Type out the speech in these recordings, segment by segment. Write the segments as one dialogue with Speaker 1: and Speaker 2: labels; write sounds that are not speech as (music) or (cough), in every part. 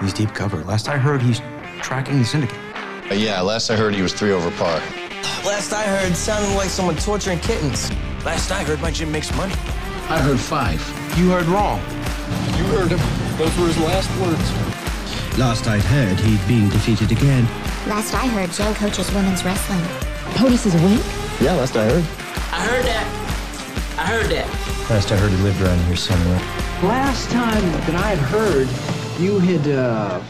Speaker 1: He's deep cover. Last I heard, he's tracking the syndicate.
Speaker 2: Uh, yeah, last I heard he was three over par.
Speaker 3: Last I heard, sounded like someone torturing kittens. Last I heard, my gym makes money.
Speaker 4: I heard five.
Speaker 1: You heard wrong.
Speaker 5: You heard him. Those were his last words.
Speaker 6: Last I'd heard, he'd been defeated again.
Speaker 7: Last I heard, Joe coaches women's wrestling.
Speaker 8: POTUS is awake?
Speaker 2: Yeah, last I heard.
Speaker 9: I heard that. I heard that.
Speaker 10: Last I heard, he lived around here somewhere.
Speaker 11: Last time that I had heard, you had, uh...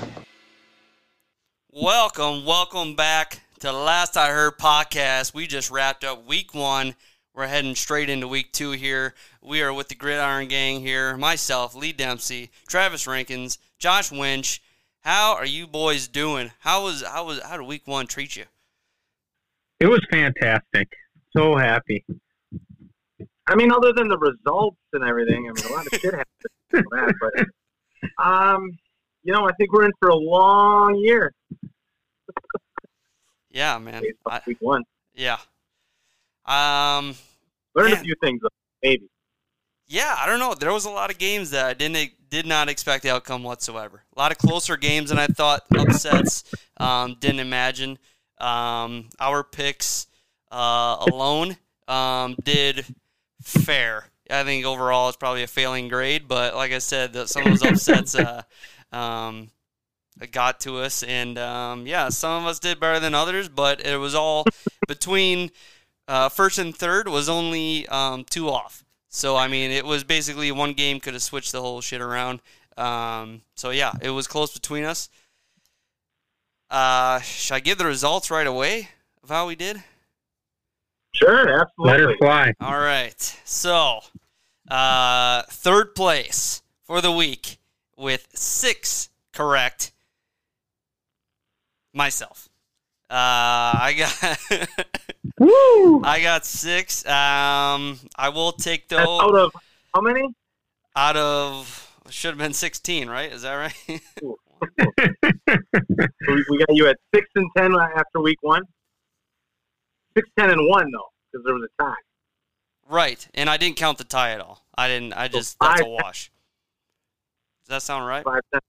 Speaker 12: Welcome, welcome back to Last I Heard podcast. We just wrapped up week one. We're heading straight into week two here. We are with the Gridiron Gang here. Myself, Lee Dempsey, Travis Rankins, Josh Winch. How are you boys doing? How was how was how did week one treat you?
Speaker 13: It was fantastic. So happy. I mean, other than the results and everything, I mean, a lot of shit happened. That, but um, you know, I think we're in for a long year.
Speaker 12: Yeah, man.
Speaker 13: I, week one.
Speaker 12: Yeah. Um,
Speaker 13: learned yeah. a few things, maybe.
Speaker 12: Yeah, I don't know. There was a lot of games that I didn't did not expect the outcome whatsoever. A lot of closer games than I thought. Upsets. Um, didn't imagine. Um, our picks uh, alone um, did fair. I think overall it's probably a failing grade, but like I said, the, some of those upsets uh, um, got to us, and um, yeah, some of us did better than others, but it was all between uh, first and third was only um, two off. So I mean, it was basically one game could have switched the whole shit around. Um, so yeah, it was close between us. Uh, should I give the results right away of how we did?
Speaker 13: Sure, absolutely.
Speaker 5: Let her fly.
Speaker 12: All right. So, uh, third place for the week with six correct. Myself. Uh, I got. (laughs)
Speaker 5: Woo!
Speaker 12: I got six. Um, I will take those.
Speaker 13: out of how many?
Speaker 12: Out of should have been sixteen, right? Is that right? (laughs)
Speaker 13: we got you at six and ten after week one six, ten, and one though, because there was a tie.
Speaker 12: Right, and I didn't count the tie at all. I didn't. I just so that's a wash. Does that sound right?
Speaker 13: Five, ten.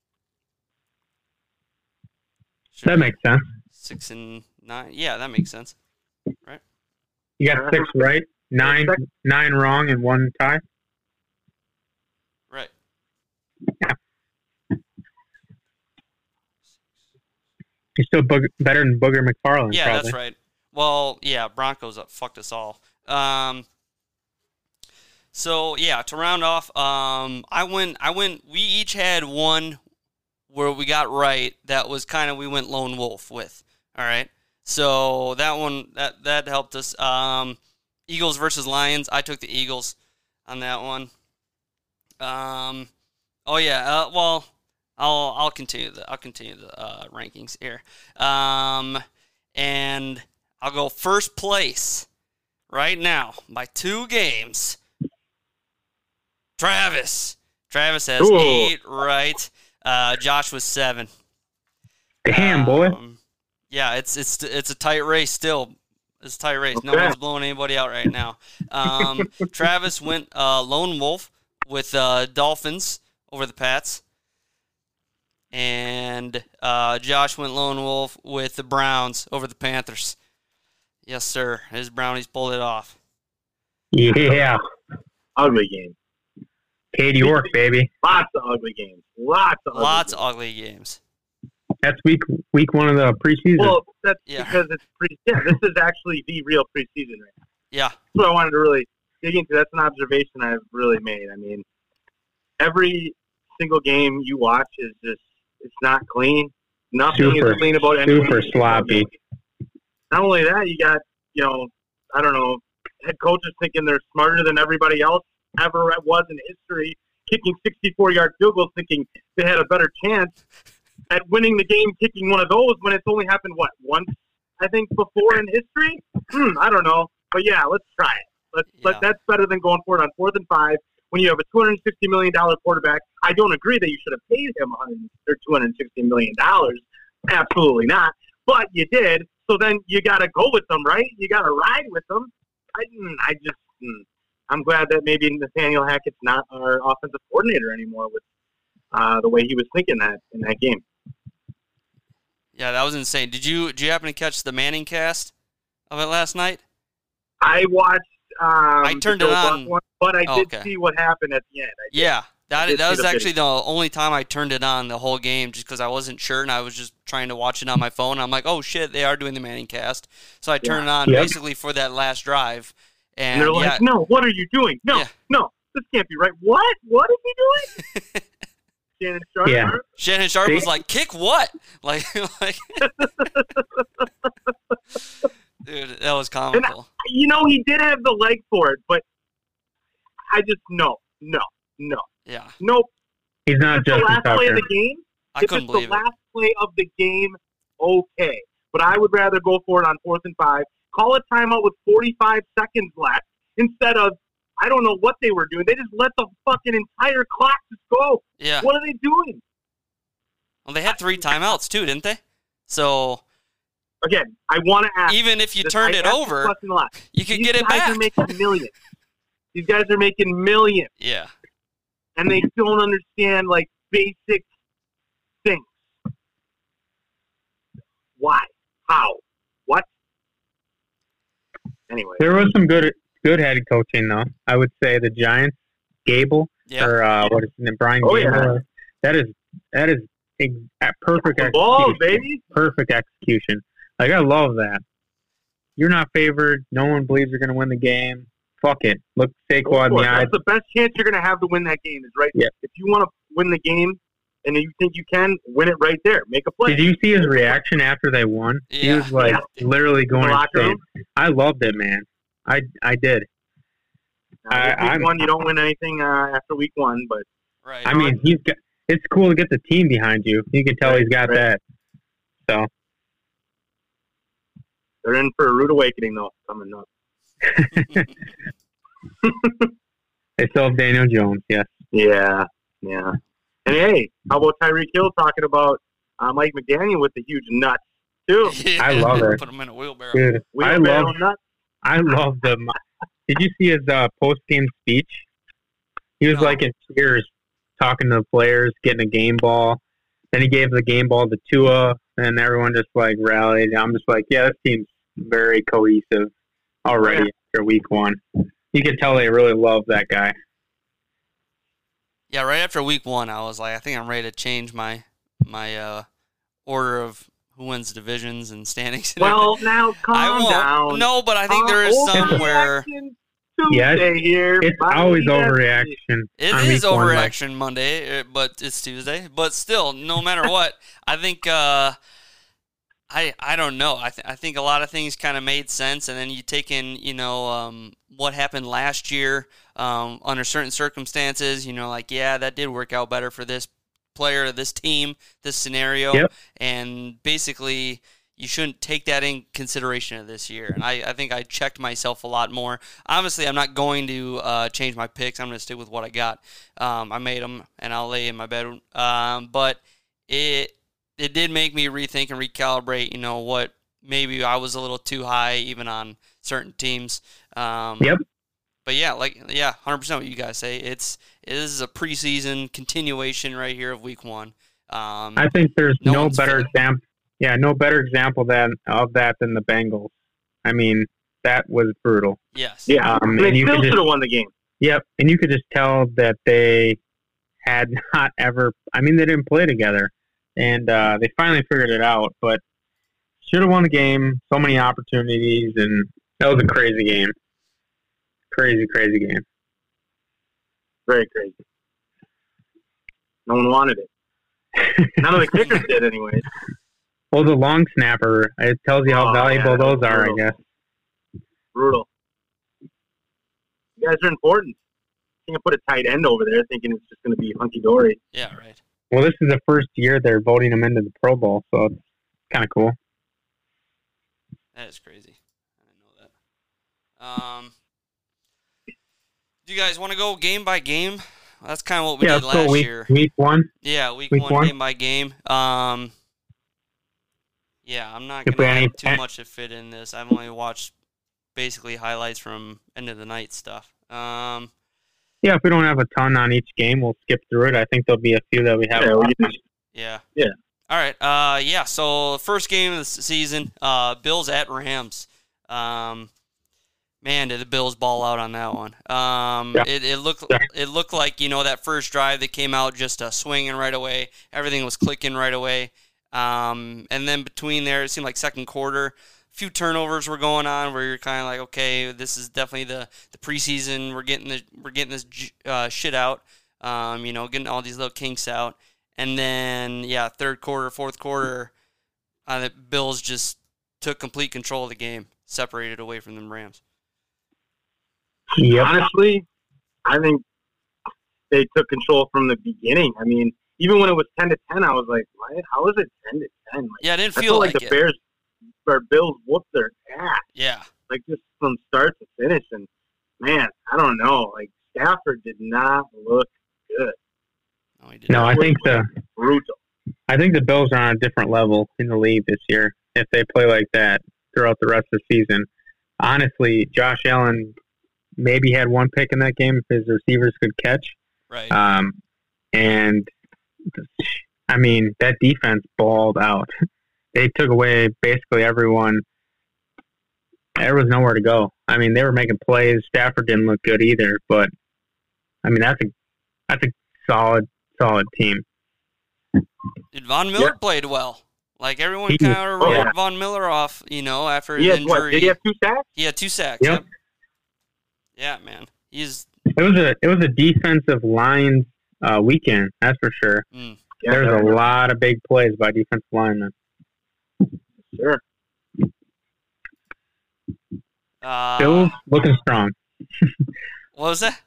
Speaker 5: Sure. That makes sense.
Speaker 12: Six and nine. Yeah, that makes sense. Right.
Speaker 5: You
Speaker 13: Uh-huh.
Speaker 5: got six right, nine, nine wrong, and one tie.
Speaker 12: Right.
Speaker 5: Yeah. You're still Booger, better than Booger McFarland.
Speaker 12: Yeah,
Speaker 5: probably.
Speaker 12: that's right. Well, yeah, Broncos up fucked us all. Um, so yeah, to round off, um, I went. I went. We each had one where we got right. That was kind of we went lone wolf with. All right. So that one that that helped us. Um, Eagles versus Lions. I took the Eagles on that one. Um, oh yeah. Uh, well, I'll I'll continue the I'll continue the uh, rankings here. Um, and I'll go first place right now by two games. Travis. Travis has Ooh. eight right. Uh, Josh was seven.
Speaker 5: Damn, um, boy.
Speaker 12: Yeah, it's it's it's a tight race still. It's a tight race. Okay. No one's blowing anybody out right now. Um,
Speaker 5: (laughs)
Speaker 12: Travis went uh, lone wolf with uh, Dolphins over the Pats. And uh, Josh went lone wolf with the Browns over the Panthers. Yes, sir. His brownies pulled it off.
Speaker 5: Yeah.
Speaker 13: Ugly game.
Speaker 5: Katie York, baby.
Speaker 13: Lots of ugly games. Lots of
Speaker 12: lots
Speaker 13: ugly
Speaker 12: games. ugly games.
Speaker 5: That's week week one of the preseason.
Speaker 13: Well, that's yeah. because it's pre- yeah, this is actually the real preseason right now.
Speaker 12: Yeah.
Speaker 13: So I wanted to really dig into. That's an observation I've really made. I mean, every single game you watch is just it's not clean. Nothing
Speaker 5: super,
Speaker 13: is clean about
Speaker 5: anything. Super sloppy
Speaker 13: not only that, you got, you know, I don't know, head coaches thinking they're smarter than everybody else ever was in history, kicking 64 yard field goals, thinking they had a better chance at winning the game kicking one of those when it's only happened, what, once, I think, before in history? Hmm, I don't know. But yeah, let's try it. Let's, yeah. let, that's better than going for it on fourth and five when you have a $260 million quarterback. I don't agree that you should have paid him $260 million. Absolutely not. But you did. So then you got to go with them, right? You got to ride with them. I, hmm, I just, I'm glad that maybe Nathaniel Hackett's not our offensive coordinator anymore with uh, the way he was thinking that in that game.
Speaker 12: Yeah, that was insane. Did you did you happen to catch the Manning cast of it last night?
Speaker 13: I watched. Um, I
Speaker 12: turned it on.
Speaker 13: one, but I
Speaker 12: Oh,
Speaker 13: did
Speaker 12: okay.
Speaker 13: see what happened at the end. I did.
Speaker 12: Yeah, that
Speaker 13: did
Speaker 12: that
Speaker 13: see
Speaker 12: was
Speaker 13: the
Speaker 12: actually the only time I turned it on the whole game, just because I wasn't sure and I was just trying to watch it on my phone. I'm like, oh shit, they are doing the Manning cast, so I turned it on
Speaker 5: Yep.
Speaker 12: basically for that last drive. And,
Speaker 13: And they're like, "Hmm."
Speaker 12: yeah,
Speaker 13: "No, what are you doing? No,
Speaker 12: Yeah.
Speaker 13: no, this can't be right. What? What is he
Speaker 12: (laughs)
Speaker 13: doing?" Shannon Sharp.
Speaker 5: Yeah.
Speaker 12: Shannon Sharp
Speaker 5: See?
Speaker 12: was like, "Kick what?" (laughs) Like, like (laughs) dude, that was comical.
Speaker 13: You know, he did have the leg for it, but I just no, no, no,
Speaker 12: Yeah,
Speaker 13: nope.
Speaker 5: He's not
Speaker 13: the
Speaker 5: Justin
Speaker 13: last play
Speaker 5: Tucker.
Speaker 13: of the game.
Speaker 12: I
Speaker 13: if
Speaker 12: couldn't
Speaker 13: it's the
Speaker 12: believe it.
Speaker 13: last play of the game, okay. But I would rather go for it on fourth and five. Call a timeout with 45 seconds left instead of I don't know what they were doing. They just let the fucking entire clock just go.
Speaker 12: Yeah,
Speaker 13: What are they doing?
Speaker 12: well, they had three timeouts too, didn't they? So
Speaker 13: Again, I want to ask.
Speaker 12: even if you
Speaker 13: this-
Speaker 12: turned
Speaker 13: I
Speaker 12: it
Speaker 13: ask this
Speaker 12: over,
Speaker 13: question a lot.
Speaker 12: you could
Speaker 13: These
Speaker 12: get it
Speaker 13: guys
Speaker 12: back.
Speaker 13: Are making millions. These guys are making millions,
Speaker 12: Yeah,
Speaker 13: and they don't understand like basic things. Why? How? What? Anyway,
Speaker 5: There was some good good head coaching though. I would say the Giants, Gable
Speaker 12: yeah,
Speaker 5: or uh, what is it, Brian
Speaker 13: Oh,
Speaker 5: Gable.
Speaker 13: yeah.
Speaker 5: That is that is ex- at perfect
Speaker 13: the
Speaker 5: execution.
Speaker 13: ball, baby.
Speaker 5: Perfect execution. Like I love that. You're not favored. No one believes you're going to win the game. Fuck it. Look Saquon in
Speaker 13: Of course,
Speaker 5: the eye.
Speaker 13: That's the best chance you're going to have to win that game. Is right.
Speaker 5: Yeah.
Speaker 13: If you want to win the game, and you think you can win it right there, make a play.
Speaker 5: Did you see his reaction after they won? He
Speaker 12: Yeah.
Speaker 5: was like literally going
Speaker 13: The locker
Speaker 5: insane.
Speaker 13: room?
Speaker 5: I loved it, man. I I did.
Speaker 13: Now,
Speaker 5: I-
Speaker 13: week
Speaker 5: I'm-
Speaker 13: one, you don't win anything uh, after week one, but
Speaker 12: right.
Speaker 5: I mean, he's got. It's cool to get the team behind you. You can tell he's got
Speaker 13: Right,
Speaker 5: that. So
Speaker 13: they're in for a rude awakening though coming up.
Speaker 5: they still have Daniel Jones. Yes.
Speaker 13: Yeah, yeah. And hey, how about Tyreek Hill talking about uh, Mike McDaniel with the huge nuts too?
Speaker 12: (laughs)
Speaker 5: I love it.
Speaker 12: Put them in a wheelbarrow.
Speaker 5: Dude,
Speaker 13: We
Speaker 5: I
Speaker 13: don't bet
Speaker 5: love
Speaker 13: on nuts.
Speaker 5: I love the. Did you see his uh, post game speech? He was
Speaker 12: No.
Speaker 5: like in tears, talking to the players, getting a game ball. Then he gave the game ball to Tua, and everyone just like rallied. I'm just like, yeah, this team's very cohesive already after week one. You could tell they really love that guy.
Speaker 12: Yeah, right after week one, I was like, I think I'm ready to change my my uh, order of who wins divisions and standings. and
Speaker 13: Well, now calm
Speaker 12: I won't.
Speaker 13: down.
Speaker 12: No, but I think there is somewhere.
Speaker 5: Yeah,
Speaker 13: Tuesday here.
Speaker 5: It's
Speaker 13: Bobby,
Speaker 5: always
Speaker 13: that's-
Speaker 5: overreaction.
Speaker 12: It
Speaker 5: on
Speaker 12: is
Speaker 5: week one, like,
Speaker 12: overreaction Monday, uh, but it's Tuesday. But still, no matter
Speaker 5: (laughs)
Speaker 12: what, I think uh, I I don't know. I th- I think a lot of things kind of made sense, and then you take in you know um, what happened last year um, under certain circumstances. You know, like yeah, that did work out better for this player, this team, this scenario,
Speaker 5: Yep.
Speaker 12: and basically. You shouldn't take that in consideration of this year, and I, I think I checked myself a lot more obviously I'm not going to uh, change my picks. I'm going to stick with what I got. Um, I made them, and I'll lay in my bedroom. Um, but it it did make me rethink and recalibrate. You know what? Maybe I was a little too high even on certain teams. Um,
Speaker 5: Yep.
Speaker 12: But yeah, like yeah, hundred percent. What you guys say? It's it is a preseason continuation right here of week one. Um,
Speaker 5: I think there's
Speaker 12: No
Speaker 5: no,
Speaker 12: one's
Speaker 5: better
Speaker 12: fit.
Speaker 5: example. Yeah, no better example than of that than the Bengals. I mean, that was brutal.
Speaker 12: yes.
Speaker 13: Yeah,
Speaker 5: Um,
Speaker 13: and
Speaker 5: and
Speaker 13: they
Speaker 5: you
Speaker 13: still
Speaker 5: could just-
Speaker 13: should have won the game.
Speaker 5: Yep, and you could just tell that they had (laughs) not ever. I mean, they didn't play together, and uh, they finally figured it out. But should have won the game. So many opportunities, and that was a crazy game. Crazy, crazy game.
Speaker 13: Very crazy. No one wanted it.
Speaker 5: (laughs)
Speaker 13: None of the kickers did, anyway.
Speaker 5: Well, the long snapper. It tells you how
Speaker 13: Oh,
Speaker 5: valuable
Speaker 13: yeah,
Speaker 5: those are. I
Speaker 13: brutal.
Speaker 5: guess.
Speaker 13: Brutal. You guys are important. You can put a tight end over there, thinking it's just going to be hunky dory.
Speaker 12: Yeah. Right.
Speaker 5: Well, this is the first year they're voting him into the Pro Bowl, so it's kind of cool.
Speaker 12: That is crazy. I didn't know that. Um, do you guys want to go game by game? That's kind of what we
Speaker 5: yeah,
Speaker 12: did
Speaker 5: let's go
Speaker 12: last
Speaker 5: week
Speaker 12: year.
Speaker 5: week one.
Speaker 12: yeah, week,
Speaker 5: week
Speaker 12: one,
Speaker 5: one?
Speaker 12: game by game. Um, yeah, I'm not
Speaker 5: If
Speaker 12: gonna
Speaker 5: we
Speaker 12: have
Speaker 5: any-
Speaker 12: too much to fit in this. I've only watched basically highlights from end of the night stuff. Um,
Speaker 5: Yeah, if we don't have a ton on each game, we'll skip through it. I think there'll be a few that we have.
Speaker 13: Yeah,
Speaker 5: a lot
Speaker 13: we-
Speaker 5: on.
Speaker 12: Yeah.
Speaker 13: Yeah.
Speaker 12: All right. Uh, yeah. So first game of the s- season, uh, Bills at Rams. Um, man, did the Bills ball out on that one? Um,
Speaker 5: Yeah.
Speaker 12: it, it looked
Speaker 5: Yeah.
Speaker 12: it looked like you know that first drive that came out just uh, swinging right away. Everything was clicking right away. Um, and then between there, it seemed like second quarter, a few turnovers were going on where you're kind of like, okay, this is definitely the, the preseason. We're getting the we're getting this j- uh, shit out. Um, you know, getting all these little kinks out. And then, yeah, third quarter, fourth quarter, uh, the Bills just took complete control of the game, separated away from them Rams.
Speaker 5: Yep.
Speaker 13: Honestly, I think they took control from the beginning. I mean, even when it was ten to ten, I was like, "What? How is it ten to ten? Like,
Speaker 12: Yeah, it didn't
Speaker 13: I
Speaker 12: feel
Speaker 13: felt like,
Speaker 12: like,
Speaker 13: the
Speaker 12: it.
Speaker 13: Bears or Bills whooped their ass,
Speaker 12: Yeah,
Speaker 13: like just from start to finish. And man, I don't know. Like Stafford did not look
Speaker 12: no, he didn't.
Speaker 5: No, I think the
Speaker 13: brutal.
Speaker 5: I think the Bills are on a different level in the league this year if they play like that throughout the rest of the season. Honestly, Josh Allen maybe had one pick in that game if his receivers could catch.
Speaker 12: right.
Speaker 5: Um, and I mean, that defense balled out. (laughs) They took away basically everyone. There was nowhere to go. I mean, they were making plays. Stafford didn't look good either, but I mean, that's a that's a solid solid team.
Speaker 12: Dude, Von Miller played well. Like everyone
Speaker 5: He-
Speaker 12: kind of wrote
Speaker 13: Oh, yeah.
Speaker 12: Von Miller off, you know, after his
Speaker 13: He had what?
Speaker 12: injury.
Speaker 13: Did he have two sacks?
Speaker 12: He had two sacks.
Speaker 5: Yep.
Speaker 12: Yeah, man. He's
Speaker 5: It was a it was a defensive line uh, weekend, that's for sure.
Speaker 12: mm,
Speaker 13: Yeah,
Speaker 5: There's a lot of big plays by defensive linemen.
Speaker 13: sure.
Speaker 12: uh,
Speaker 5: Bills looking strong.
Speaker 12: What was that?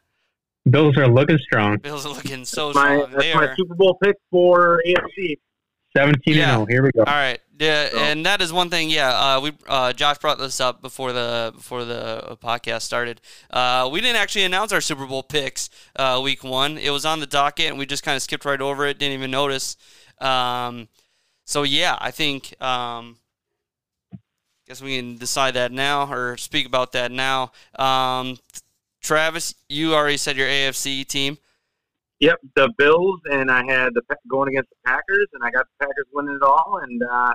Speaker 5: Bills are looking strong.
Speaker 12: Bills are looking so
Speaker 13: My
Speaker 12: strong. They
Speaker 13: that's my
Speaker 12: are.
Speaker 13: Super Bowl pick for AFC.
Speaker 5: Seventeen
Speaker 12: Yeah.
Speaker 5: and zero. Here we go.
Speaker 12: All right, yeah,
Speaker 13: So-
Speaker 12: and that is one thing. Yeah, uh, we uh, Josh brought this up before the before the podcast started. Uh, we didn't actually announce our Super Bowl picks uh, week one. It was on the docket, and we just kind of skipped right over it. Didn't even notice. Um, so yeah, I think um, guess we can decide that now or speak about that now. Um, Travis, you already said your AFC team.
Speaker 13: Yep, the Bills, and I had the Pa- going against the Packers, and I got the Packers winning it all, and uh,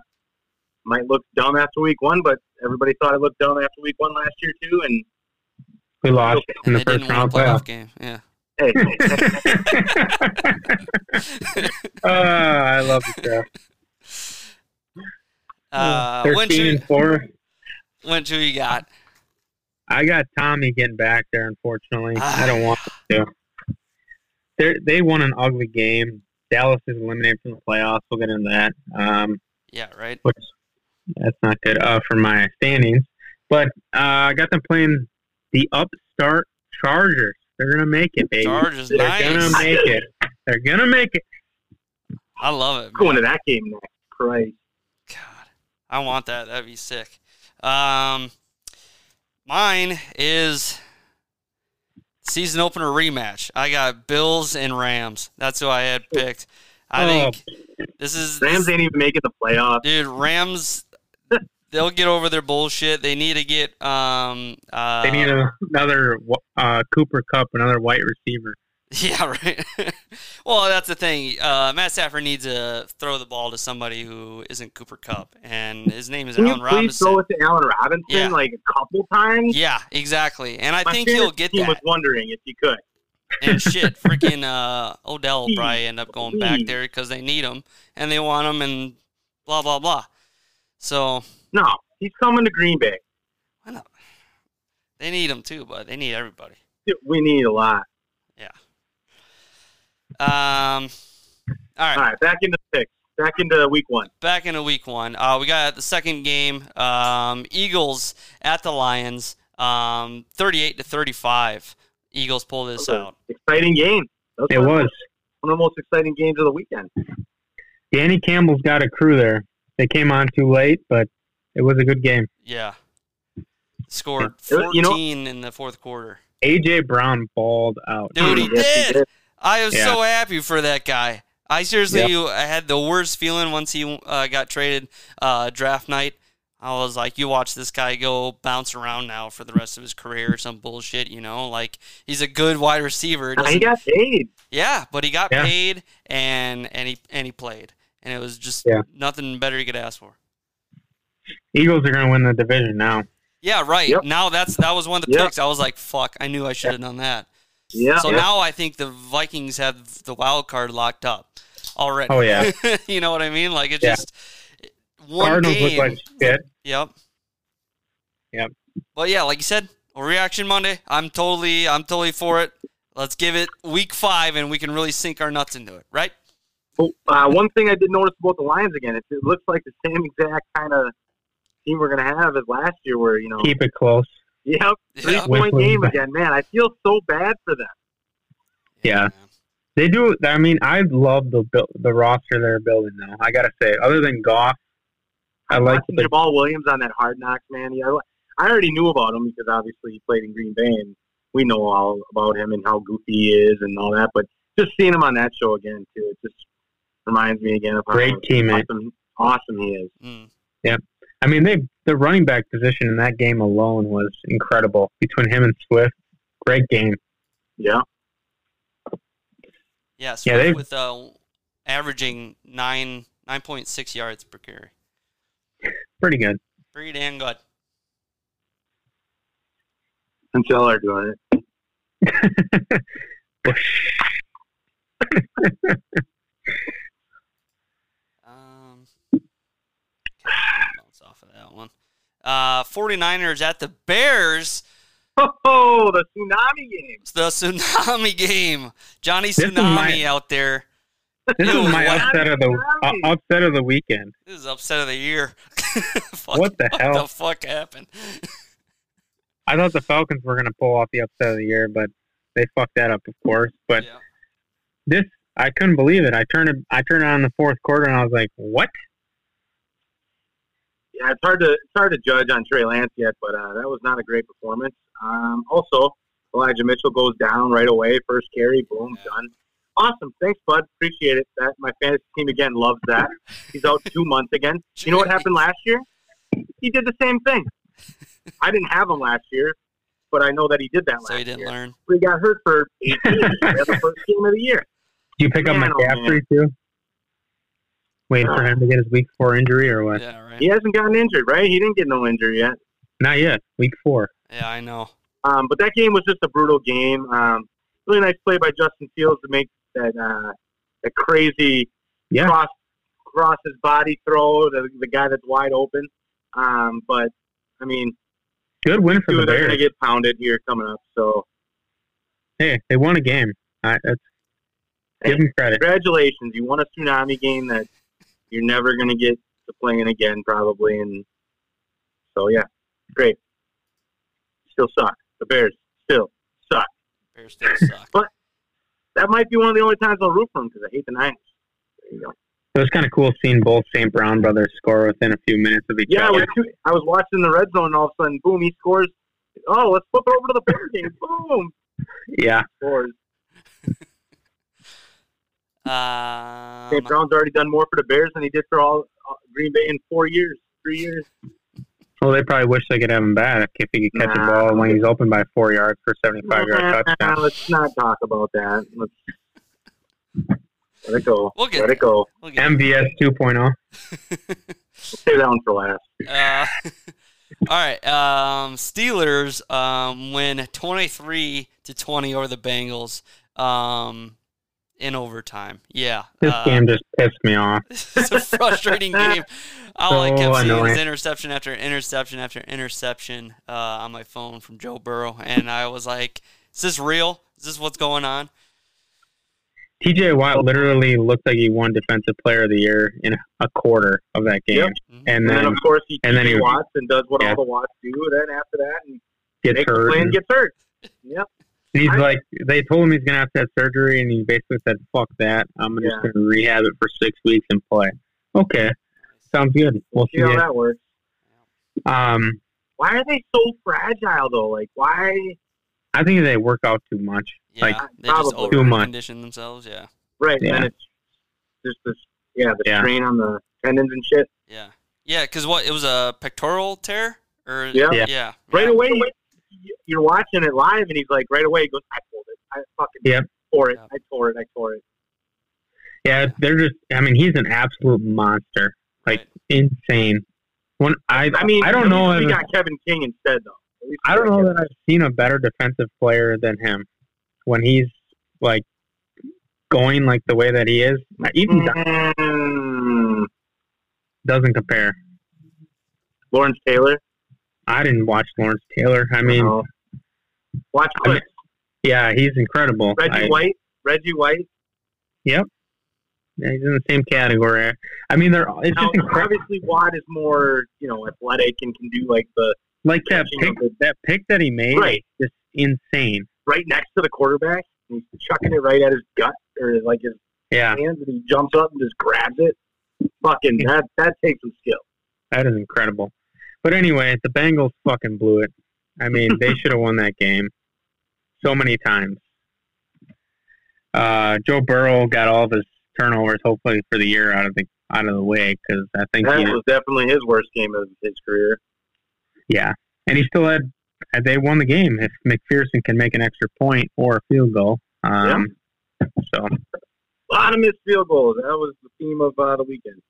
Speaker 13: might look dumb after week one, but everybody thought I looked dumb after week one last year too, and
Speaker 5: We lost
Speaker 13: Okay.
Speaker 5: in
Speaker 12: And
Speaker 5: the
Speaker 12: they
Speaker 5: first
Speaker 12: didn't
Speaker 5: round
Speaker 12: win a
Speaker 5: playoff.
Speaker 12: playoff game. Yeah.
Speaker 13: hey,
Speaker 12: (laughs)
Speaker 5: (laughs) Ah, I love the draft.
Speaker 12: (laughs) Uh, went
Speaker 5: Thirteen
Speaker 12: to
Speaker 5: and four.
Speaker 12: went to you got.
Speaker 5: I got Tommy getting back there. Unfortunately,
Speaker 12: Ah.
Speaker 5: I don't want him to. They they won an ugly game. Dallas is eliminated from the playoffs. We'll get into that. Um,
Speaker 12: Yeah, right.
Speaker 5: which that's not good uh, for my standings. But uh, I got them playing the upstart Chargers. They're gonna make it, baby.
Speaker 12: Chargers,
Speaker 5: They're
Speaker 12: nice.
Speaker 5: gonna make it. They're gonna make it.
Speaker 12: I love it.
Speaker 13: going to
Speaker 12: Man.
Speaker 13: that game next, Christ.
Speaker 12: God, I want that. That'd be sick. Um, mine is season opener rematch. I got Bills and Rams. That's who I had picked. I
Speaker 5: Oh.
Speaker 12: think this is this-
Speaker 13: Rams ain't even making the playoffs.
Speaker 12: dude. Rams. They'll get over their bullshit. They need to get um. Uh, (laughs)
Speaker 5: They need a- another uh, Cooper Cup, another white receiver.
Speaker 12: Yeah, right. (laughs) well, that's the thing. Uh, Matt Stafford needs to throw the ball to somebody who isn't Cooper Cup, and his name is
Speaker 13: Can you
Speaker 12: Allen
Speaker 13: please
Speaker 12: Robinson.
Speaker 13: throw it to Allen Robinson
Speaker 12: Yeah.
Speaker 13: like a couple times?
Speaker 12: Yeah, exactly. And I
Speaker 13: My
Speaker 12: think he'll
Speaker 13: fantasy
Speaker 12: get
Speaker 13: team was
Speaker 12: that.
Speaker 13: wondering if you could.
Speaker 12: and shit, freaking uh,
Speaker 13: (laughs)
Speaker 12: Odell will
Speaker 13: Please,
Speaker 12: probably end up going back
Speaker 13: please.
Speaker 12: there because they need him and they want him and blah blah blah. So
Speaker 13: No, he's coming to Green Bay.
Speaker 12: why not? They need him too, but they need everybody.
Speaker 13: We need a lot.
Speaker 12: Um, all right.
Speaker 13: All right, back into the picks. Back into week one.
Speaker 12: back into week one. Uh, we got the second game, um, Eagles at the Lions, um, thirty-eight to thirty-five. Eagles pull this
Speaker 13: Okay.
Speaker 12: out.
Speaker 13: Exciting game. That's
Speaker 5: It
Speaker 13: one of the
Speaker 5: was.
Speaker 13: one of the most exciting games of the weekend.
Speaker 5: Danny Campbell's got a crew there. They came on too late, but it was a good game.
Speaker 12: Yeah, scored
Speaker 13: It
Speaker 12: fourteen
Speaker 13: was- you know-
Speaker 12: in the fourth quarter.
Speaker 5: AJ Brown balled out.
Speaker 12: Dude, he
Speaker 13: Yes, he
Speaker 12: did. I was
Speaker 5: Yeah.
Speaker 12: so happy for that guy. I seriously I had the worst feeling once he uh, got traded uh, draft night. I was like, you watch this guy go bounce around now for the rest of his career or some bullshit, you know? Like he's a good wide receiver.
Speaker 13: He got paid.
Speaker 12: Yeah, but he got yeah. paid and and he and he played. And it was just yeah. nothing better you could ask for.
Speaker 5: Eagles are gonna win the division now.
Speaker 12: Yeah, right. Yep. Now that's that was one of the yep. picks. I was like, fuck, I knew I should have done that.
Speaker 13: Yeah.
Speaker 12: So
Speaker 13: yep.
Speaker 12: now I think the Vikings have the wild card locked up already.
Speaker 5: Oh yeah.
Speaker 12: (laughs) you know what I mean? Like it yeah. just one
Speaker 5: Cardinals
Speaker 12: game.
Speaker 5: look like shit.
Speaker 12: Yep.
Speaker 5: Yep.
Speaker 12: But yeah, like you said, reaction Monday. I'm totally, I'm totally for it. Let's give it week five, and we can really sink our nuts into it,
Speaker 5: (laughs)
Speaker 12: right?
Speaker 13: Well, uh, one thing I did notice about the Lions again, it, it looks like the same exact kind of team we're going to have as last year, where you know
Speaker 5: keep it close.
Speaker 13: (laughs) Yep, three yeah. point Whistling game back. again, man. I feel so bad for them.
Speaker 5: Yeah. yeah. They do. I mean, I love the the roster they're building now. I gotta say, other than Goff, I like
Speaker 13: watching the, Jabal Williams on that Hard Knocks, man. Yeah, I already knew about him because obviously he played in Green Bay, and we know all about him and how goofy he is and all that. But just seeing him on that show again too, it just reminds me again of how
Speaker 5: great teammate,
Speaker 13: awesome, awesome he is. Mm.
Speaker 5: Yeah, I mean they the running back position in that game alone was incredible between him and Swift. Great game.
Speaker 13: Yeah.
Speaker 12: Yeah, Swift yeah, with uh, averaging nine nine point six yards per carry
Speaker 5: pretty good. (laughs)
Speaker 12: Pretty damn good.
Speaker 13: Until are doing it.
Speaker 12: um, bounce off of that one. Uh, 49ers at the Bears.
Speaker 13: Oh, the tsunami game.
Speaker 12: It's the tsunami (laughs) game. Johnny Tsunami my- out there.
Speaker 5: This Ew, is my what? upset of the uh, upset of the weekend.
Speaker 12: This is upset of the year. (laughs)
Speaker 5: fuck, what the hell?
Speaker 12: What the fuck happened?
Speaker 5: I thought the Falcons were going to pull off the upset of the year, but they fucked that up, of course. But yeah. this, I couldn't believe it. I turned it, I turned on the fourth quarter, and I was like, "What?"
Speaker 13: Yeah, it's hard to it's hard to judge on Trey Lance yet, but uh, that was not a great performance. Um, also, Elijah Mitchell goes down right away, first carry, boom, yeah. done. Awesome. Thanks, bud. Appreciate it. That my fantasy team again loves that. He's out two months
Speaker 12: (laughs)
Speaker 13: again. (laughs) You know what happened last year? He did the same thing. I didn't have him last year, but I know that he did that last
Speaker 12: so he didn't
Speaker 13: year.
Speaker 12: learn.
Speaker 13: But he got hurt for eight years. the first game of the year.
Speaker 5: Do you pick man, up McCaffrey oh, too? Waiting for him to get his week four injury or what?
Speaker 12: Yeah, (laughs) right.
Speaker 13: He hasn't gotten injured, right? He didn't get no injury yet.
Speaker 5: Not yet. Week four.
Speaker 12: Yeah, I know.
Speaker 13: Um, but that game was just a brutal game. Um, really nice play by Justin Fields to make that uh, that crazy
Speaker 5: yeah.
Speaker 13: cross cross his body throw, the, the guy that's wide open. Um, but I mean,
Speaker 5: good win for
Speaker 13: dude,
Speaker 5: the
Speaker 13: They're
Speaker 5: going
Speaker 13: to get pounded here coming up. So
Speaker 5: hey, they won a game. Right, give them credit.
Speaker 13: Congratulations, you won a tsunami game that you're never going to get to playing again, probably. And so yeah, great. Still suck. The Bears still suck.
Speaker 12: Bears still
Speaker 13: (laughs)
Speaker 12: suck.
Speaker 13: but that might be one of the only times I'll root for him because I hate the Niners. There you go.
Speaker 5: It was kind of cool seeing both St. Brown brothers score within a few minutes of each
Speaker 13: yeah,
Speaker 5: other.
Speaker 13: Yeah, I was watching the red zone, and all of a sudden, boom, he scores. Oh, let's flip it over to the Bears game. Boom.
Speaker 5: Yeah.
Speaker 13: He scores.
Speaker 12: um,
Speaker 13: St. Brown's already done more for the Bears than he did for all uh, Green Bay in four years, three years.
Speaker 5: Well, they probably wish they could have him back if he could catch nah. a ball when he's open by four yards for seventy-five nah, yard touchdown.
Speaker 13: Nah, let's not talk about that. Let's let it go.
Speaker 12: We'll get
Speaker 13: let
Speaker 12: there.
Speaker 13: it go.
Speaker 12: We'll get
Speaker 5: MVS oh. 2.0.
Speaker 13: Stay down for last.
Speaker 12: Uh, (laughs) all right, um, Steelers um, win twenty-three to twenty over the Bengals. Um, in overtime. Yeah.
Speaker 5: This uh, game just pissed me off.
Speaker 12: (laughs) it's a frustrating game. All
Speaker 5: (laughs)
Speaker 12: so I kept seeing annoying. was interception after interception after interception uh, on my phone from Joe Burrow. And I was like, is this real? Is this what's going on?
Speaker 5: TJ Watt literally looked like he won Defensive Player of the Year in a quarter of that game.
Speaker 13: Yep.
Speaker 5: And, then, and,
Speaker 13: then, of course, he,
Speaker 5: and then he
Speaker 13: Watts and does what yeah. all the Watts do. Then after that, and
Speaker 5: gets hurt.
Speaker 13: And gets hurt. Yep.
Speaker 5: He's I, like, they told him he's gonna have to have surgery, and he basically said, "Fuck that, I'm yeah. just gonna rehab it for six weeks and play." Okay, sounds good. We'll
Speaker 13: see, see how it. that works.
Speaker 5: Um,
Speaker 13: why are they so fragile though? Like, why?
Speaker 5: I think they work out too much.
Speaker 12: Yeah,
Speaker 5: like,
Speaker 12: they probably. just
Speaker 5: too much.
Speaker 12: condition themselves. Yeah.
Speaker 13: Right,
Speaker 5: yeah.
Speaker 13: and it's just this, yeah, the yeah. strain on the tendons and shit.
Speaker 12: Yeah. Yeah, because what it was a pectoral tear, or
Speaker 13: Yeah.
Speaker 12: yeah,
Speaker 13: Right
Speaker 12: yeah.
Speaker 13: away, you- you're watching it live, and he's like, right away, he goes, "I pulled it. I fucking
Speaker 5: Yep.
Speaker 13: tore it. I tore it. I tore it."
Speaker 5: Yeah, they're just. I mean, he's an absolute monster. Like insane. When I,
Speaker 13: I mean,
Speaker 5: I
Speaker 13: at
Speaker 5: don't know.
Speaker 13: least We
Speaker 5: if-
Speaker 13: got Kevin King instead, though. At least
Speaker 5: I
Speaker 13: we
Speaker 5: don't
Speaker 13: got
Speaker 5: know
Speaker 13: Kevin.
Speaker 5: that I've seen a better defensive player than him when he's like going like the way that he is. Even
Speaker 13: Mm-hmm.
Speaker 5: Doc
Speaker 13: Mm,
Speaker 5: doesn't compare.
Speaker 13: Lawrence Taylor.
Speaker 5: I didn't watch Lawrence Taylor. I mean,
Speaker 13: No. watch
Speaker 5: I mean,
Speaker 13: clips.
Speaker 5: yeah, he's incredible.
Speaker 13: Reggie
Speaker 5: I-
Speaker 13: White. Reggie White.
Speaker 5: yeah, he's in the same category. I mean, they're it's
Speaker 13: Now,
Speaker 5: just incredible.
Speaker 13: obviously, Watt is more you know athletic and can do like the
Speaker 5: Like that
Speaker 13: you know,
Speaker 5: pick, that pick that he made,
Speaker 13: Right.
Speaker 5: is just insane.
Speaker 13: right next to the quarterback. And he's chucking it right at his gut or like his
Speaker 5: Yeah,
Speaker 13: hands, and he jumps up and just grabs it. Fucking that that takes some skill.
Speaker 5: that is incredible. But anyway, the Bengals fucking blew it. I mean,
Speaker 13: (laughs)
Speaker 5: they should have won that game so many times. Uh, Joe Burrow got all of his turnovers, hopefully for the year, out of the out of the way because I think
Speaker 13: That
Speaker 5: he,
Speaker 13: was definitely his worst game of his career.
Speaker 5: yeah, and he still had. had They won the game if McPherson can make an extra point or a field goal. Um, So
Speaker 13: A lot of missed field goals. That was the theme of uh, the weekend.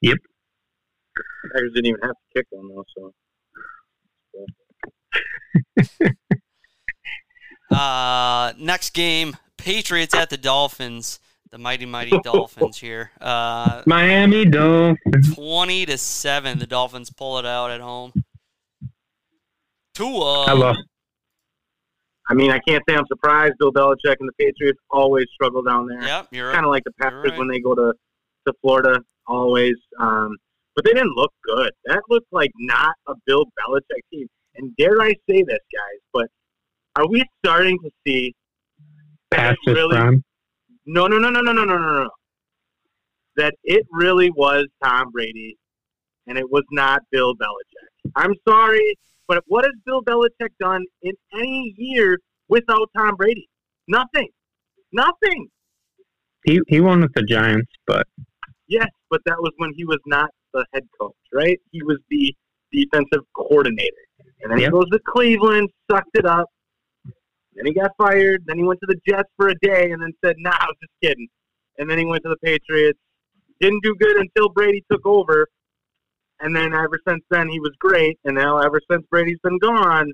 Speaker 5: Yep.
Speaker 13: Packers didn't even have to kick one though. So
Speaker 12: Uh, next game, Patriots at the Dolphins. The mighty mighty
Speaker 5: (laughs)
Speaker 12: Dolphins here. Uh,
Speaker 5: Miami Dolphins.
Speaker 12: twenty to seven. The Dolphins pull it out at home. Tua.
Speaker 5: I love.
Speaker 13: I mean, I can't say I'm surprised. Bill Belichick and the Patriots always struggle down there.
Speaker 12: Yep, you're
Speaker 13: Kind of like the
Speaker 12: You're
Speaker 13: Packers
Speaker 12: right.
Speaker 13: when they go to to Florida, always. Um, but they didn't look good. That looked like not a Bill Belichick team. And dare I say this, guys? But are we starting to see
Speaker 5: Past his
Speaker 13: Really?
Speaker 5: prime.
Speaker 13: No, no, no, no, no, no, no, no, no. That it really was Tom Brady, and it was not Bill Belichick. I'm sorry, but what has Bill Belichick done in any year without Tom Brady? Nothing. Nothing.
Speaker 5: He he won with the Giants, but
Speaker 13: Yes, but that was when he was not the head coach, right? He was the defensive coordinator. And then
Speaker 5: Yep.
Speaker 13: he goes to Cleveland, sucked it up. Then he got fired. Then he went to the Jets for a day and then said, nah, I was just kidding. And then he went to the Patriots. Didn't do good until Brady took over. And then ever since then, he was great. And now, ever since Brady's been gone,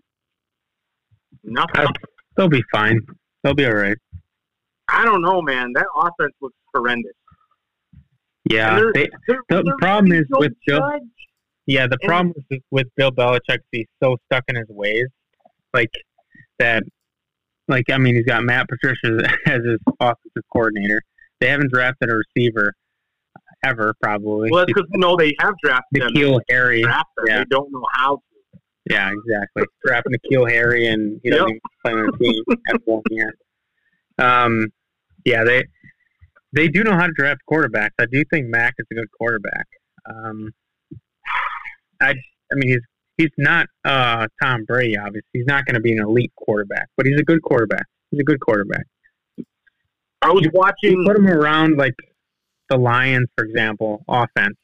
Speaker 13: nothing.
Speaker 5: I, they'll be fine. They'll be all right.
Speaker 13: I don't know, man. That offense looks horrendous. And
Speaker 5: Yeah,
Speaker 13: they're-
Speaker 5: they,
Speaker 13: they're-
Speaker 5: the
Speaker 13: they're
Speaker 5: problem
Speaker 13: really
Speaker 5: is with
Speaker 13: Joe
Speaker 5: Joe-
Speaker 13: Judge.
Speaker 5: Yeah, the
Speaker 13: And-
Speaker 5: problem is with Bill Belichick, he's so stuck in his ways, like that. Like I mean, he's got Matt Patricia as his offensive coordinator. They haven't drafted a receiver ever, probably.
Speaker 13: Well, that's because no, they have drafted him.
Speaker 5: Nikhil Harry.
Speaker 13: draft them.
Speaker 5: Yeah.
Speaker 13: They don't know how.
Speaker 5: Yeah, exactly. Draft Nikhil Harry, and he doesn't even play on the team at one year. Um, yeah, they they do know how to draft quarterbacks. I do think Mac is a good quarterback. Um, I I mean he's he's not uh, Tom Brady, obviously. He's not going to be an elite quarterback, but he's a good quarterback. He's a good quarterback.
Speaker 13: I was watching.
Speaker 5: You put him around like the Lions, for example, offense.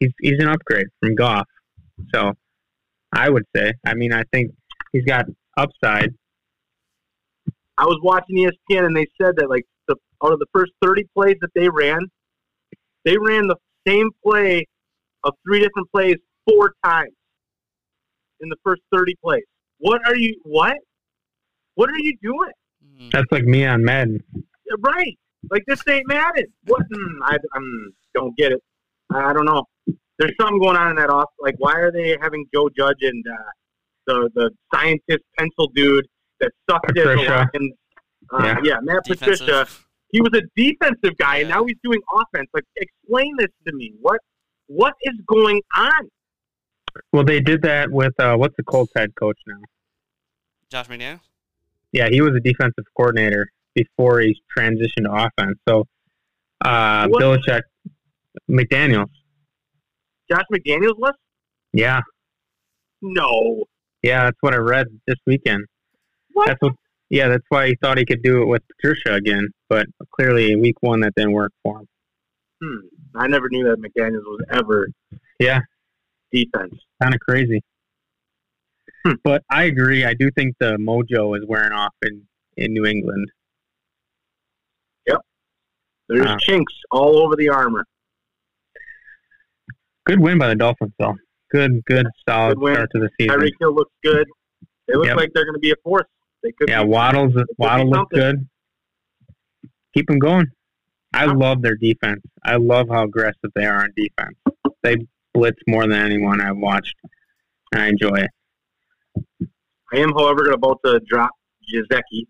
Speaker 5: He's he's an upgrade from Goff. So I would say. I mean, I think he's got upside.
Speaker 13: I was watching E ESPN, and they said that like the out of the first thirty plays that they ran, they ran the same play of three different plays four times in the first thirty plays. What are you? What? What are you doing?
Speaker 12: Mm.
Speaker 5: That's like me on Madden.
Speaker 13: Right? Like this ain't Madden. What? Mm, I um, don't get it. I don't know. There's something going on in that off. Like, why are they having Joe Judge and uh, the the scientist pencil dude that sucked at the
Speaker 5: Patricia.
Speaker 13: Lions? Uh, yeah.
Speaker 5: Yeah.
Speaker 13: Matt
Speaker 12: Defensive.
Speaker 13: Patricia. He was a defensive guy, and
Speaker 12: Yeah.
Speaker 13: now he's doing offense. Like, explain this to me. What what is going on?
Speaker 5: Well, they did that with uh, what's the Colts head coach now?
Speaker 12: Josh McDaniel.
Speaker 5: Yeah, he was a defensive coordinator before he transitioned to offense. So uh,
Speaker 13: What?
Speaker 5: Belichick, McDaniel.
Speaker 13: Josh McDaniels left?
Speaker 5: Yeah,
Speaker 13: No.
Speaker 5: yeah, that's what I read this weekend.
Speaker 13: What?
Speaker 5: That's what. Yeah, that's why he thought he could do it with Patricia again, but clearly in week one that didn't work for him.
Speaker 13: I never knew that McDaniels was ever
Speaker 5: Yeah.
Speaker 13: defense.
Speaker 5: kind of crazy.
Speaker 13: Hmm.
Speaker 5: But I agree. I do think the mojo is wearing off in, in New England.
Speaker 13: There's
Speaker 5: Uh.
Speaker 13: chinks all over the armor.
Speaker 5: Good win by the Dolphins, though. Good, good, solid
Speaker 13: Good win.
Speaker 5: start to the season.
Speaker 13: Tyreek Hill looks good. They look
Speaker 5: Yep.
Speaker 13: like they're going to be a force. They could.
Speaker 5: yeah,
Speaker 13: be.
Speaker 5: Waddles, Waddle looked
Speaker 13: something.
Speaker 5: good. Keep them going. I love their defense. I love how aggressive they are on defense. They blitz more than anyone I've watched, and I enjoy it.
Speaker 13: I am, however, going to about to drop Jazeki.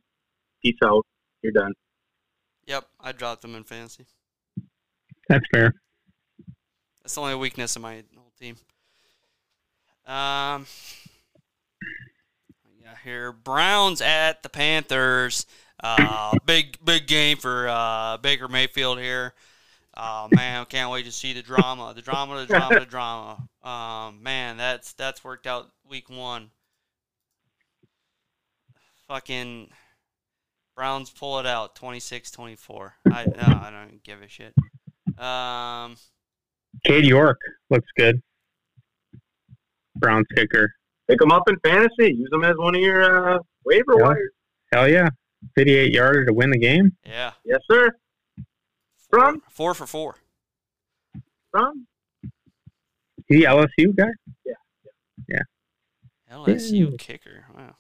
Speaker 13: Peace out. You're done.
Speaker 12: Yep, I dropped them in fantasy.
Speaker 5: That's fair.
Speaker 12: That's the only weakness of my whole team. Um, we got here Browns at the Panthers. Uh, big big game for uh, Baker Mayfield here. Oh man, can't wait to see the drama, the drama, the drama, the drama. Um, man, that's that's worked out week one. Fucking Browns pull it out 26-24. I no, I don't even give a shit. Um,
Speaker 5: Cade York looks good. Browns kicker.
Speaker 13: Pick them up in fantasy. Use them as one of your uh, waiver
Speaker 5: Yeah.
Speaker 13: wires.
Speaker 5: Hell yeah. 58 yarder to win the game.
Speaker 12: yeah.
Speaker 13: Yes, sir. From
Speaker 12: Four for four.
Speaker 13: from.
Speaker 5: Is he LSU guy?
Speaker 12: LSU kicker. Wow.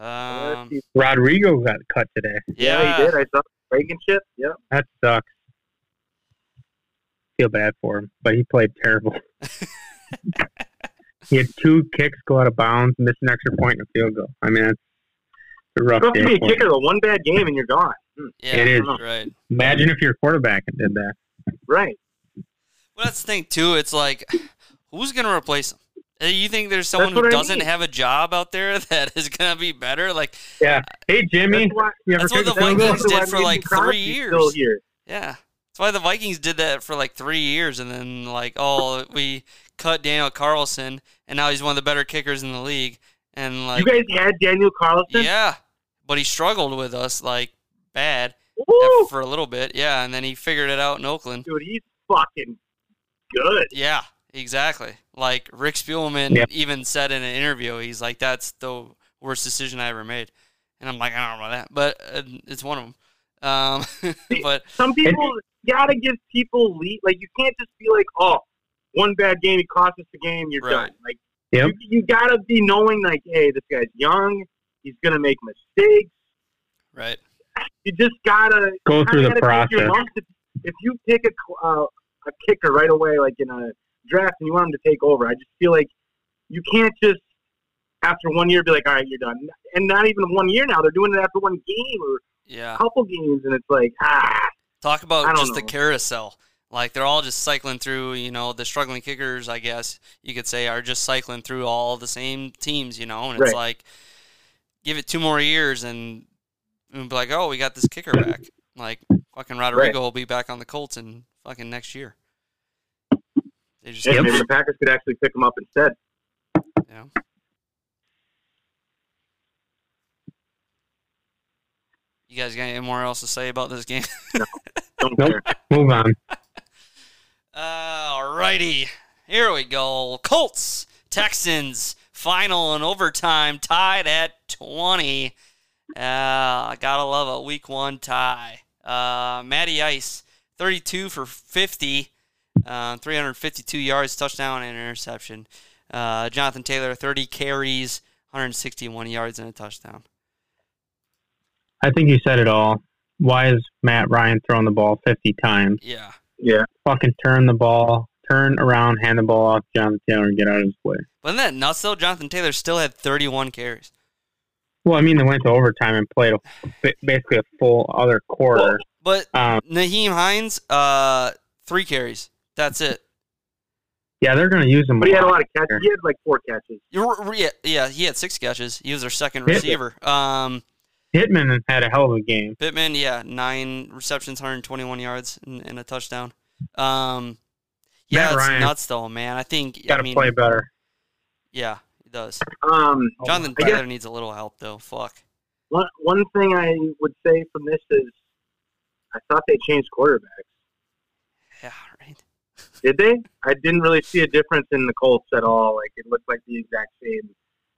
Speaker 12: Um,
Speaker 13: Let's see.
Speaker 5: Rodrigo got cut today.
Speaker 13: yeah, he did. I saw breaking shit. Yep.
Speaker 5: That sucks. Feel bad for him, but he played
Speaker 13: (laughs)
Speaker 5: terrible. he had two kicks go out of bounds, missed an extra point and a field goal. I mean, that's a rough
Speaker 13: It's tough
Speaker 5: day
Speaker 13: to be a
Speaker 5: for him.
Speaker 13: kicker. The one bad game and you're gone. Hmm.
Speaker 12: yeah,
Speaker 5: It is.
Speaker 12: right.
Speaker 5: Imagine if your quarterback did that.
Speaker 13: Right.
Speaker 12: Well, that's the thing too. It's like, who's gonna replace him? Uh, You think there's someone
Speaker 13: That's
Speaker 12: who
Speaker 13: what I
Speaker 12: doesn't
Speaker 13: mean.
Speaker 12: have a job out there (laughs) that is gonna be better? Like,
Speaker 5: Hey, Jimmy,
Speaker 13: That's why,
Speaker 5: you ever
Speaker 12: That's what
Speaker 5: kick a
Speaker 12: the
Speaker 5: field goal?
Speaker 12: Vikings
Speaker 13: that's why
Speaker 12: did for,
Speaker 13: Mason
Speaker 12: like, three
Speaker 13: Crosby's Still
Speaker 12: years.
Speaker 13: here.
Speaker 12: yeah, that's why the Vikings did that for like three years, and then like, oh, we cut Daniel Carlson, and now he's one of the better kickers in the league, and
Speaker 13: you
Speaker 12: like,
Speaker 13: guys had Daniel Carlson.
Speaker 12: yeah, but he struggled with us like bad
Speaker 13: Woo!
Speaker 12: for a little bit, yeah, and then he figured it out in Oakland.
Speaker 13: dude, he's fucking good.
Speaker 12: Yeah, exactly. Like Rick Spielman
Speaker 5: Yeah.
Speaker 12: even said in an interview, he's like, "That's the worst decision I ever made," and I'm like, "I don't know about that, but uh, it's one of them." Um, (laughs) but
Speaker 13: Some people gotta give people lead. Like you can't just be like, oh, one bad game, he cost us the game, you're
Speaker 12: Right.
Speaker 13: done. Like
Speaker 5: Yep.
Speaker 13: you, you gotta be knowing, like, hey, this guy's young, he's gonna make mistakes.
Speaker 12: right,
Speaker 13: You just gotta
Speaker 5: Go
Speaker 13: kinda
Speaker 5: through the
Speaker 13: gotta take your
Speaker 5: process.
Speaker 13: lumps. If, if you pick a cl- uh, a kicker right away, like in a draft, and you want him to take over, I just feel like you can't just after one year be like, all right, you're done. And not even one year now; they're doing it after one game or
Speaker 12: yeah.
Speaker 13: a couple games, and it's like, ah.
Speaker 12: Talk
Speaker 13: I
Speaker 12: about
Speaker 13: don't
Speaker 12: just the
Speaker 13: know.
Speaker 12: carousel. Like they're all just cycling through, you know, the struggling kickers, I guess you could say, are just cycling through all the same teams, you know, and it's
Speaker 13: Right.
Speaker 12: like give it two more years and and be like, Oh, we got this kicker back. Like fucking Rodrigo will be back on the Colts in fucking next year. They just
Speaker 13: Yeah, maybe the Packers could actually pick him up instead.
Speaker 12: yeah. You guys got any more else to say about this game?
Speaker 13: Don't
Speaker 5: Nope.
Speaker 13: care.
Speaker 5: Move on.
Speaker 12: Alrighty. Here we go. Colts, Texans, final and overtime, tied at 20. Uh, gotta love a week one tie. Uh, Matty Ice, 32 for 50, uh, 352 yards, touchdown, and interception. Uh, Jonathan Taylor, 30 carries, 161 yards, and a touchdown.
Speaker 5: I think you said it all. Why is Matt Ryan throwing the ball 50 times?
Speaker 12: Yeah.
Speaker 13: Yeah,
Speaker 5: Fucking turn the ball, turn around, hand the ball off to Jonathan Taylor and get out of his way.
Speaker 12: Wasn't that nuts, though? Jonathan Taylor still had 31 carries.
Speaker 5: Well, I mean, they went to overtime and played a, ba- basically a full other quarter.
Speaker 12: But
Speaker 5: Um,
Speaker 12: Naheem Hines, uh, three carries. That's it.
Speaker 5: yeah, they're going to use him.
Speaker 13: but he had a
Speaker 5: lot.
Speaker 13: lot of catches. He had like four catches.
Speaker 12: You're, r- yeah, yeah, he had six catches. He was their second
Speaker 5: Yeah.
Speaker 12: receiver. Um,
Speaker 5: Hitman had a hell of a game.
Speaker 12: Pittman, yeah, nine receptions, 121 yards, and, and a touchdown. Um, yeah,
Speaker 5: Matt
Speaker 12: it's
Speaker 5: Ryan.
Speaker 12: nuts though, man. I think
Speaker 5: Got
Speaker 12: I
Speaker 5: to
Speaker 12: mean,
Speaker 5: play Oh, better.
Speaker 12: yeah, he does.
Speaker 13: Um,
Speaker 12: Jonathan
Speaker 13: I guess-
Speaker 12: Taylor needs a little help though. Fuck.
Speaker 13: one, one thing I would say from this is, I thought they changed quarterbacks.
Speaker 12: Yeah, right.
Speaker 13: Did they? I didn't really see a difference in the Colts at all. Like it looked like the exact same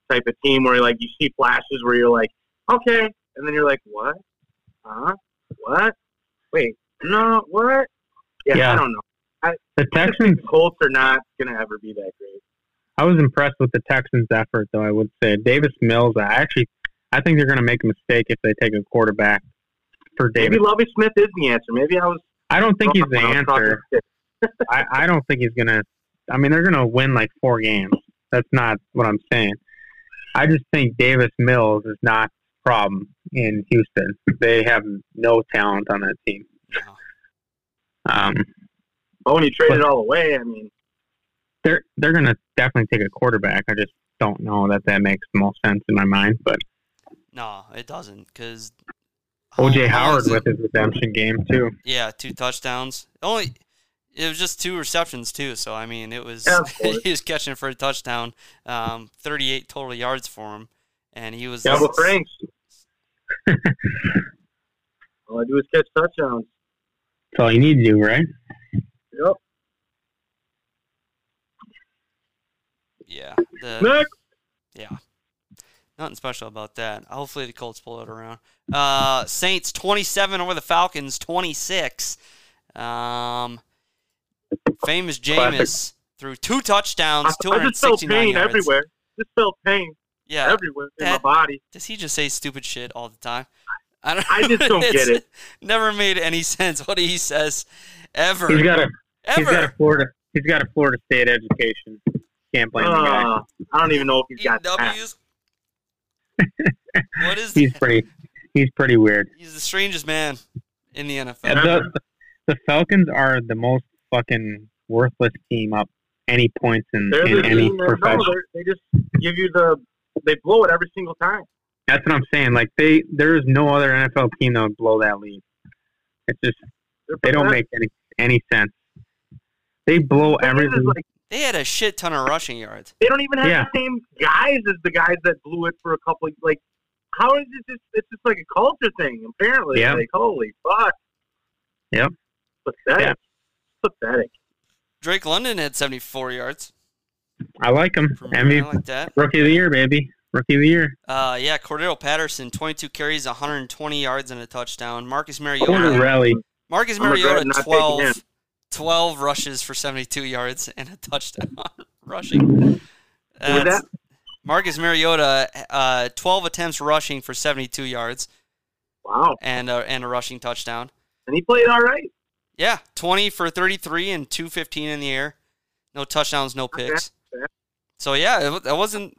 Speaker 13: type of team where like you see flashes where you're like, okay, and then you're like, what? Huh? What? Wait, no, what? Yeah,
Speaker 5: Yeah.
Speaker 13: I don't know. I,
Speaker 5: The Texans,
Speaker 13: Colts are not gonna ever be that great.
Speaker 5: I was impressed with the Texans' effort, though. I would say Davis Mills. I actually, I think they're going to make a mistake if they take a quarterback for
Speaker 13: Maybe
Speaker 5: Davis.
Speaker 13: Lovey Smith is the answer. Maybe I was.
Speaker 5: I don't think he's the
Speaker 13: wrong when I was talking
Speaker 5: answer.
Speaker 13: to
Speaker 5: I, I don't think he's gonna. I mean, they're gonna win like four games. That's not what I'm saying. I just think Davis Mills is not the problem in Houston. They have no talent on that team.
Speaker 12: No.
Speaker 5: Um,
Speaker 13: Boney traded all the way. I mean,
Speaker 5: they're they're gonna definitely take a quarterback. I just don't know that that makes the most sense in my mind. But
Speaker 12: No, it doesn't because Oh,
Speaker 5: OJ Howard with his redemption game too.
Speaker 12: yeah two touchdowns. Only it was just two receptions too. So I mean, it was
Speaker 13: Yeah, of course.
Speaker 12: (laughs) he was catching for a touchdown. Um, thirty-eight total yards for him, and he was
Speaker 13: Double Franks.
Speaker 5: (laughs)
Speaker 13: all I do is catch touchdowns.
Speaker 5: That's all you need to do, right?
Speaker 13: Yep.
Speaker 12: Yeah, the-
Speaker 13: Next.
Speaker 12: Yeah. Nothing special about that. Hopefully the Colts pull it around. Uh, Saints 27 over the Falcons 26. Um, famous Jameis threw two touchdowns,
Speaker 13: I, I just felt
Speaker 12: 269
Speaker 13: pain
Speaker 12: yards.
Speaker 13: everywhere. Just felt pain
Speaker 12: Yeah.
Speaker 13: everywhere
Speaker 12: that-
Speaker 13: in my body.
Speaker 12: Does he just say stupid shit all the time? I, don't,
Speaker 13: I just
Speaker 12: (laughs)
Speaker 13: don't
Speaker 12: it's
Speaker 13: get it.
Speaker 12: Never made any sense what he says ever.
Speaker 5: He's got a he's got a (laughs)
Speaker 12: ever.
Speaker 5: Florida he's got a Florida State education. Can't blame the guy.
Speaker 13: Uh, I don't even know if he's got that.
Speaker 12: EWs. E
Speaker 5: (laughs)
Speaker 12: what is
Speaker 5: He's
Speaker 12: that?
Speaker 5: pretty he's pretty weird.
Speaker 12: He's the strangest man in the NFL.
Speaker 5: And the, the Falcons are the most fucking worthless team up any points in,
Speaker 13: They're
Speaker 5: in
Speaker 13: the
Speaker 5: any
Speaker 13: team that,
Speaker 5: profession.
Speaker 13: no, they're- they just give you the they blow it every single time.
Speaker 5: That's what I'm saying. Like they, there is no other NFL team that would blow that lead. It's just
Speaker 13: They're
Speaker 5: they don't
Speaker 13: pathetic.
Speaker 5: make any any sense. They blow
Speaker 13: The thing is,
Speaker 5: everything.
Speaker 13: like,
Speaker 12: They had a shit ton of rushing yards.
Speaker 13: they don't even have
Speaker 5: Yeah.
Speaker 13: the same guys as the guys that blew it for a couple. Of, like, how is it just? It's just like a culture thing. Apparently,
Speaker 5: Yeah.
Speaker 13: like holy fuck.
Speaker 5: Yep.
Speaker 13: Pathetic. Pathetic.
Speaker 12: Drake London had 74 yards.
Speaker 5: I like them.
Speaker 12: From I
Speaker 5: MVP,
Speaker 12: like that.
Speaker 5: rookie of the year, baby. Rookie of the year.
Speaker 12: Uh, yeah, Cordero Patterson, 22 carries, 120 yards and a touchdown. Marcus
Speaker 5: Quarter
Speaker 12: Mariota,
Speaker 5: rally.
Speaker 12: Marcus
Speaker 13: I'm regretting
Speaker 12: Mariota,
Speaker 13: not taking
Speaker 12: 12,
Speaker 13: him.
Speaker 12: 12 rushes for 72 yards and a touchdown (laughs) rushing.
Speaker 13: With
Speaker 12: That's-
Speaker 13: that-
Speaker 12: Marcus Mariota, uh, 12 attempts rushing for 72 yards
Speaker 13: Wow.
Speaker 12: and a, and a rushing touchdown.
Speaker 13: And he played all right.
Speaker 12: Yeah, 20 for 33 and 215 in the air. No touchdowns, no
Speaker 13: Okay,
Speaker 12: picks.
Speaker 13: okay.
Speaker 12: So yeah, it, wa- that wasn't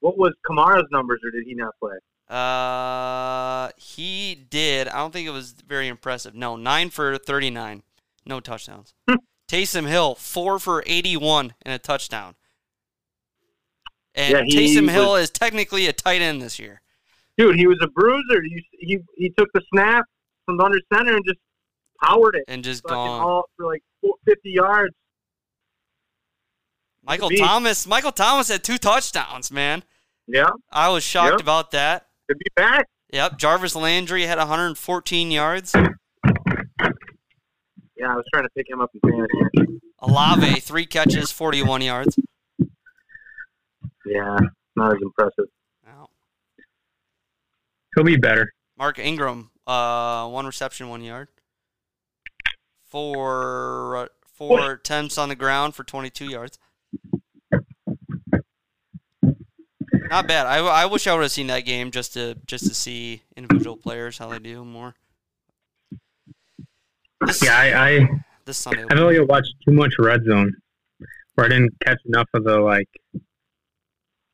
Speaker 13: What was Kamara's numbers, or did he not play?
Speaker 12: Uh, he did. I don't think it was very impressive. No, nine for thirty-nine,
Speaker 13: (laughs)
Speaker 12: no touchdowns. Taysom Hill four for eighty-one and a touchdown. And
Speaker 13: Yeah, he
Speaker 12: Taysom
Speaker 13: was-
Speaker 12: Hill is technically a tight end this year.
Speaker 13: Dude, he was a bruiser. He he, he took the snap from the under center and just powered it.
Speaker 12: And just
Speaker 13: Fucking
Speaker 12: gone.
Speaker 13: all for like four- 50 yards.
Speaker 12: Michael
Speaker 13: beast.
Speaker 12: Thomas. Michael Thomas had two touchdowns. Man,
Speaker 13: Yeah,
Speaker 12: I was shocked
Speaker 13: Yep.
Speaker 12: about that.
Speaker 13: to be back.
Speaker 12: Yep. Jarvis Landry had 114 yards.
Speaker 13: Yeah, I was trying to pick him up in fantasy.
Speaker 12: Alave three catches, 41 yards.
Speaker 13: Yeah, not as impressive.
Speaker 12: Wow.
Speaker 5: He'll be better.
Speaker 12: Mark Ingram, uh, one reception, one yard. Four four attempts on the ground for 22 yards. Not bad. I, I wish I would have seen that game just to just to see individual players how they do more. This,
Speaker 5: Yeah, I, I
Speaker 12: this Sunday.
Speaker 5: I feel like I watched too much Red Zone, where I didn't catch enough of the like,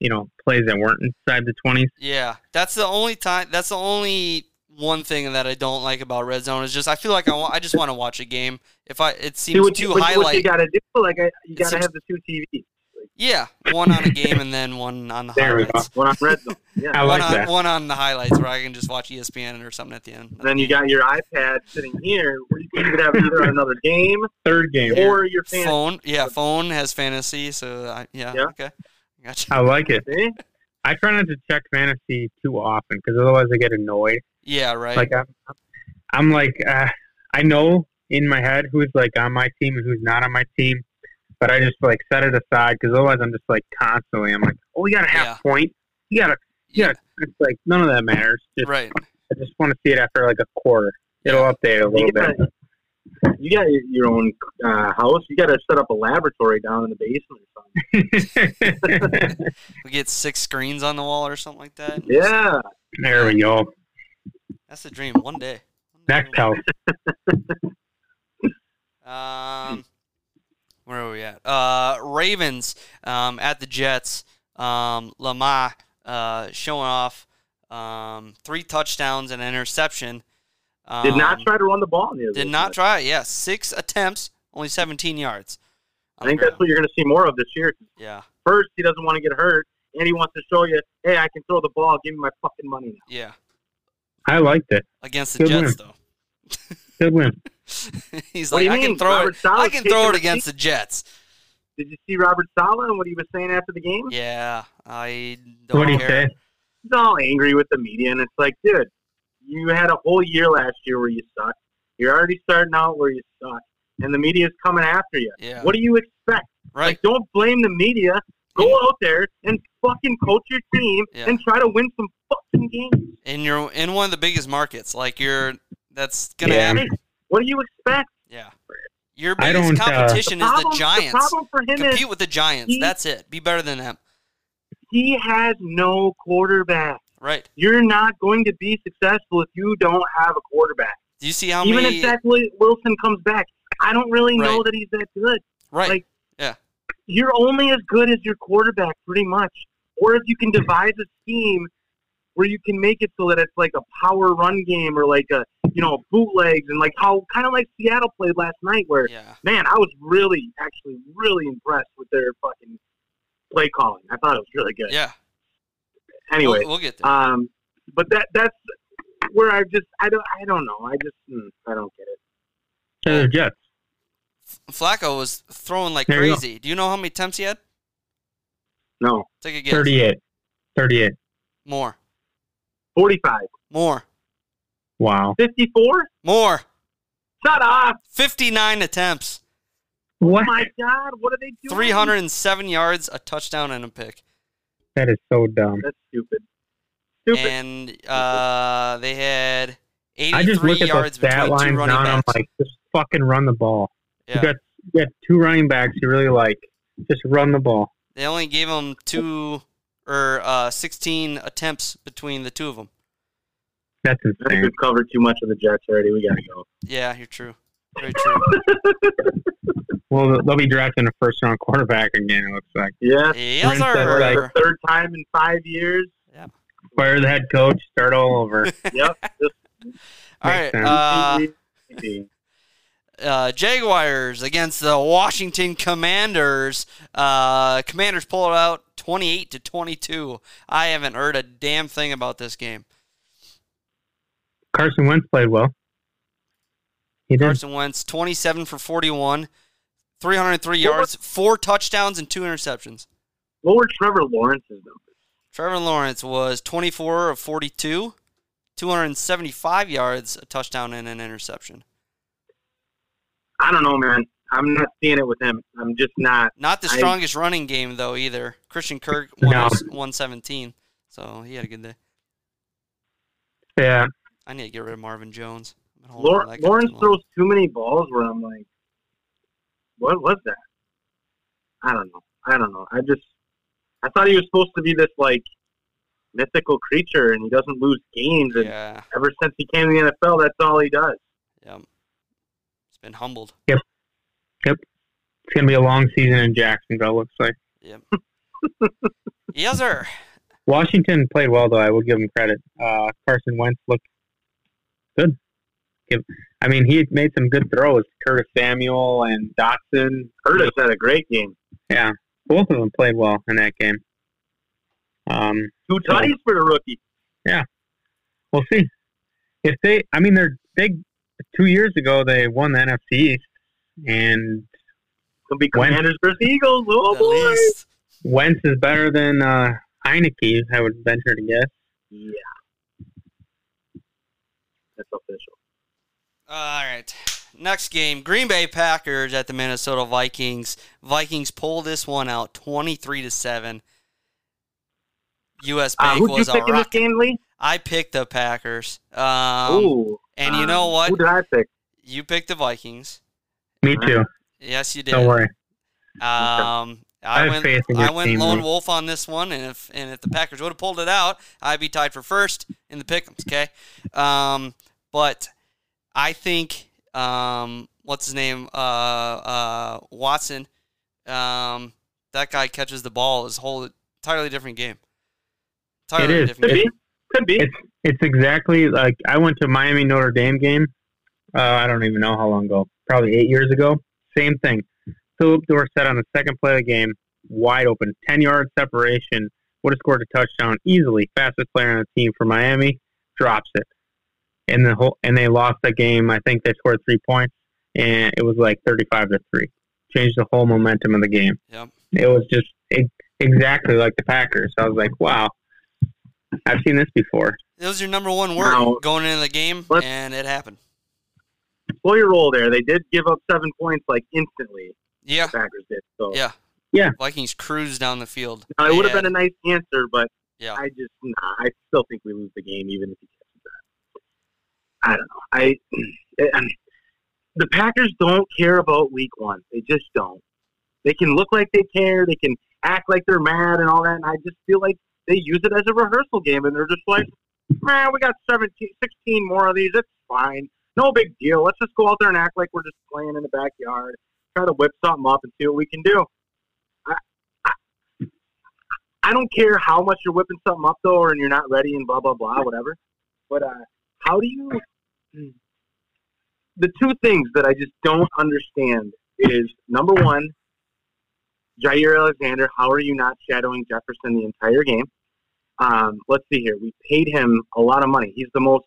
Speaker 5: you know, plays that weren't inside the twenties.
Speaker 12: Yeah, that's the only time. That's the only one thing that I don't like about red zone is just I feel like I, wa- I just want to watch a game. If I it
Speaker 13: See
Speaker 12: seems
Speaker 13: what
Speaker 12: too
Speaker 13: you, what, you- what you
Speaker 12: highlight.
Speaker 13: got to do. Like, I, you got to
Speaker 12: seems-
Speaker 13: have the two TVs.
Speaker 12: Yeah, one on a game and then one on the
Speaker 5: There we go.
Speaker 12: highlights.
Speaker 13: One on red zone.
Speaker 5: I
Speaker 13: Yeah.
Speaker 5: like
Speaker 12: one, on,
Speaker 5: that.
Speaker 12: one on the highlights where I can just watch E ESPN or something at the end.
Speaker 13: And then you got your iPad sitting here. Where you could have either another
Speaker 12: (laughs)
Speaker 13: game
Speaker 5: Third game.
Speaker 13: or your fantasy.
Speaker 12: phone. Yeah, phone has fantasy. So I, yeah,
Speaker 13: Yeah.
Speaker 12: okay, gotcha.
Speaker 5: I like it.
Speaker 13: See?
Speaker 5: I try not to check fantasy too often because otherwise I get annoyed.
Speaker 12: Yeah, right.
Speaker 5: Like I'm, I'm like uh, I know in my head who's like on my team and who's not on my team. But I just like set it aside because otherwise I'm just like constantly I'm like, oh, we got a half
Speaker 12: Yeah.
Speaker 5: point. You got to, you
Speaker 12: Yeah.
Speaker 5: got to. It's like none of that matters. Just,
Speaker 12: Right.
Speaker 5: I just want to see it after like a quarter. It'll update a little
Speaker 13: You
Speaker 5: bit. (laughs)
Speaker 13: got, you got your own uh, house. You got to set up a laboratory down in the basement or
Speaker 12: (laughs)
Speaker 13: something.
Speaker 12: We get six screens on the wall or something like that.
Speaker 13: Yeah.
Speaker 5: there we go.
Speaker 12: That's the dream. One day. One day
Speaker 5: Next house.
Speaker 13: Hmm.
Speaker 12: Um, where are we at? Uh, Ravens um, at the Jets. Um, Lamar uh, showing off um, three touchdowns and an interception. Um,
Speaker 13: Did not try to run the ball. in the other
Speaker 12: Did
Speaker 13: day.
Speaker 12: not try. Yeah, six attempts, only 17 yards.
Speaker 13: I think that's what you're going to see more of this year.
Speaker 12: Yeah,
Speaker 13: First, he doesn't want to get hurt, and he wants to show you, hey, I can throw the ball. Give me my fucking money now.
Speaker 12: yeah.
Speaker 5: I liked it.
Speaker 12: Against the
Speaker 5: Good
Speaker 12: Jets,
Speaker 5: Good win.
Speaker 12: though. (laughs) He's
Speaker 13: What do
Speaker 12: like,
Speaker 13: you
Speaker 12: I can
Speaker 13: mean?
Speaker 12: throw
Speaker 13: Robert
Speaker 12: it.
Speaker 13: Saleh's
Speaker 12: I can throw
Speaker 13: taking
Speaker 12: it
Speaker 13: the
Speaker 12: against the Jets.
Speaker 13: Did you see Robert Sala and what he was saying after the game?
Speaker 12: Yeah, I don't
Speaker 5: What do you
Speaker 12: care.
Speaker 5: say?
Speaker 13: He's all angry with the media, and it's like, dude, you had a whole year last year where you sucked. You're already starting out where you suck, and the media's coming after you.
Speaker 12: Yeah,
Speaker 13: What do you expect?
Speaker 12: right.
Speaker 13: Like, don't blame the media. Go out there and fucking coach your team
Speaker 12: Yeah.
Speaker 13: and try to win some fucking games.
Speaker 12: And you're in one of the biggest markets. Like you're, that's gonna
Speaker 5: Yeah.
Speaker 12: happen.
Speaker 13: What do you expect?
Speaker 12: Yeah. Your
Speaker 5: I
Speaker 12: biggest
Speaker 5: don't, uh,
Speaker 12: competition is
Speaker 13: problem,
Speaker 12: the Giants.
Speaker 13: problem for him is
Speaker 12: Compete with the Giants.
Speaker 13: he-
Speaker 12: That's it. Be better than them.
Speaker 13: he has no quarterback.
Speaker 12: Right.
Speaker 13: You're not going to be successful if you don't have a quarterback.
Speaker 12: Do you see how
Speaker 13: Even
Speaker 12: many?
Speaker 13: if Zach Wil- Wilson comes back, I don't really know
Speaker 12: Right.
Speaker 13: that he's that good.
Speaker 12: right.
Speaker 13: like-
Speaker 12: yeah.
Speaker 13: You're only as good as your quarterback, pretty much. Or if you can devise a scheme where you can make it so that it's like a power run game or like a you know bootlegs and like how kind of like Seattle played last night, where
Speaker 12: Yeah.
Speaker 13: man, I was really actually really impressed with their fucking play calling. I thought it was really good.
Speaker 12: Yeah. Oh,
Speaker 13: Anyway,
Speaker 12: we'll, we'll get there.
Speaker 13: Um, but that that's where I just I don't I don't know. I just mm, I don't get it.
Speaker 5: To the Jets.
Speaker 13: uh,
Speaker 12: Flacco was throwing like
Speaker 5: There you go.
Speaker 12: crazy. Do you know how many attempts he had?
Speaker 13: No,
Speaker 12: Take a guess.
Speaker 5: 38. 38.
Speaker 12: More.
Speaker 13: 45,
Speaker 12: More.
Speaker 5: Wow.
Speaker 13: 54.
Speaker 12: More.
Speaker 13: Shut up!
Speaker 12: 59 attempts.
Speaker 5: What?
Speaker 13: Oh
Speaker 5: (laughs)
Speaker 13: my God, what are they doing?
Speaker 12: 307 yards, a touchdown, and a pick.
Speaker 5: That is so dumb.
Speaker 13: That's stupid. Stupid.
Speaker 12: And uh, they had
Speaker 5: I
Speaker 12: 83
Speaker 5: just look at the
Speaker 12: yards
Speaker 5: stat
Speaker 12: between two
Speaker 5: lines
Speaker 12: running
Speaker 5: now and I'm
Speaker 12: backs.
Speaker 5: like, just fucking run the ball.
Speaker 12: yeah.
Speaker 5: You got you got two running backs you really like. Just run the ball.
Speaker 12: They only gave him two or uh, 16 attempts between the two of them.
Speaker 5: That's
Speaker 13: I think
Speaker 5: insane.
Speaker 13: we've covered too much of the Jets already. We gotta go.
Speaker 12: Yeah, you're true. Very
Speaker 5: (laughs)
Speaker 12: true.
Speaker 5: Well, they'll be drafting a first round (laughs) quarterback again. It looks like.
Speaker 13: Yeah,
Speaker 12: yes,
Speaker 5: Rinse that
Speaker 12: sir.
Speaker 5: leg.
Speaker 13: the third time in five years.
Speaker 5: Fire the head coach. Start
Speaker 12: (laughs)
Speaker 5: all over.
Speaker 13: Yep. This
Speaker 12: All right.
Speaker 5: Makes sense.
Speaker 12: Uh,
Speaker 13: team.
Speaker 12: uh, Jaguars against the Washington Commanders. Uh, Commanders pull it out 28 to 22. I haven't heard a damn thing about this game.
Speaker 5: Carson Wentz played well. He did.
Speaker 12: Carson Wentz 27 for 41, 303 yards, four touchdowns, and two interceptions.
Speaker 13: what were Trevor Lawrence's numbers?
Speaker 12: Trevor Lawrence was 24 of 42, 275 yards, a touchdown, and an interception.
Speaker 13: I don't know, man. I'm not seeing it with him. I'm just not.
Speaker 12: Not the
Speaker 13: I-
Speaker 12: strongest running game though either. Christian Kirk
Speaker 5: No.
Speaker 12: won us 117, so he had a good day.
Speaker 5: Yeah.
Speaker 12: I need to get rid of Marvin Jones. I've been holding on to
Speaker 13: Lawrence
Speaker 12: that guy
Speaker 13: Lawrence
Speaker 12: too long.
Speaker 13: throws too many balls where I'm like, what was that? I don't know. I don't know. I just, I thought he was supposed to be this like mythical creature, and he doesn't lose games. And
Speaker 12: Yeah,
Speaker 13: ever since he came to the NFL, that's all he does.
Speaker 12: yeah. He's been humbled.
Speaker 5: It's gonna be a long season in Jacksonville. it Looks like.
Speaker 12: Yes, sir.
Speaker 5: Washington played well though. I will give him credit. Uh, Carson Wentz looked good. Give, I mean, he had made some good throws. Curtis Samuel and Dotson.
Speaker 13: Curtis had a great game.
Speaker 5: Yeah, both of them played well in that game. Um,
Speaker 13: Two tutties for the rookie.
Speaker 5: we'll see if they. I mean, they're big. Two years ago, they won the NFC East, and
Speaker 13: Could be
Speaker 5: When-
Speaker 13: Commanders versus Eagles. Oh
Speaker 12: At
Speaker 13: boy!
Speaker 12: least.
Speaker 5: Wentz is better than uh, Heineke. I would venture to guess.
Speaker 13: Yeah, that's official.
Speaker 12: All right. Next game, Green Bay Packers at the Minnesota Vikings. Vikings pull this one out 23 to 7. US
Speaker 13: Uh,
Speaker 12: Bank
Speaker 13: who'd you
Speaker 12: was
Speaker 13: pick
Speaker 12: all
Speaker 13: in this
Speaker 12: right.
Speaker 13: game, Lee?
Speaker 12: I picked the Packers. Um,
Speaker 13: Ooh.
Speaker 12: and you know
Speaker 13: Um,
Speaker 12: what?
Speaker 13: Who did I pick?
Speaker 12: You picked the Vikings.
Speaker 5: Me too.
Speaker 12: Yes, you did.
Speaker 5: Don't worry.
Speaker 12: Um, I
Speaker 5: have
Speaker 12: went,
Speaker 5: faith in your
Speaker 12: I went
Speaker 5: team,
Speaker 12: lone
Speaker 5: Lee.
Speaker 12: wolf on this one, and if and if the Packers would have pulled it out, I'd be tied for first in the pickems. Okay, um, but I think um, what's his name, uh, uh, Watson, um, that guy catches the ball. Is a whole entirely different game. Entirely
Speaker 5: It is.
Speaker 12: different.
Speaker 13: Could
Speaker 12: game.
Speaker 13: be. Could be.
Speaker 5: It's it's exactly like I went to Miami Notre Dame game. Uh, I don't even know how long ago. Probably eight years ago. Same thing. Philip Dorsett on the second play of the game, wide open, ten yard separation. Would have scored a touchdown easily. Fastest player on the team for Miami drops it, and the whole and they lost the game. I think they scored three points, and it was like thirty-five to three. Changed the whole momentum of the game.
Speaker 12: Yep.
Speaker 5: It was just e- exactly like the Packers. I was like, wow, I've seen this before.
Speaker 12: It was your number one word
Speaker 13: Now-
Speaker 12: going into the game,
Speaker 13: Let's-
Speaker 12: and it happened.
Speaker 13: Slow your roll there. They did give up seven points like instantly.
Speaker 12: Yeah,
Speaker 13: The Packers did. So
Speaker 12: yeah,
Speaker 5: Yeah.
Speaker 12: Vikings cruise down the field.
Speaker 13: Now, it would
Speaker 12: Yeah.
Speaker 13: have been a nice answer, but
Speaker 12: Yeah.
Speaker 13: I just nah, I still think we lose the game even if he catches that. I don't know. I, (clears throat) I mean, the Packers don't care about Week One. They just don't. They can look like they care. They can act like they're mad and all that. And I just feel like they use it as a rehearsal game, and they're just like, man, we got 17, 16 more of these. It's fine. No big deal. Let's just go out there and act like we're just playing in the backyard. Try to whip something up and see what we can do. I don't care how much you're whipping something up though, or and you're not ready and blah blah blah, whatever. But uh, how do you? The two things that I just don't understand is number one, Jair Alexander. How are you not shadowing Jefferson the entire game? Um, let's see here. We paid him a lot of money. He's the most.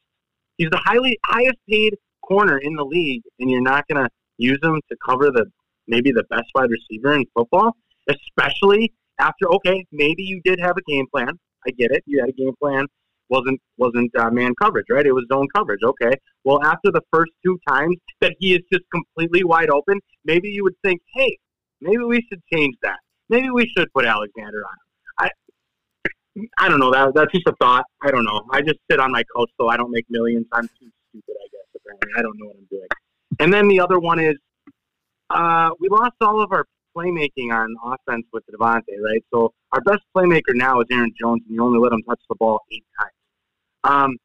Speaker 13: He's the highly highest paid corner in the league, and you're not gonna use him to cover the maybe the best wide receiver in football, especially after okay, maybe you did have a game plan. I get it. You had a game plan. wasn't wasn't uh, man coverage, right? It was zone coverage. Okay. Well, after the first two times (laughs) that he is just completely wide open, maybe you would think, hey, maybe we should change that. Maybe we should put Alexander on. him. I I don't know. That that's just a thought. I don't know. I just sit on my couch, so I don't make millions. I'm too stupid, I guess. Apparently, I don't know what I'm doing. And then the other one is, uh, we lost all of our playmaking on offense with Devontae, right? So our best playmaker now is Aaron Jones, and you only let him touch the ball eight times. Um,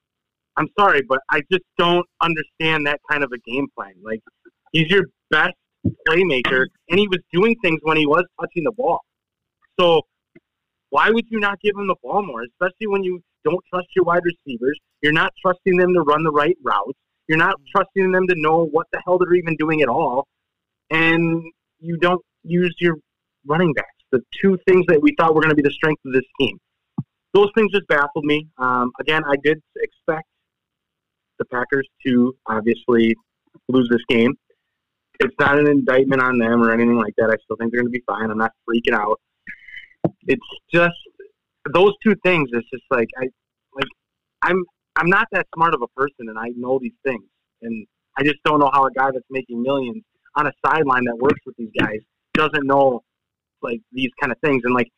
Speaker 13: I'm sorry, but I just don't understand that kind of a game plan. Like, he's your best playmaker, and he was doing things when he was touching the ball. So why would you not give him the ball more, especially when you don't trust your wide receivers? You're not trusting them to run the right routes. You're not trusting them to know what the hell they're even doing at all. And you don't use your running backs. The two things that we thought were going to be the strength of this team. Those things just baffled me. Um, again, I did expect the Packers to obviously lose this game. It's not an indictment on them or anything like that. I still think they're going to be fine. I'm not freaking out. It's just those two things. It's just like I like I'm I'm not that smart of a person, and I know these things, and I just don't know how a guy that's making millions on a sideline that works with these guys doesn't know like these kind of things. And like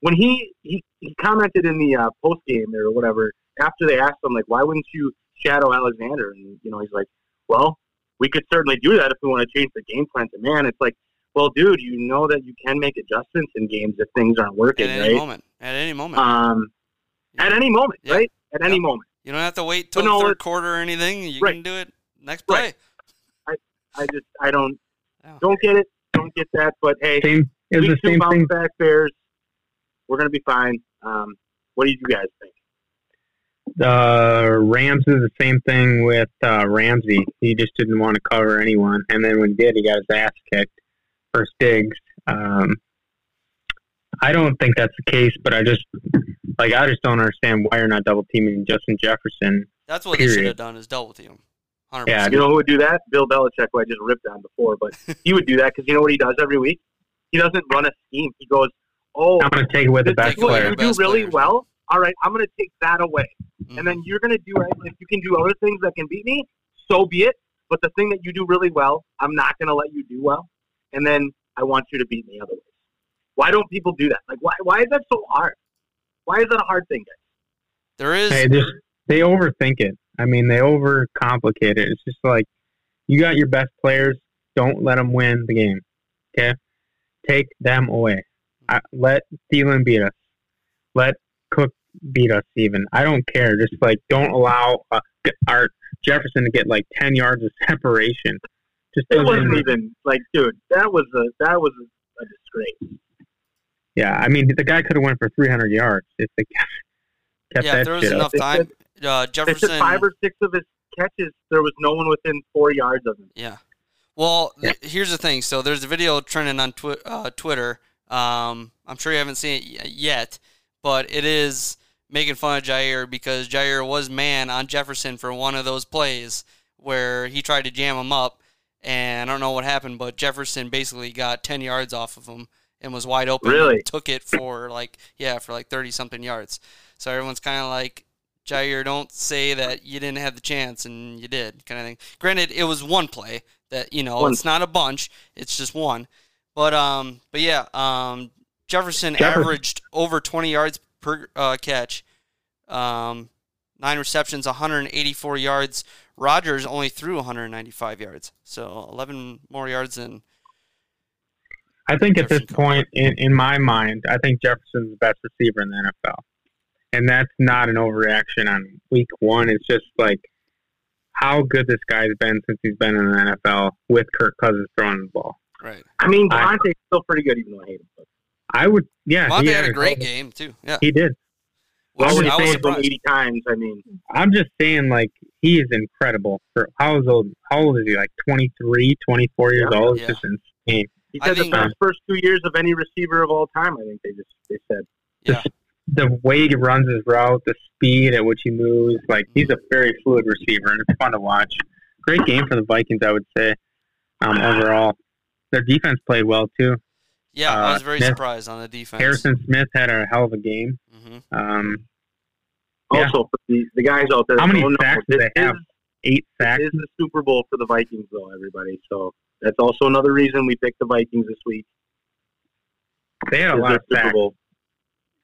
Speaker 13: when he he, he commented in the uh, post game or whatever after they asked him like, why wouldn't you shadow Alexander? And you know he's like, well, we could certainly do that if we want to change the game plan to man. It's like, well, dude, you know that you can make adjustments in games if things aren't
Speaker 12: At
Speaker 13: working,
Speaker 12: any
Speaker 13: right?
Speaker 12: moment. At any moment.
Speaker 13: Um, at any moment,
Speaker 12: Yeah.
Speaker 13: right? At any
Speaker 12: Yeah.
Speaker 13: moment.
Speaker 12: You don't have to wait
Speaker 13: But
Speaker 12: till
Speaker 13: no,
Speaker 12: third
Speaker 13: it's-
Speaker 12: quarter or anything. You
Speaker 13: Right.
Speaker 12: can do it next play.
Speaker 13: Right. I just I don't
Speaker 12: Yeah.
Speaker 13: don't get it. Don't get that. But hey,
Speaker 5: Same. It was
Speaker 13: week
Speaker 5: the
Speaker 13: two
Speaker 5: same
Speaker 13: bounce
Speaker 5: thing.
Speaker 13: back Bears. We're gonna be fine. Um, what do you guys think?
Speaker 5: Uh, Rams is the same thing with uh, Ramsey. He just didn't want to cover anyone, and then when he did, he got his ass kicked. First digs. Um, I don't think that's the case, but I just like I just don't understand why you're not double teaming Justin Jefferson.
Speaker 12: That's what they should
Speaker 5: Period.
Speaker 12: have done is double team. 100%.
Speaker 5: Yeah,
Speaker 13: You know who would do that? Bill Belichick, who I just ripped on before,
Speaker 12: (laughs)
Speaker 13: but he would do that because you know what he does every week? He doesn't run a scheme. He goes, "Oh,
Speaker 5: I'm going to take away the
Speaker 13: this
Speaker 5: best
Speaker 13: is what
Speaker 5: player.
Speaker 13: you do
Speaker 12: Best
Speaker 13: really
Speaker 12: players.
Speaker 13: well. All right, I'm gonna take that away."
Speaker 12: Mhm.
Speaker 13: and then you're going to do it. If you can do other things that can beat me, so be it. But the thing that you do really well, I'm not going to let you do well. And then I want you to beat me otherwise. Why don't people do that? Like, why, why is that so hard? Why is that a hard thing, guys?
Speaker 12: There is.
Speaker 5: They just they overthink it. I mean, they overcomplicate it. It's just like you got your best players. Don't let them win the game. Okay, take them away. I, let Thielen beat us. Let Cook beat us. Even I don't care. Just like don't allow uh, our Jefferson to get like ten yards of separation. Just
Speaker 13: It
Speaker 5: doesn't
Speaker 13: wasn't even like, dude, that was a that was a, a disgrace.
Speaker 5: Yeah, I mean, the guy could have went for three hundred yards if they kept, kept
Speaker 12: yeah,
Speaker 5: that
Speaker 12: if there was
Speaker 5: shit
Speaker 12: enough
Speaker 5: up.
Speaker 12: time. Uh,
Speaker 13: They said
Speaker 12: Jefferson.
Speaker 13: five or six of his catches, there was no one within four yards of him.
Speaker 12: Yeah. Well, th- here's the thing. So there's a video trending on twi- uh, Twitter. Um, I'm sure you haven't seen it y- yet, but it is making fun of Jair because Jair was man on Jefferson for one of those plays where he tried to jam him up, and I don't know what happened, but Jefferson basically got 10 yards off of him and was wide open.
Speaker 13: Really?
Speaker 12: And took it for like yeah for like 30 something yards. So everyone's kind of like Jair, don't say that you didn't have the chance and you did, kind of thing. Granted, it was one play that you know
Speaker 13: One.
Speaker 12: it's not a bunch, it's just one. But um, but yeah, um, Jefferson,
Speaker 5: Jefferson.
Speaker 12: averaged over 20 yards per uh, catch, um, nine receptions, 184 yards. Rogers only threw 195 yards, so 11 more yards than
Speaker 5: I think at this
Speaker 12: Jefferson.
Speaker 5: point, in, in my mind, I think Jefferson's the best receiver in the NFL. And that's not an overreaction on week one. It's just like how good this guy's been since he's been in the NFL with Kirk Cousins throwing the ball.
Speaker 12: right.
Speaker 13: I mean,
Speaker 5: I-
Speaker 13: Devontae's still pretty good, even though I hate him.
Speaker 5: I would, yeah.
Speaker 12: Monte
Speaker 5: he
Speaker 12: had a
Speaker 5: his-
Speaker 12: great game too. Yeah,
Speaker 5: He did.
Speaker 13: I
Speaker 12: Which
Speaker 13: would
Speaker 12: I was
Speaker 13: say it
Speaker 12: surprised.
Speaker 13: 80 times. I mean,
Speaker 5: I'm just saying, like, he is incredible. For how is old? How old is he? Like 23, 24 years
Speaker 13: Yeah.
Speaker 5: old. It's
Speaker 12: Yeah.
Speaker 5: just insane.
Speaker 13: he
Speaker 12: I
Speaker 13: said the
Speaker 12: think-
Speaker 13: best first two years of any receiver of all time. I think they just they said
Speaker 12: Yeah.
Speaker 5: the way he runs his route, the speed at which he moves, like he's a very fluid receiver, and it's fun to watch. Great game for the Vikings, I would say. Um, overall, their defense played well too.
Speaker 12: Yeah, I
Speaker 5: Uh,
Speaker 12: was very
Speaker 5: Smith-
Speaker 12: surprised on the defense.
Speaker 5: Harrison Smith had a hell of a game.
Speaker 12: hmm
Speaker 5: Um, Yeah.
Speaker 13: also for the, the guys out there.
Speaker 5: How many
Speaker 13: don't know,
Speaker 5: sacks do
Speaker 13: this
Speaker 5: they have?
Speaker 13: Is,
Speaker 5: eight sacks.
Speaker 13: this is the Super Bowl for the Vikings, though, everybody. So that's also another reason we picked the Vikings this week.
Speaker 5: They had a
Speaker 13: is
Speaker 5: lot
Speaker 13: their
Speaker 5: of sacks.
Speaker 13: Bowl.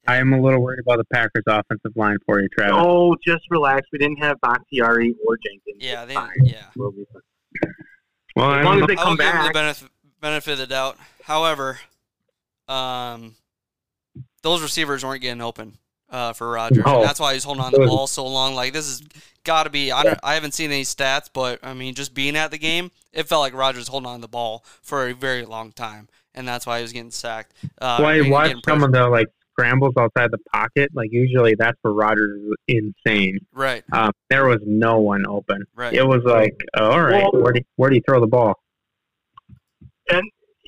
Speaker 5: I am a little worried about the Packers' offensive line for you, Travis.
Speaker 13: Oh, just relax. We didn't have Bakhtiari or Jenkins.
Speaker 12: Yeah,
Speaker 13: It's
Speaker 12: they,
Speaker 13: fine.
Speaker 12: yeah.
Speaker 13: We'll be fine.
Speaker 5: well, I
Speaker 13: As long
Speaker 5: don't
Speaker 13: as they
Speaker 12: I
Speaker 5: know.
Speaker 12: will
Speaker 13: come
Speaker 12: give him the
Speaker 13: back,
Speaker 12: benefit, benefit of the doubt. However, um, those receivers weren't getting open uh, for Rodgers.
Speaker 5: No.
Speaker 12: and That's why he's holding on the ball so long. Like this has got to be. I don't. I haven't seen any stats, but I mean, just being at the game, it felt like Rodgers holding on to the ball for a very long time, and that's why he was getting sacked. Uh,
Speaker 5: Well, I
Speaker 12: and
Speaker 5: watched
Speaker 12: getting
Speaker 5: some of the like scrambles outside the pocket. Like usually, that's where Rodgers is insane.
Speaker 12: pressure. right,
Speaker 5: Um, there was no one open.
Speaker 12: right.
Speaker 5: It was like, uh, all right,
Speaker 13: Well-
Speaker 5: where do you, where do you throw the ball?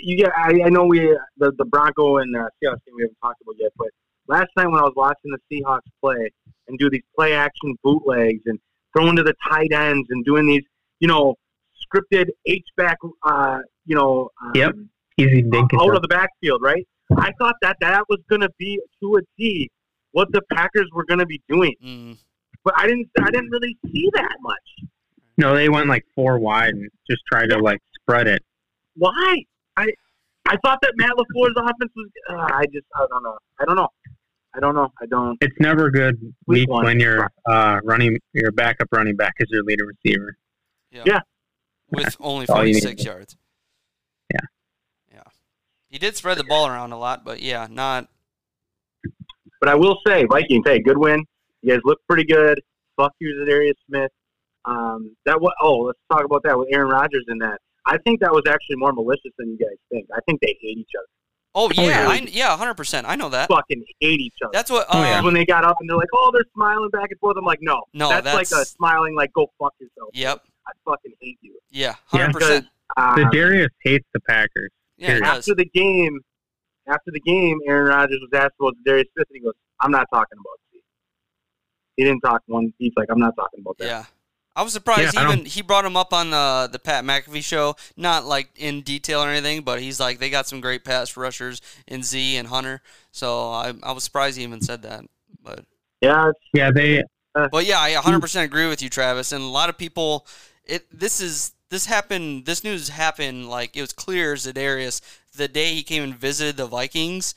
Speaker 13: you get, I, I know we the, the Bronco and uh, Seahawks game we haven't talked about yet, but last night when I was watching the Seahawks play and do these play action bootlegs and throwing to the tight ends and doing these, you know, scripted H back, uh, you know, um,
Speaker 5: Yep. Easy dink and
Speaker 13: out
Speaker 5: dunk.
Speaker 13: of the backfield, right? I thought that that was going to be to a T what the Packers were going to be doing,
Speaker 12: Mm,
Speaker 13: but I didn't I didn't really see that much.
Speaker 5: No, they went like four wide and just tried to like spread it.
Speaker 13: Why? I I thought that Matt Lafleur's offense was. Uh, I just I don't know. I don't know. I don't know. I don't.
Speaker 5: It's never a good
Speaker 13: Week
Speaker 5: week
Speaker 13: one.
Speaker 5: when your uh, running your backup running back is your leader receiver.
Speaker 12: yeah.
Speaker 13: Yeah.
Speaker 12: With only
Speaker 5: All you need.
Speaker 12: forty-six yards.
Speaker 5: Yeah.
Speaker 12: Yeah. He did spread the ball around a lot, but yeah, not
Speaker 13: But I will say, Vikings. Hey, good win. You guys look pretty good. Fuck you, Zadarius Smith. Um, that was. Oh, let's talk about that with Aaron Rodgers in that. I think that was actually more malicious than you guys think. I think they hate each other.
Speaker 12: Oh yeah,
Speaker 13: yeah.
Speaker 12: I, yeah, hundred percent. I know that.
Speaker 13: Fucking hate each other.
Speaker 12: That's what.
Speaker 5: Oh,
Speaker 12: Um,
Speaker 5: yeah.
Speaker 12: yeah.
Speaker 13: when they got up and they're like, "Oh, they're smiling back and forth." I'm like, "No,
Speaker 12: No,
Speaker 13: that's, like a
Speaker 12: that's-
Speaker 13: smiling, like go fuck yourself."
Speaker 12: Yep.
Speaker 13: I fucking hate you.
Speaker 12: Yeah.
Speaker 5: Yeah.
Speaker 12: Hundred percent.
Speaker 13: Um,
Speaker 5: The Darius hates the Packers.
Speaker 12: Yeah. It does.
Speaker 13: after the game, after the game, Aaron Rodgers was asked about Darius Smith, and he goes, "I'm not talking about you." He didn't talk one. He's like, "I'm not talking about that."
Speaker 12: Yeah. I was surprised
Speaker 5: Yeah, I
Speaker 12: even he brought him up on uh, the the Pat McAfee show, not like in detail or anything, but he's like they got some great pass rushers in Z and Hunter. So I, I was surprised he even said that. But
Speaker 13: Yeah, it's-
Speaker 5: Yeah, they
Speaker 12: But yeah, I 100% agree with you, Travis. And a lot of people, it this is this happened. This news happened like it was clear as Zadarius the day he came and visited the Vikings.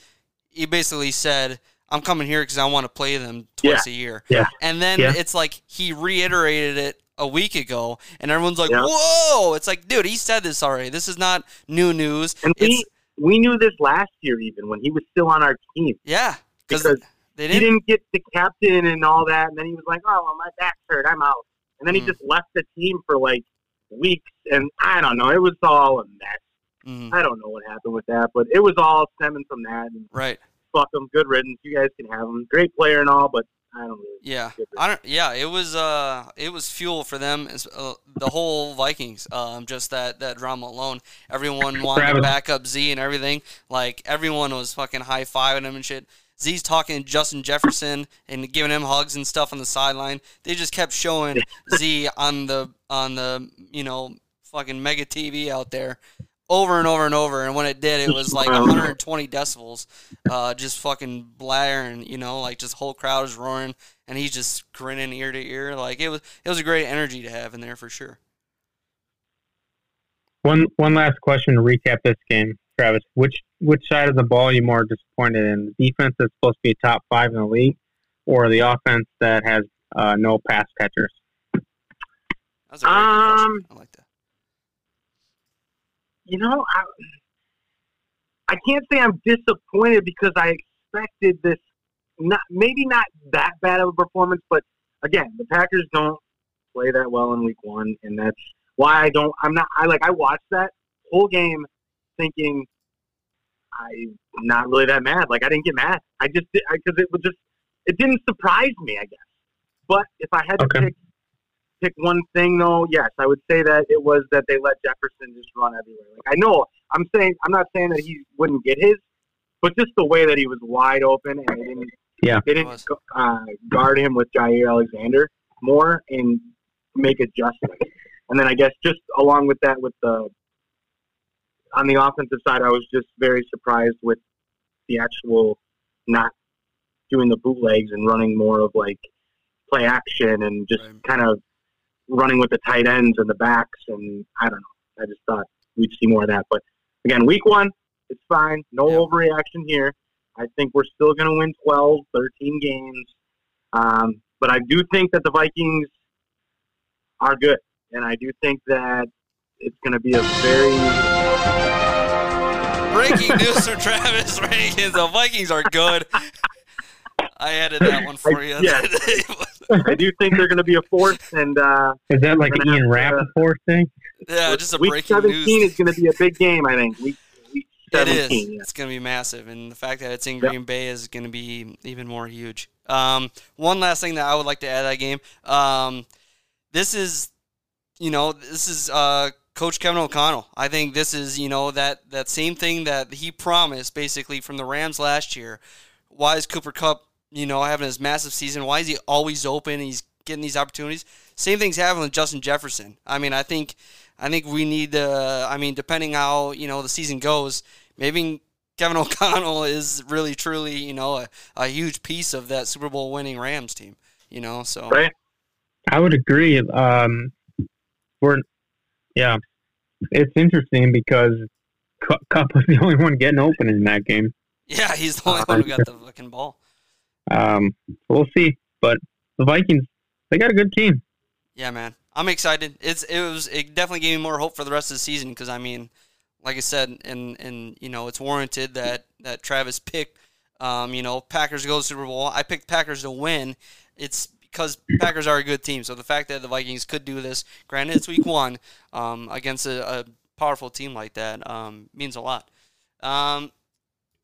Speaker 12: He basically said, "I'm coming here because I want to play them twice
Speaker 13: Yeah.
Speaker 12: a year."
Speaker 13: Yeah.
Speaker 12: And then
Speaker 13: Yeah.
Speaker 12: it's like he reiterated it a week ago, and everyone's like,
Speaker 13: Yeah.
Speaker 12: "Whoa!" It's like, dude, he said this already. This is not new news.
Speaker 13: And
Speaker 12: it's
Speaker 13: we, we knew this last year, even when he was still on our team.
Speaker 12: yeah, because
Speaker 13: Because
Speaker 12: they
Speaker 13: he didn't
Speaker 12: didn't.
Speaker 13: get the captain and all that, and then he was like, "Oh, well, my back hurt, I'm out." And then he
Speaker 12: Mm.
Speaker 13: just left the team for like weeks, and I don't know. It was all a mess.
Speaker 12: Mhm.
Speaker 13: I don't know what happened with that, but it was all stemming from that. And
Speaker 12: right.
Speaker 13: fuck him, good riddance. You guys can have him. Great player and all, but I don't really.
Speaker 12: Yeah,
Speaker 13: give a-
Speaker 12: I don't. Yeah, it was uh, it was fuel for them. as- Uh, the whole Vikings, um, just that that drama alone. Everyone wanted to
Speaker 5: Travis.
Speaker 12: back up Z and everything. Like everyone was fucking high fiving him and shit. Z's talking to Justin Jefferson and giving him hugs and stuff on the sideline. They just kept showing Z on the on the you know fucking mega TV out there over and over and over. And when it did, it was like 120 decibels, uh, just fucking blaring, you know, like just whole crowd is roaring, and he's just grinning ear to ear. Like it was, it was a great energy to have in there for sure.
Speaker 5: One one last question to recap this game, Travis. Which which side of the ball are you more disappointed in? The defense that's supposed to be top five in the league, or the offense that has uh, no pass catchers?
Speaker 12: That was a very good question.
Speaker 13: Um,
Speaker 12: I like that.
Speaker 13: You know, I, I can't say I'm disappointed because I expected this. Not maybe not that bad of a performance, but again, the Packers don't play that well in Week One, and that's why I don't. I'm not. I like. I watched that whole game thinking I'm not really that mad. Like I didn't get mad. I just because it was just it didn't surprise me. I guess. But if I had to
Speaker 5: Okay.
Speaker 13: pick pick one thing though, yes, I would say that it was that they let Jefferson just run everywhere. Like I know I'm saying I'm not saying that he wouldn't get his, but just the way that he was wide open and they didn't
Speaker 5: Yeah.
Speaker 13: they didn't
Speaker 12: Was.
Speaker 13: uh, guard him with Jair Alexander more and make adjustments. And then I guess just along with that, with the on the offensive side, I was just very surprised with the actual not doing the bootlegs and running more of like play action and just
Speaker 12: Right.
Speaker 13: kind of running with the tight ends and the backs. And I don't know. I just thought we'd see more of that. But again, week one, it's fine. No
Speaker 12: Yeah.
Speaker 13: overreaction here. I think we're still going to win 12, 13 games. Um, but I do think that the Vikings are good. And I do think that it's going to be a very (laughs)
Speaker 12: Breaking news from Travis Rankins: The Vikings are good. (laughs) I added that one for you.
Speaker 13: yeah. I do think they're going to be a force, and uh,
Speaker 5: Is that like an
Speaker 13: Gonna
Speaker 5: Ian
Speaker 13: have to-
Speaker 5: Rappaport thing?
Speaker 12: (laughs) (laughs) yeah, just a
Speaker 13: week
Speaker 12: breaking
Speaker 13: seventeen
Speaker 12: news.
Speaker 13: is going to be a big game. I think week, week
Speaker 12: (laughs) It is.
Speaker 13: seventeen. yeah.
Speaker 12: It's going to be massive, and the fact that it's in
Speaker 13: Yep.
Speaker 12: Green Bay is going to be even more huge. Um, one last thing that I would like to add to that game. Um, this is, you know, this is uh, Coach Kevin O'Connell. I think this is, you know, that that same thing that he promised basically from the Rams last year. Why is Cooper Cup, you know, having this massive season? Why is he always open? And he's getting these opportunities. Same thing's happening with Justin Jefferson. I mean, I think, I think we need to. I mean, depending how you know the season goes, maybe Kevin (laughs) O'Connell is really truly you know a, a huge piece of that Super Bowl winning Rams team. You know, so
Speaker 13: Right.
Speaker 5: I would agree. Um, we're, yeah, it's interesting because Cu- Cup was (laughs) the only one getting open in that game.
Speaker 12: yeah, he's the only one who got the fucking ball.
Speaker 5: Um, we'll see, but the Vikings they got a good team.
Speaker 12: Yeah, man, I'm excited. It's it was it definitely gave me more hope for the rest of the season because I mean, like I said, and and you know it's warranted that that Travis picked. Um, you know, Packers go to the Super Bowl. I picked Packers to win. It's because Packers are a good team. So the fact that the Vikings could do this, granted it's Week One, um, against a, a powerful team like that, um, means a lot. Um,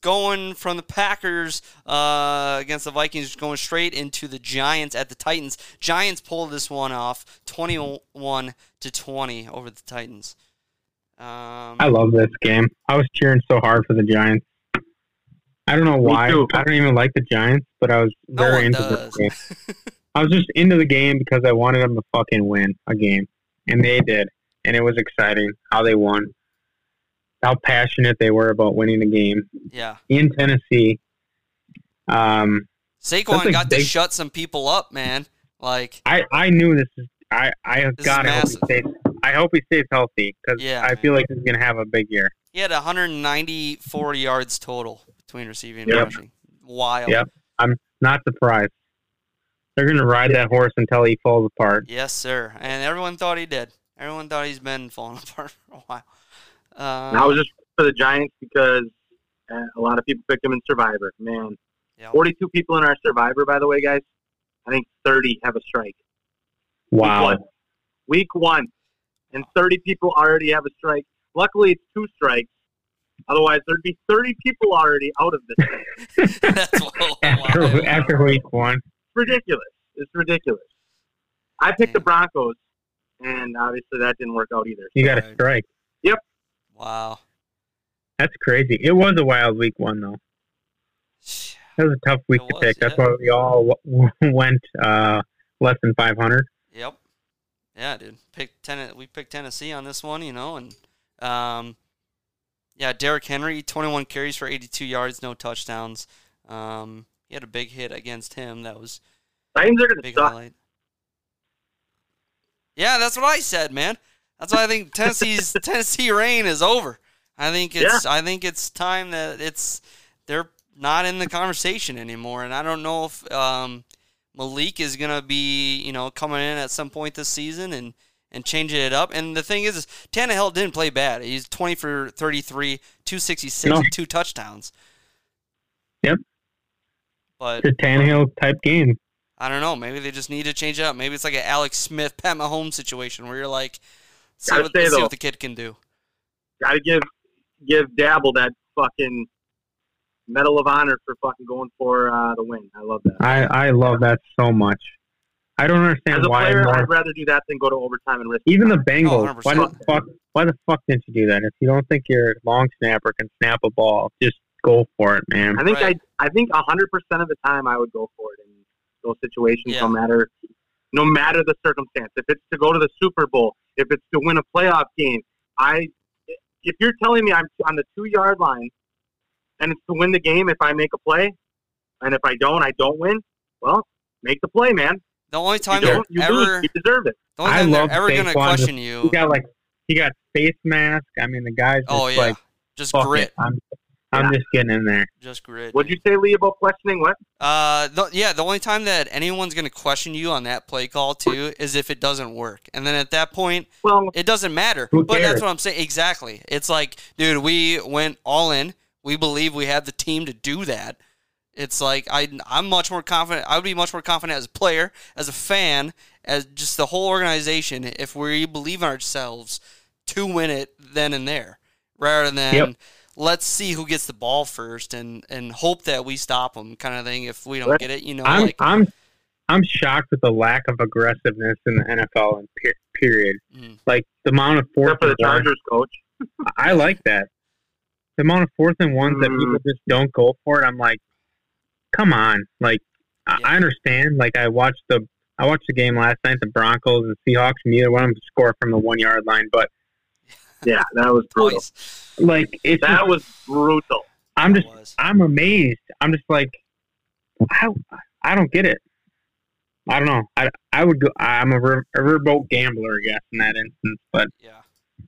Speaker 12: going from the Packers uh, against the Vikings, going straight into the Giants at the Titans. Giants pulled this one off, twenty-one to twenty over the Titans. Um,
Speaker 5: I love this game. I was cheering so hard for the Giants. I don't know why.
Speaker 13: too.
Speaker 5: I don't even like the Giants, but I was
Speaker 12: No
Speaker 5: very
Speaker 12: one
Speaker 5: into
Speaker 12: does.
Speaker 5: this game.
Speaker 12: (laughs)
Speaker 5: I was just into the game because I wanted them to fucking win a game, and they did, and it was exciting how they won, how passionate they were about winning the game
Speaker 12: yeah,
Speaker 5: in Tennessee. Um,
Speaker 12: Saquon
Speaker 5: That's a
Speaker 12: got to
Speaker 5: big-
Speaker 12: shut some people up, man. Like
Speaker 5: I I knew this is I I
Speaker 12: This is
Speaker 5: got it.
Speaker 12: massive.
Speaker 5: They, I hope he stays healthy because
Speaker 12: Yeah,
Speaker 5: I
Speaker 12: man.
Speaker 5: feel like he's going to have a big year.
Speaker 12: He had 194 yards total between receiving and
Speaker 5: Yep.
Speaker 12: rushing. Wild.
Speaker 5: Yep. I'm not surprised. They're going to ride that horse until he falls apart.
Speaker 12: Yes, sir. And everyone thought he did. Everyone thought he's been falling (laughs) apart for a while. Uh,
Speaker 13: And I was just for the Giants because uh, a lot of people picked them in Survivor. Man,
Speaker 12: yeah. (laughs)
Speaker 13: 42 people in our Survivor, by the way, guys. I think 30 have a strike.
Speaker 5: Wow.
Speaker 13: Week one. Week one. And 30 people already have a strike. Luckily, it's two strikes. Otherwise, there'd be 30 people already out of this. It's
Speaker 12: That's wild.
Speaker 5: (laughs) (laughs) After, after week one.
Speaker 13: ridiculous. It's ridiculous. I picked the Broncos, and obviously that didn't work out either.
Speaker 5: You got a strike.
Speaker 12: Wow.
Speaker 5: That's crazy. It was a wild week one, though. That was a tough week
Speaker 12: It
Speaker 5: to
Speaker 12: was,
Speaker 5: pick. That's
Speaker 12: yeah.
Speaker 5: why we all w- (laughs) went uh, less than 500.
Speaker 12: Yep. Yeah, dude. Pick ten. We picked Tennessee on this one, you know, and um, yeah, Derrick Henry, 21 carries for 82 yards, no touchdowns. Um, he had a big hit against him. That was
Speaker 13: Titans are going to
Speaker 12: big
Speaker 13: suck.
Speaker 12: highlight. Yeah, that's what I said, man. That's why I think
Speaker 5: (laughs)
Speaker 12: Tennessee's Tennessee reign is over. I think it's I think it's time that it's they're not in the conversation anymore, and I don't know if um, Malik is gonna be you know coming in at some point this season and and changing it up. And the thing is, is Tannehill didn't play bad. He's twenty for thirty three, two sixty six,
Speaker 5: No.
Speaker 12: two touchdowns.
Speaker 5: Yep.
Speaker 12: But
Speaker 5: It's a Tannehill type game.
Speaker 12: I don't know. Maybe they just need to change it up. Maybe it's like an Alex Smith, Pat Mahomes situation where you're like, see,
Speaker 13: Gotta
Speaker 12: what,
Speaker 13: say,
Speaker 12: let's see
Speaker 13: though-
Speaker 12: what the kid can do.
Speaker 13: Got to give give Dabble that fucking Medal of Honor for fucking going for uh, the win. I love that.
Speaker 5: I, I love that so much. I don't
Speaker 13: As
Speaker 5: understand
Speaker 13: a
Speaker 5: why
Speaker 13: player,
Speaker 5: more-
Speaker 13: I'd rather do that than go to overtime and risk.
Speaker 5: Even the
Speaker 12: Oh,
Speaker 5: Bengals.
Speaker 12: 100%.
Speaker 5: why the fuck? Why the fuck didn't you do that? If you don't think your long snapper can snap a ball, just go for it, man.
Speaker 13: I think
Speaker 12: Right.
Speaker 13: I I think hundred percent of the time I would go for it in those situations,
Speaker 12: Yeah.
Speaker 13: no matter no matter the circumstance. If it's to go to the Super Bowl, if it's to win a playoff game, I if you're telling me I'm on the two yard line and it's to win the game if I make a play, and if I don't, I don't win. Well, make the play, man.
Speaker 12: The only
Speaker 13: You
Speaker 12: time they're
Speaker 13: don't, you
Speaker 12: ever,
Speaker 13: lose. You deserve it.
Speaker 12: the only
Speaker 5: I
Speaker 12: time
Speaker 5: love
Speaker 12: they're ever going to
Speaker 5: Saquon.
Speaker 12: question
Speaker 5: He
Speaker 12: you.
Speaker 5: got like he got face mask. I mean, the guy's just
Speaker 12: Oh, yeah.
Speaker 5: like
Speaker 12: just
Speaker 5: fuck
Speaker 12: grit.
Speaker 5: it. I'm, I'm just getting in there.
Speaker 12: Just grit.
Speaker 13: What'd you say, Lee, about questioning what?
Speaker 12: Uh, the, yeah, the only time that anyone's going to question you on that play call, too, is if it doesn't work. And then at that point,
Speaker 13: Well,
Speaker 12: It doesn't matter.
Speaker 5: Who
Speaker 12: but that's
Speaker 5: cares?
Speaker 12: what I'm saying. Exactly. It's like, dude, we went all in. We believe we had the team to do that. It's like I, I'm much more confident. I would be much more confident as a player, as a fan, as just the whole organization if we believe in ourselves to win it then and there, rather than
Speaker 5: Yep.
Speaker 12: let's see who gets the ball first and and hope that we stop them kind of thing. If we don't
Speaker 5: Right.
Speaker 12: get it, you know,
Speaker 5: I'm
Speaker 12: like
Speaker 5: I'm I'm shocked at the lack of aggressiveness in the NFL. And per- period.
Speaker 12: Mm.
Speaker 5: Like the amount of fourth
Speaker 13: except for the
Speaker 5: and ones-
Speaker 13: Chargers coach.
Speaker 5: I like that. The amount of fourth and ones that
Speaker 13: Mm.
Speaker 5: people just don't go for it. I'm like, come on. Like, I
Speaker 12: Yeah.
Speaker 5: I understand. Like, I watched the I watched the game last night, the Broncos and Seahawks. Neither one of them score from the one yard line. But
Speaker 13: Yeah, that was brutal.
Speaker 12: boys.
Speaker 5: like, it's just-
Speaker 13: That was brutal.
Speaker 5: I'm just
Speaker 12: was.
Speaker 5: I'm amazed. I'm just like, I I don't get it. I don't know. I, I would go. I'm a, river, a riverboat gambler, I guess, in that instance. But
Speaker 12: Yeah.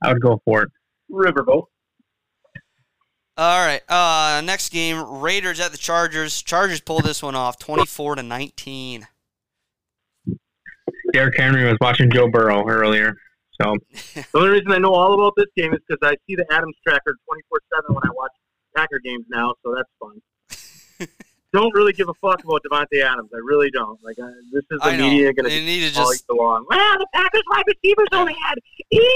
Speaker 5: I would go for it.
Speaker 13: Riverboat.
Speaker 12: All right. Uh, next game, Raiders at the Chargers. Chargers pull this one off, twenty-four to nineteen.
Speaker 5: Derrick Henry was watching Joe Burrow earlier, so
Speaker 13: The only reason I know all about this game is because I see the Adams tracker 24 7 when I watch Packer games now, so that's fun.
Speaker 12: (laughs)
Speaker 13: don't really give a fuck about Devontae Adams. I really don't. Like, I, this is the
Speaker 12: I know.
Speaker 13: media going to
Speaker 12: They
Speaker 13: be
Speaker 12: need to
Speaker 13: all
Speaker 12: just
Speaker 13: year long. Well, the Packers wide receivers only had 86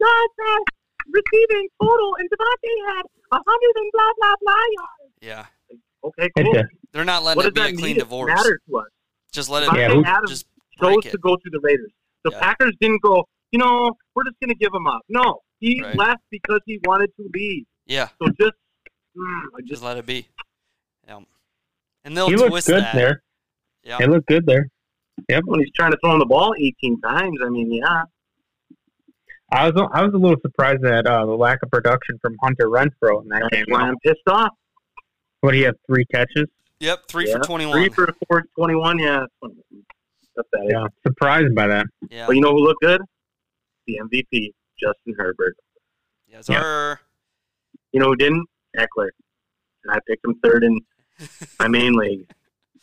Speaker 13: yards uh, receiving total, and Devontae had 100 and blah, blah, blah yards.
Speaker 12: yeah.
Speaker 13: Okay,
Speaker 5: it's
Speaker 13: cool.
Speaker 5: a
Speaker 12: They're not letting
Speaker 13: What does
Speaker 12: it be
Speaker 13: that
Speaker 12: a
Speaker 13: mean?
Speaker 12: clean
Speaker 13: It
Speaker 12: divorce.
Speaker 13: matters to us.
Speaker 12: Just let it.
Speaker 5: Yeah,
Speaker 13: Devontae
Speaker 5: who-
Speaker 13: Adams
Speaker 12: just break
Speaker 13: chose
Speaker 12: it.
Speaker 13: to go to the Raiders. The
Speaker 12: Yeah.
Speaker 13: Packers didn't go, you know, we're just going to give him up. No, he
Speaker 12: Right.
Speaker 13: left because he wanted to leave.
Speaker 12: Yeah.
Speaker 13: So just, mm, I
Speaker 12: Just
Speaker 13: just
Speaker 12: let it be. Yeah. And they'll
Speaker 5: he looked
Speaker 12: twist
Speaker 5: good
Speaker 12: that.
Speaker 5: there.
Speaker 12: Yeah.
Speaker 5: He looked good there.
Speaker 13: when he's trying to throw him the ball 18 times, I mean, yeah.
Speaker 5: I was I was a little surprised at uh, the lack of production from Hunter Renfro in that
Speaker 13: That's
Speaker 5: game.
Speaker 13: why I'm pissed off.
Speaker 5: What he had three catches.
Speaker 12: Yep. Three
Speaker 13: Yeah.
Speaker 12: for twenty-one.
Speaker 13: Three for four, 21, yeah. That's what it is. That's that.
Speaker 5: Yeah, surprised by that.
Speaker 12: yeah.
Speaker 13: But you know who looked good? the MVP, Justin Herbert.
Speaker 12: Yes, sir.
Speaker 13: You know who didn't? Eckler. And I picked him third in my main league.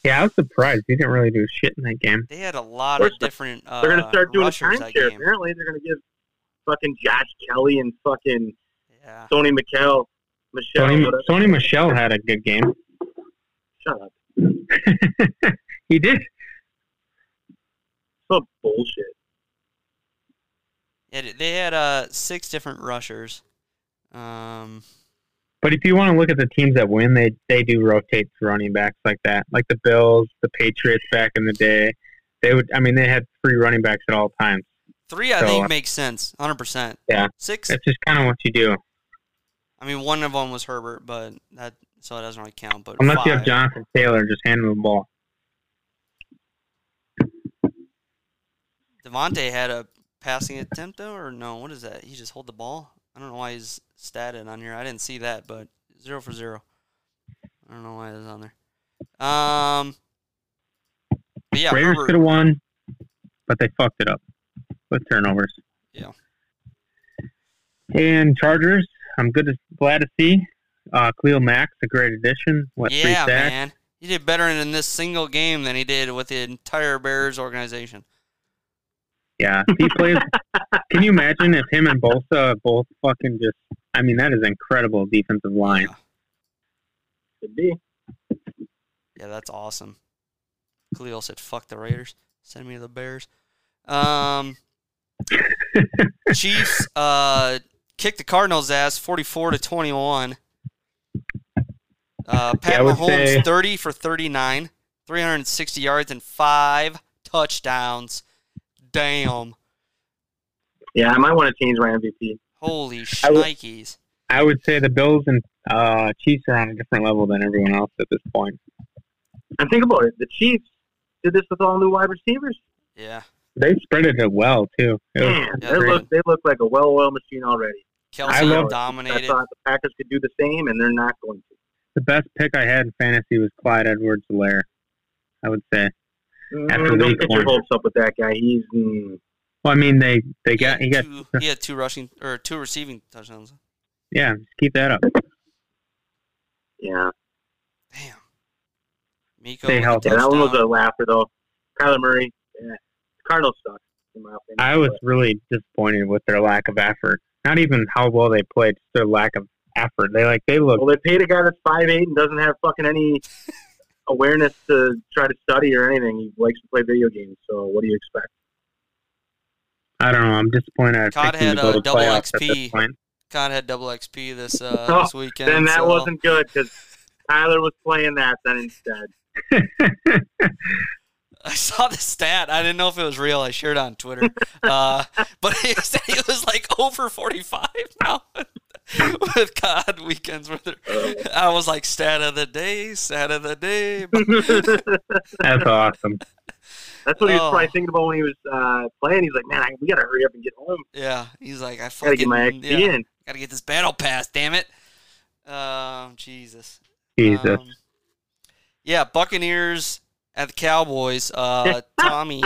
Speaker 5: Yeah, I was surprised. He didn't really do shit in that game.
Speaker 12: They had a lot
Speaker 13: We're
Speaker 12: of
Speaker 13: st-
Speaker 12: different. Uh,
Speaker 13: They're going to start doing a
Speaker 12: rushers that
Speaker 13: timeshare.
Speaker 12: game.
Speaker 13: Apparently, they're going to give fucking Josh Kelly and fucking
Speaker 12: Yeah.
Speaker 13: Sony Michelle. Michelle.
Speaker 5: Tony,
Speaker 13: whatever.
Speaker 5: Tony Michelle had a good game.
Speaker 13: Shut up.
Speaker 5: (laughs) he did.
Speaker 13: So bullshit.
Speaker 12: Yeah, they had uh, six different rushers. Um,
Speaker 5: But if you want to look at the teams that win, they they do rotate running backs like that, like the Bills, the Patriots back in the day. They would, I mean, they had three running backs at all times.
Speaker 12: three, I
Speaker 5: So,
Speaker 12: think,
Speaker 5: uh,
Speaker 12: makes sense. 100%.
Speaker 5: Yeah.
Speaker 12: Six,
Speaker 5: That's just kind of what you do,
Speaker 12: I mean, one of them was Herbert, but that so it doesn't really count. But
Speaker 5: unless
Speaker 12: five.
Speaker 5: you have Jonathan Taylor just handing the ball.
Speaker 12: Devontae had a passing attempt though, or no? What is that? He just hold the ball. I don't know why he's statted on here. I didn't see that, but zero for zero. I don't know why that's on there. Um, but yeah,
Speaker 5: Raiders
Speaker 12: Herbert-
Speaker 5: could have won, but they fucked it up with turnovers.
Speaker 12: Yeah.
Speaker 5: And Chargers, I'm good to, glad to see. Uh, Cleo Max, a great addition. What three
Speaker 12: yeah,
Speaker 5: sacks?
Speaker 12: man, he did better in this single game than he did with the entire Bears organization.
Speaker 5: Yeah, if he plays. can you imagine if him and Bolsa both fucking just? I mean, that is incredible defensive line.
Speaker 13: Could be.
Speaker 12: Yeah, that's awesome. Khalil said, "Fuck the Raiders. Send me the Bears."
Speaker 5: (laughs)
Speaker 12: Um, Chiefs uh, kicked the Cardinals' ass, forty-four to twenty-one. Uh, Pat
Speaker 5: Yeah, I would
Speaker 12: Mahomes,
Speaker 5: say-
Speaker 12: thirty for thirty-nine, three hundred and sixty yards and five touchdowns. Damn!
Speaker 13: Yeah, I might want to change my MVP.
Speaker 12: Holy
Speaker 5: I would-
Speaker 12: shnikes!
Speaker 5: I would say the Bills and uh, Chiefs are on a different level than everyone else at this point.
Speaker 13: And think about it. The Chiefs did this with all new wide receivers.
Speaker 12: Yeah,
Speaker 5: They spreaded it well too. It was-
Speaker 13: Man,
Speaker 12: Yeah,
Speaker 13: they
Speaker 12: great.
Speaker 13: look they look like a well-oiled machine already.
Speaker 12: Kelsey
Speaker 5: love-
Speaker 13: I
Speaker 12: dominated.
Speaker 13: thought the Packers could do the same, and they're not going to.
Speaker 5: the best pick I had in fantasy was Clyde edwards helaire I would say. After
Speaker 13: Mm,
Speaker 5: week
Speaker 13: don't get your
Speaker 5: one.
Speaker 13: hopes up with that guy. He's mm,
Speaker 5: Well, I mean, they they got he got
Speaker 12: two, he had two rushing or two receiving touchdowns.
Speaker 5: yeah. Just keep that up.
Speaker 13: yeah.
Speaker 12: Damn. Miko
Speaker 5: Stay
Speaker 12: with a
Speaker 5: healthy.
Speaker 13: yeah. That one was
Speaker 12: touchdown.
Speaker 13: a laugher though. Kyler Murray. Yeah. Cardinals suck. In my opinion.
Speaker 5: I was really disappointed with their lack of effort. Not even how well they played, just their lack of effort. They like they look
Speaker 13: Well, they paid a guy that's five eight and doesn't have fucking
Speaker 5: (laughs)
Speaker 13: any awareness to try to study or anything. He likes to play video games. So what do you expect?
Speaker 5: I don't know. I'm disappointed. I
Speaker 12: Todd
Speaker 5: picked
Speaker 12: had,
Speaker 5: them to go
Speaker 12: uh,
Speaker 5: to
Speaker 12: double
Speaker 5: playoffs at this
Speaker 12: XP.
Speaker 5: point.
Speaker 12: Con had double XP this uh,
Speaker 13: (laughs) Oh,
Speaker 12: this weekend.
Speaker 13: then that
Speaker 12: so-
Speaker 13: wasn't good because Kyler was playing that then instead.
Speaker 12: (laughs)
Speaker 5: (laughs)
Speaker 12: I saw the stat. I didn't know if it was real. I shared it
Speaker 13: (laughs)
Speaker 12: on Twitter, uh, but he (laughs) said he was like over forty five now (laughs) with God weekends. With
Speaker 13: Uh.
Speaker 12: it. I was like stat of the day, stat of the
Speaker 13: (laughs)
Speaker 12: day. (laughs)
Speaker 5: That's awesome.
Speaker 13: That's what he was
Speaker 12: Oh.
Speaker 13: probably thinking about when he was uh, playing. He's like, man, I, we got to hurry up and get home.
Speaker 12: yeah, he's like I
Speaker 13: Got to
Speaker 12: fucking
Speaker 13: get my XP
Speaker 12: yeah,
Speaker 13: in.
Speaker 12: gotta get this battle pass. Damn it, um, Jesus.
Speaker 5: Jesus.
Speaker 12: Um, yeah, Buccaneers at the Cowboys.
Speaker 5: (laughs)
Speaker 12: Uh, Tommy,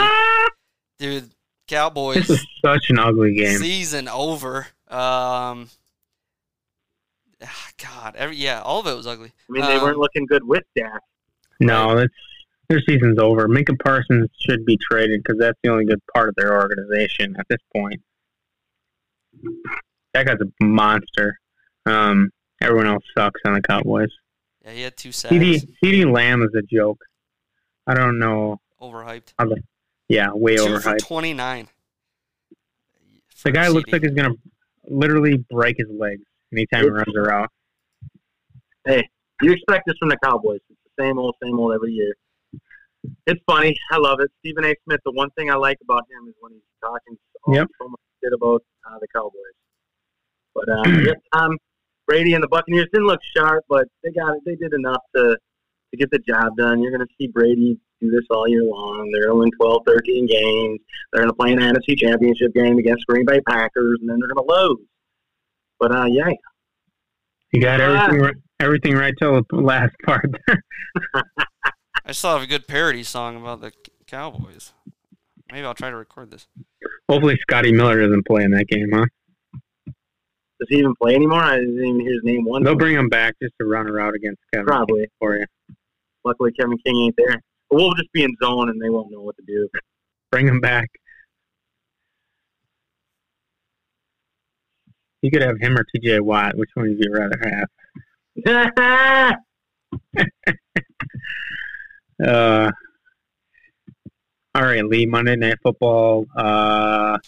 Speaker 12: dude,
Speaker 5: this
Speaker 12: Cowboys
Speaker 5: is such an ugly game.
Speaker 12: season over. Um, ah, God, every yeah, all of it was ugly.
Speaker 13: I mean, they
Speaker 12: Um,
Speaker 13: weren't looking good with Dak.
Speaker 5: no, that's their season's over. Minka Parsons should be traded because that's the only good part of their organization at this point. That guy's a monster. Um, everyone else sucks on the Cowboys.
Speaker 12: Yeah, he had two sacks.
Speaker 5: CD CD Lamb is a joke. I don't know.
Speaker 12: Overhyped.
Speaker 5: Yeah, way
Speaker 12: Two for
Speaker 5: overhyped.
Speaker 12: twenty nine.
Speaker 5: The guy looks like he's gonna literally break his legs anytime he runs around.
Speaker 13: You expect this from the Cowboys. It's the same old, same old every year. It's funny. I love it. Stephen A. Smith, the one thing I like about him is when he's talking so,
Speaker 5: Yep.
Speaker 13: so much shit about uh, the Cowboys. But uh, yeah, Tom Brady and the Buccaneers didn't look sharp, but they got they did enough to to get the job done. You're going to see Brady do this all year long. They're going to win 12, 13 games. They're going to play an NFC Championship game against Green Bay Packers, and then they're going to lose. But uh, yeah,
Speaker 5: You got everything right, everything right till the last (laughs) part.
Speaker 12: I still have a good parody song about the Cowboys. Maybe I'll try to record this. (laughs)
Speaker 5: Hopefully, Scotty Miller doesn't play in that game, huh?
Speaker 13: Does he even play anymore? I didn't even hear his name once.
Speaker 5: They'll bring him back just to run a route against Kevin.
Speaker 13: Probably.
Speaker 5: for you.
Speaker 13: Luckily, Kevin King ain't there. But we'll just be in zone, and they won't know what to do.
Speaker 5: Bring him back. You could have him or TJ Watt. Which one would you rather have? (laughs) Uh, all right, Lee. Monday Night Football. Uh,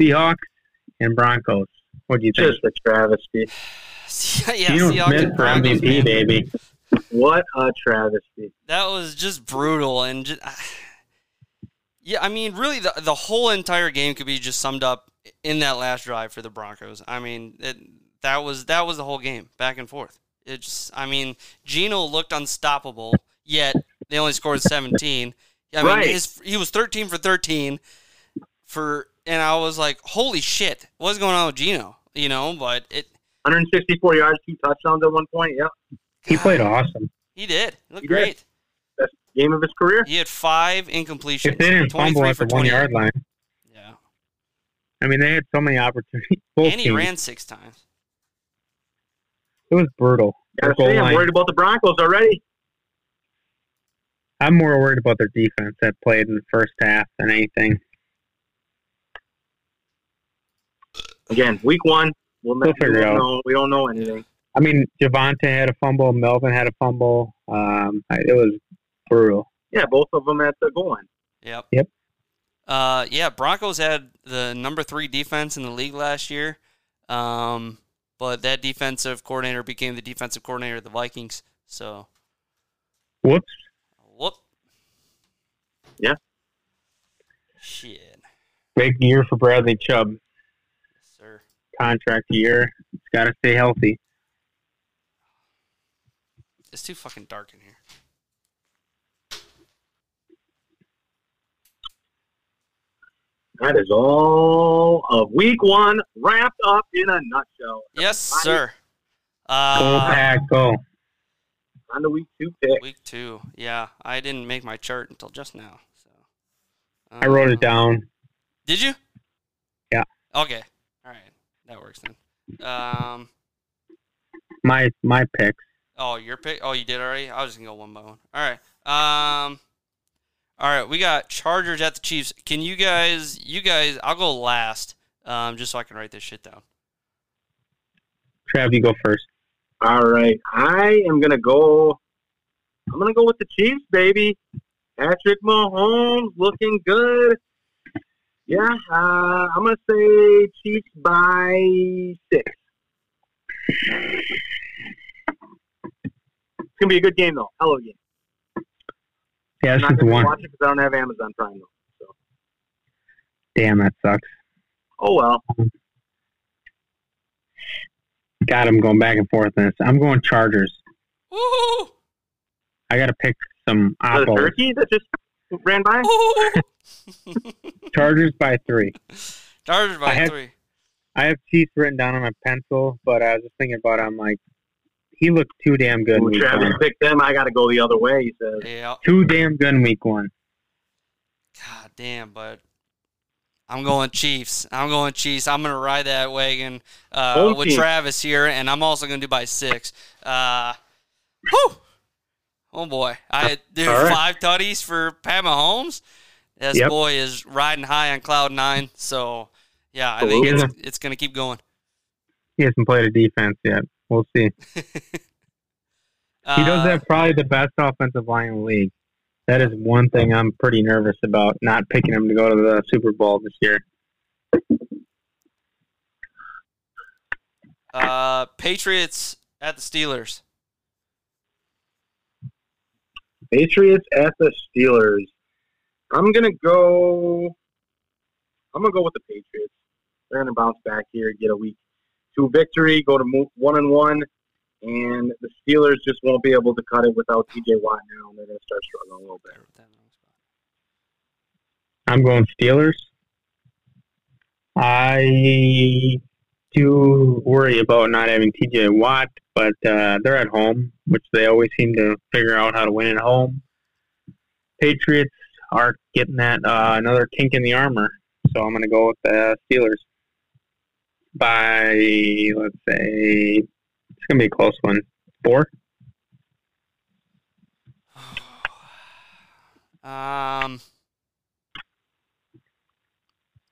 Speaker 5: Seahawks and Broncos. What do you think?
Speaker 13: just a travesty.
Speaker 12: yeah,
Speaker 5: Geno
Speaker 12: Seahawks
Speaker 5: Smith
Speaker 12: and
Speaker 5: for
Speaker 12: Broncos,
Speaker 5: MVP,
Speaker 12: man.
Speaker 5: baby.
Speaker 13: What a travesty.
Speaker 12: That was just brutal, and just, yeah, I mean, really, the the whole entire game could be just summed up in that last drive for the Broncos. I mean, it, that was that was the whole game, back and forth. It just, I mean, Geno looked unstoppable, yet they only scored seventeen. I mean,
Speaker 13: Right.
Speaker 12: his, he was thirteen for thirteen for, and I was like, holy shit, what's going on with Geno? You know, but it
Speaker 13: 164 yards, two touchdowns at one point. Yep,
Speaker 5: He played awesome.
Speaker 12: he did He looked
Speaker 13: He did.
Speaker 12: great.
Speaker 13: best game of his career.
Speaker 12: He had five incompletions.
Speaker 5: If they didn't fumble
Speaker 12: 23
Speaker 5: at
Speaker 12: for
Speaker 5: the one
Speaker 12: 28.
Speaker 5: yard line,
Speaker 12: yeah.
Speaker 5: I mean, they had so many opportunities. (laughs) Both
Speaker 12: and he
Speaker 5: teams.
Speaker 12: ran six times.
Speaker 5: It was brutal.
Speaker 13: Gotta
Speaker 5: Goal
Speaker 13: say, I'm
Speaker 5: line.
Speaker 13: worried about the Broncos already.
Speaker 5: I'm more worried about their defense that played in the first half than anything.
Speaker 13: Again, week one, we'll
Speaker 5: We'll
Speaker 13: not, we
Speaker 5: figure it
Speaker 13: don't
Speaker 5: out.
Speaker 13: know. We don't know anything.
Speaker 5: I mean, Javante had a fumble. Melvin had a fumble. Um, I- it was brutal.
Speaker 13: Yeah, both of them at the goal line.
Speaker 12: Yep.
Speaker 5: Yep.
Speaker 12: Uh, yeah, Broncos had the number three defense in the league last year, um, but that defensive coordinator became the defensive coordinator of the Vikings. So,
Speaker 5: Whoops.
Speaker 12: whoop.
Speaker 13: Yeah.
Speaker 12: Shit,
Speaker 5: Big year for Bradley Chubb.
Speaker 12: sir.
Speaker 5: Contract year. He's got to stay healthy.
Speaker 12: It's too fucking dark in here.
Speaker 13: That is all of week one wrapped up in a nutshell.
Speaker 12: Yes,
Speaker 13: Bye.
Speaker 12: sir.
Speaker 5: Go
Speaker 12: Uh,
Speaker 5: pack, go.
Speaker 13: On to week two pick.
Speaker 12: week two. Yeah, I didn't make my chart until just now. So
Speaker 5: I wrote
Speaker 12: Um,
Speaker 5: it down.
Speaker 12: Did you?
Speaker 5: Yeah.
Speaker 12: Okay. All right. That works then. Um.
Speaker 5: My my picks.
Speaker 12: Oh, your pick. Oh, you did already. I was just gonna go one by one. All right. Um. All right. We got Chargers at the Chiefs. Can you guys? You guys. I'll go last. Um. Just so I can write this shit down.
Speaker 5: Trav, you go first.
Speaker 13: All right, I am gonna go. I'm gonna go with the Chiefs, baby. Patrick Mahomes looking good. Yeah, uh, I'm gonna say Chiefs by six. It's gonna be a good game though. Hello game.
Speaker 5: Yeah,
Speaker 13: I'm
Speaker 5: this
Speaker 13: not
Speaker 5: is the
Speaker 13: gonna
Speaker 5: one.
Speaker 13: watch it because I don't have Amazon Prime though.
Speaker 5: Damn, that sucks.
Speaker 13: Oh well.
Speaker 5: God, I'm going back and forth in this. I'm going Chargers.
Speaker 12: Woo!
Speaker 5: I got to pick some
Speaker 13: The
Speaker 5: oppos.
Speaker 13: turkey that just ran by.
Speaker 5: (laughs) Chargers by three.
Speaker 12: Chargers by
Speaker 5: I had-
Speaker 12: three.
Speaker 5: I have Chiefs written down on my pencil, but I was just thinking about it. I'm like, he looked too damn good in
Speaker 13: Ooh,
Speaker 5: week
Speaker 13: Travis
Speaker 5: one.
Speaker 13: picked them. I gotta go the other way. He says.
Speaker 12: Yeah.
Speaker 5: Too damn good in week one.
Speaker 12: God damn, bud. I'm going Chiefs. I'm going Chiefs. I'm going to ride that wagon uh,
Speaker 13: Home
Speaker 12: with
Speaker 13: team.
Speaker 12: Travis here, and I'm also going to do by six. Uh, whew. Oh boy, I dude
Speaker 5: All right.
Speaker 12: five tutties for Pat Mahomes. This
Speaker 5: Yep.
Speaker 12: boy is riding high on cloud nine. So yeah, I think it's, it's going to keep going.
Speaker 5: He hasn't played a defense yet. We'll see. He does
Speaker 12: Uh,
Speaker 5: have probably the best offensive line in the league. That is one thing I'm pretty nervous about not picking him to go to the Super Bowl this year.
Speaker 12: Uh, Patriots at the Steelers.
Speaker 13: Patriots at the Steelers. I'm gonna go. I'm gonna go with the Patriots. They're gonna bounce back here, get a week two victory, go to mo- one and one, and the Steelers just won't be able to cut it without T.J. Watt now, and they're gonna start struggling a little bit.
Speaker 5: I'm going Steelers. I do worry about not having TJ Watt, but uh, they're at home, which they always seem to figure out how to win at home. Patriots are getting that uh, another kink in the armor. so I'm going to go with the Steelers by let's say it's going to be a close one. Four.
Speaker 12: (sighs) Um,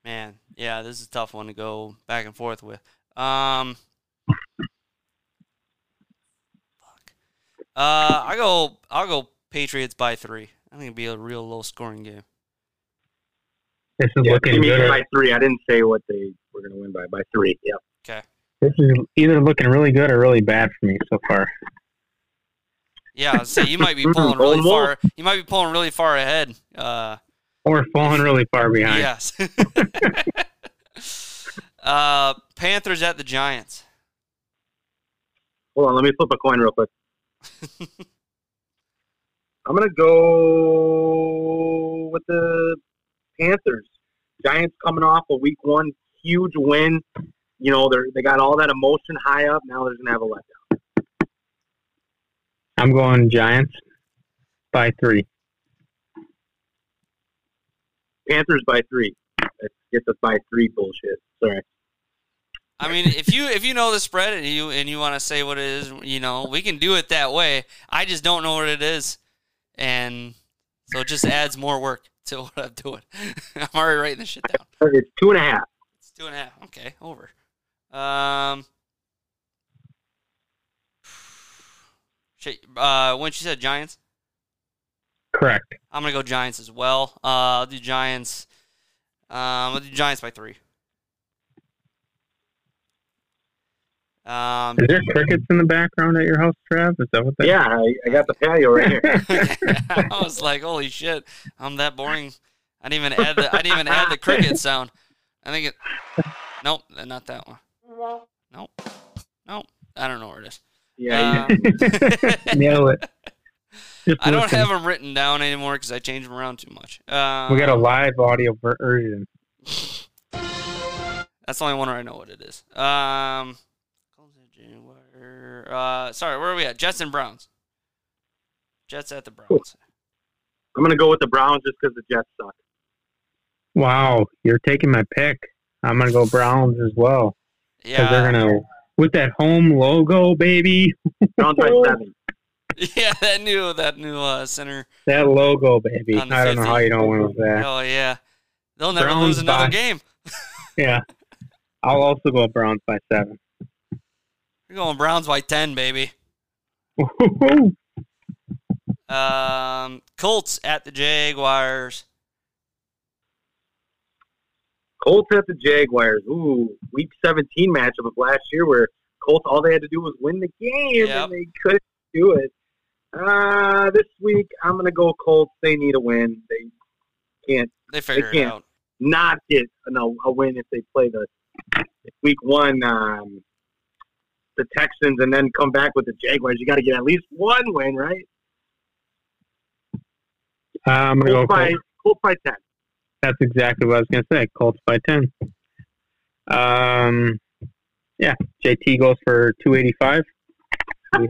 Speaker 12: man, yeah, this is a tough one to go back and forth with. Um, fuck. Uh, I go. I'll go Patriots by three. I think it'll be a real low scoring game.
Speaker 5: This is
Speaker 13: Yeah,
Speaker 5: looking
Speaker 13: you mean
Speaker 5: good.
Speaker 13: by three. I didn't say what they were going to win by. By three. Yep.
Speaker 5: This is either looking really good or really bad for me so far.
Speaker 12: Yeah, so you might be pulling really far. You might be pulling really far ahead. Uh,
Speaker 5: Or falling really far behind.
Speaker 12: Yes. (laughs) uh, Panthers at the Giants.
Speaker 13: Hold on. Let me flip a coin real
Speaker 5: (laughs)
Speaker 13: quick. I'm going to go with the Panthers. Giants coming off a week one huge win. You know, they're, they got all that emotion high up. Now they're going to have a letdown.
Speaker 5: I'm going Giants by three.
Speaker 13: Panthers by three. Let's get the by three bullshit. Sorry.
Speaker 12: I mean, if you if you know the spread and you and you want to say what it is, you know, we can do it that way. I just don't know what it is, and so it just adds more work to (laughs) what I'm doing. I'm already writing this shit down.
Speaker 13: It's two and a half.
Speaker 12: It's two and a half. Okay, over. Um, shit. Uh, when she said Giants.
Speaker 5: Correct.
Speaker 12: I'm gonna go Giants as well. Uh, I'll do Giants. Um, I'll do Giants by three. Um,
Speaker 5: Is there crickets in the background at your house, Trav? Is that what that
Speaker 13: Yeah, I, I got the patio right here.
Speaker 12: I was like, holy shit, I'm that boring. I didn't even add the I didn't even add the cricket sound. I think it. Nope, not that one. Nope, nope. I don't know where it is.
Speaker 13: Yeah,
Speaker 12: Um,
Speaker 5: (laughs) Nail it. Just
Speaker 12: I don't
Speaker 5: listen.
Speaker 12: have them written down anymore because I change them around too much. Uh,
Speaker 5: We got a live audio version.
Speaker 12: That's the only one where I know what it is. Um, uh, sorry, where are we at? Jets and Browns. Jets at the Browns.
Speaker 13: I'm going to go with the Browns just because the Jets suck.
Speaker 5: Wow, you're taking my pick. I'm gonna go Browns as well because
Speaker 12: Yeah,
Speaker 5: they're gonna with that home logo, baby.
Speaker 13: Browns
Speaker 5: (laughs)
Speaker 13: by seven.
Speaker 12: (laughs) yeah, that new that new uh, center.
Speaker 5: That logo, baby.
Speaker 12: On the
Speaker 5: I don't know
Speaker 12: 50.
Speaker 5: how you don't win with that.
Speaker 12: Oh yeah, they'll never
Speaker 5: Browns
Speaker 12: lose another
Speaker 5: by-
Speaker 12: game.
Speaker 5: Yeah, I'll also go Browns by seven. (laughs)
Speaker 12: We're going Browns by ten, baby. Um, Colts at the Jaguars.
Speaker 13: Colts at the Jaguars. Ooh, week 17 matchup of last year where Colts, all they had to do was win the game
Speaker 12: Yep.
Speaker 13: and they couldn't do it. Uh, this week, I'm going to go Colts. They need a win. They can't
Speaker 12: They figure it
Speaker 13: can't.
Speaker 12: out.
Speaker 13: not get an, a win if they play the week one, um, the Texans, and then come back with the Jaguars. You got to get at least one win, right?
Speaker 5: Uh, I'm gonna go.
Speaker 13: Colts by,
Speaker 5: Colts.
Speaker 13: Colts by 10.
Speaker 5: That's exactly what I was gonna say. Colts by ten. Um, yeah, JT goes for two eighty five. (laughs)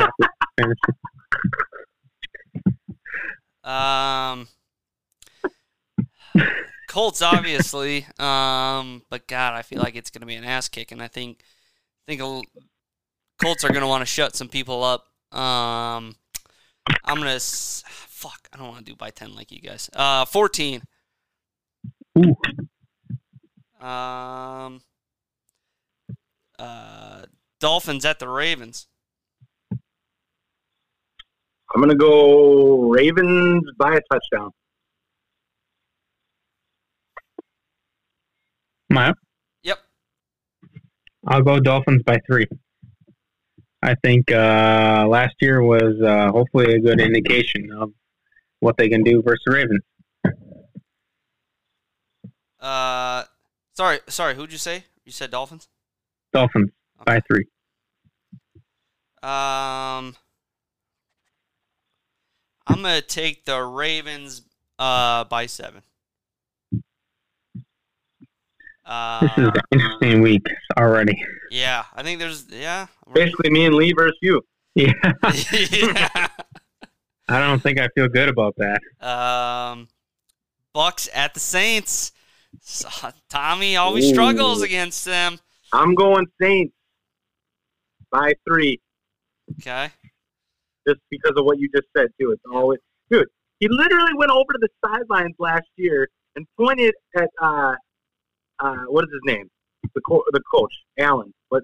Speaker 12: Um, Colts, obviously. Um, but God, I feel like it's going to be an ass kick, and I think think a l- Colts are going to want to shut some people up. Um, I'm gonna s- fuck. I don't want to do by ten like you guys. Uh, fourteen.
Speaker 5: Ooh.
Speaker 12: Um. Uh, Dolphins at the Ravens.
Speaker 13: I'm going to go Ravens by a touchdown.
Speaker 5: Am I up?
Speaker 12: Yep.
Speaker 5: I'll go Dolphins by three. I think uh, last year was uh, hopefully a good indication of what they can do versus the Ravens.
Speaker 12: Uh, sorry, sorry. Who'd you say? You said Dolphins.
Speaker 5: Dolphins by three.
Speaker 12: Um, I'm gonna take the Ravens uh by seven.
Speaker 5: This
Speaker 12: Uh,
Speaker 5: is an interesting week already. (laughs)
Speaker 12: yeah, I think there's yeah. (laughs)
Speaker 13: Basically, me and Lee versus you.
Speaker 5: Yeah,
Speaker 12: yeah.
Speaker 5: I don't think I feel good about that.
Speaker 12: Um, Bucks at the Saints. So, Tommy always struggles against them.
Speaker 13: I'm going Saints by three,
Speaker 12: Okay.
Speaker 13: just because of what you just said too. It's always dude. He literally went over to the sidelines last year and pointed at uh, uh, what is his name? The co- the coach Allen, but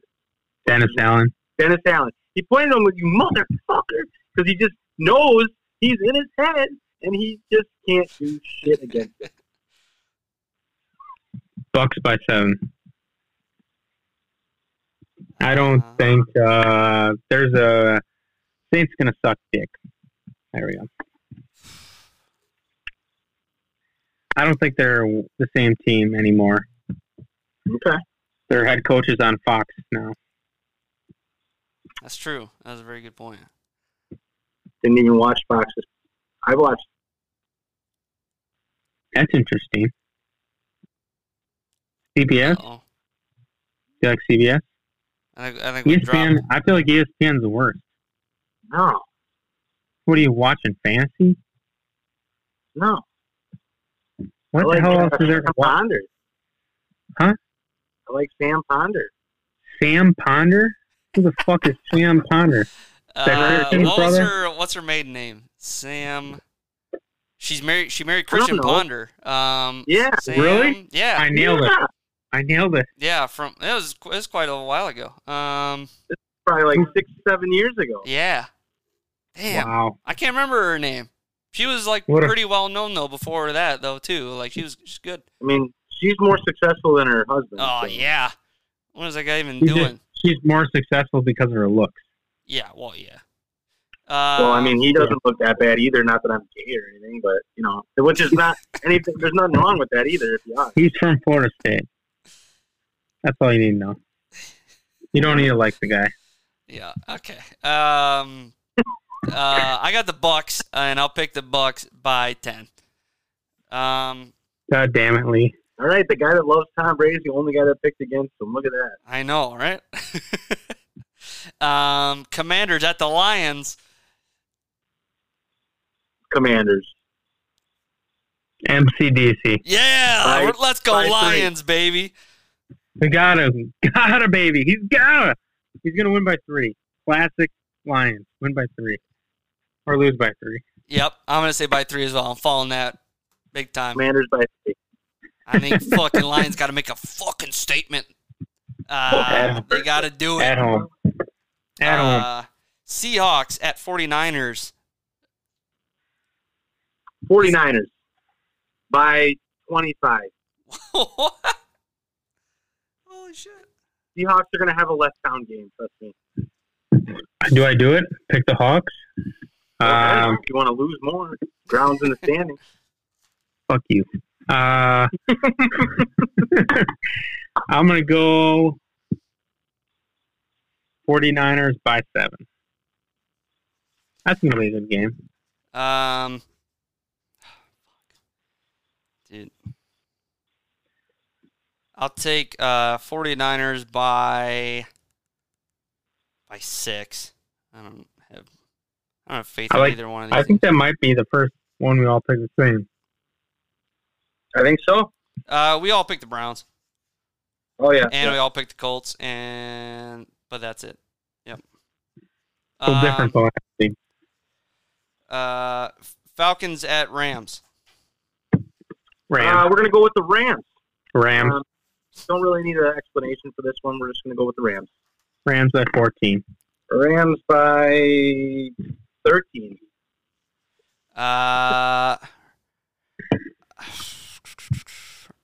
Speaker 5: Dennis Allen.
Speaker 13: Dennis Allen. He pointed at him with you motherfucker because he just knows he's in his head and he just can't do shit against it.
Speaker 5: Bucks by seven. I don't think uh, there's a Saints gonna suck dick. There we go. I don't think they're the same team anymore.
Speaker 13: Okay.
Speaker 5: Their head coach is on Fox now.
Speaker 12: That's true. That was a very good point.
Speaker 13: Didn't even watch Fox's. I watched.
Speaker 5: That's interesting. CBS?
Speaker 12: Oh,
Speaker 5: Do you like CBS?
Speaker 12: I think, I think we
Speaker 5: ESPN.
Speaker 12: dropped.
Speaker 5: I feel like E ESPN's the worst.
Speaker 13: No,
Speaker 5: What are you watching? Fantasy?
Speaker 13: no.
Speaker 5: What
Speaker 13: I like
Speaker 5: the hell else
Speaker 13: Sam
Speaker 5: is there to watch?
Speaker 13: Ponder.
Speaker 5: Huh?
Speaker 13: I like Sam Ponder.
Speaker 5: Sam Ponder? Who the fuck is Sam Ponder?
Speaker 12: Uh,
Speaker 5: Christian's
Speaker 12: what was
Speaker 5: brother?
Speaker 12: her What's her maiden name? Sam. She's married. She married Christian
Speaker 13: know.
Speaker 12: Ponder. Um,
Speaker 13: Yeah.
Speaker 12: Sam,
Speaker 5: Really?
Speaker 12: Yeah.
Speaker 5: I nailed it.
Speaker 13: Yeah.
Speaker 5: I nailed it.
Speaker 12: Yeah. From it was it was quite a while ago. Um,
Speaker 13: Probably
Speaker 5: Hmm.
Speaker 13: like six, seven years ago.
Speaker 12: yeah. Damn.
Speaker 5: Wow.
Speaker 12: I can't remember her name. She was like
Speaker 5: What a-
Speaker 12: pretty well known though before that though too. Like she was she's good.
Speaker 13: I mean, she's more successful than her husband.
Speaker 12: Oh
Speaker 13: so.
Speaker 12: yeah. What is that guy even
Speaker 5: She's,
Speaker 12: doing?
Speaker 5: just, she's more successful because of her looks.
Speaker 12: Yeah. Well, yeah. Uh,
Speaker 13: Well, I mean, he doesn't look that bad either. Not that I'm gay or anything, but you know, which is
Speaker 5: (laughs)
Speaker 13: not anything. There's nothing wrong with that either. If you are.
Speaker 5: He's from Florida State. That's all you need to know. You don't need to like the guy.
Speaker 12: Yeah. Okay. Um. uh, I got the Bucks, and I'll pick the Bucks by ten. Um.
Speaker 5: God damn it, Lee.
Speaker 13: All right, the guy that loves Tom Brady is the only guy that picked against him. Look at that.
Speaker 12: I know, right? (laughs) um. Commanders at the Lions.
Speaker 13: Commanders.
Speaker 5: MCDC.
Speaker 12: Yeah.
Speaker 13: By-
Speaker 12: we're- let's go
Speaker 13: by three.
Speaker 12: Lions, baby.
Speaker 5: We got him. (laughs) Got him, baby. He's got him. He's going to win by three. Classic Lions. Win by three. Or lose by three.
Speaker 12: Yep. I'm gonna say by three as well. I'm following that big time.
Speaker 13: Commanders by three.
Speaker 12: I think fucking Lions got to make a fucking statement. Uh, they got to do it.
Speaker 5: At home. At home.
Speaker 12: Uh, Seahawks at 49ers.
Speaker 13: 49ers by 25.
Speaker 12: What? Holy shit.
Speaker 13: Seahawks are going to have a less sound game, trust me.
Speaker 5: Do I do it? Pick the Hawks? Um,
Speaker 13: if you want to lose more, grounds in the standing.
Speaker 5: fuck you. Uh, (laughs) I'm going to go 49ers by seven. That's going to be a good game.
Speaker 12: Um, dude. I'll take uh, 49ers by by six. I don't have I don't have faith
Speaker 5: I
Speaker 12: in
Speaker 5: like-
Speaker 12: either one of these.
Speaker 5: I think that might be the first one we all pick the same.
Speaker 13: I think so.
Speaker 12: uh, we all picked the Browns.
Speaker 13: Oh, yeah.
Speaker 12: and we all picked the Colts, and but that's it. Yep.
Speaker 5: So
Speaker 12: Um,
Speaker 5: different though.
Speaker 12: Uh, Falcons at Rams.
Speaker 5: Rams.
Speaker 13: Uh, we're going to go with the Rams.
Speaker 5: Rams.
Speaker 13: Um, don't really need an explanation for this one. We're just going to go with the Rams.
Speaker 5: Rams at 14.
Speaker 13: Rams by 13.
Speaker 12: Uh,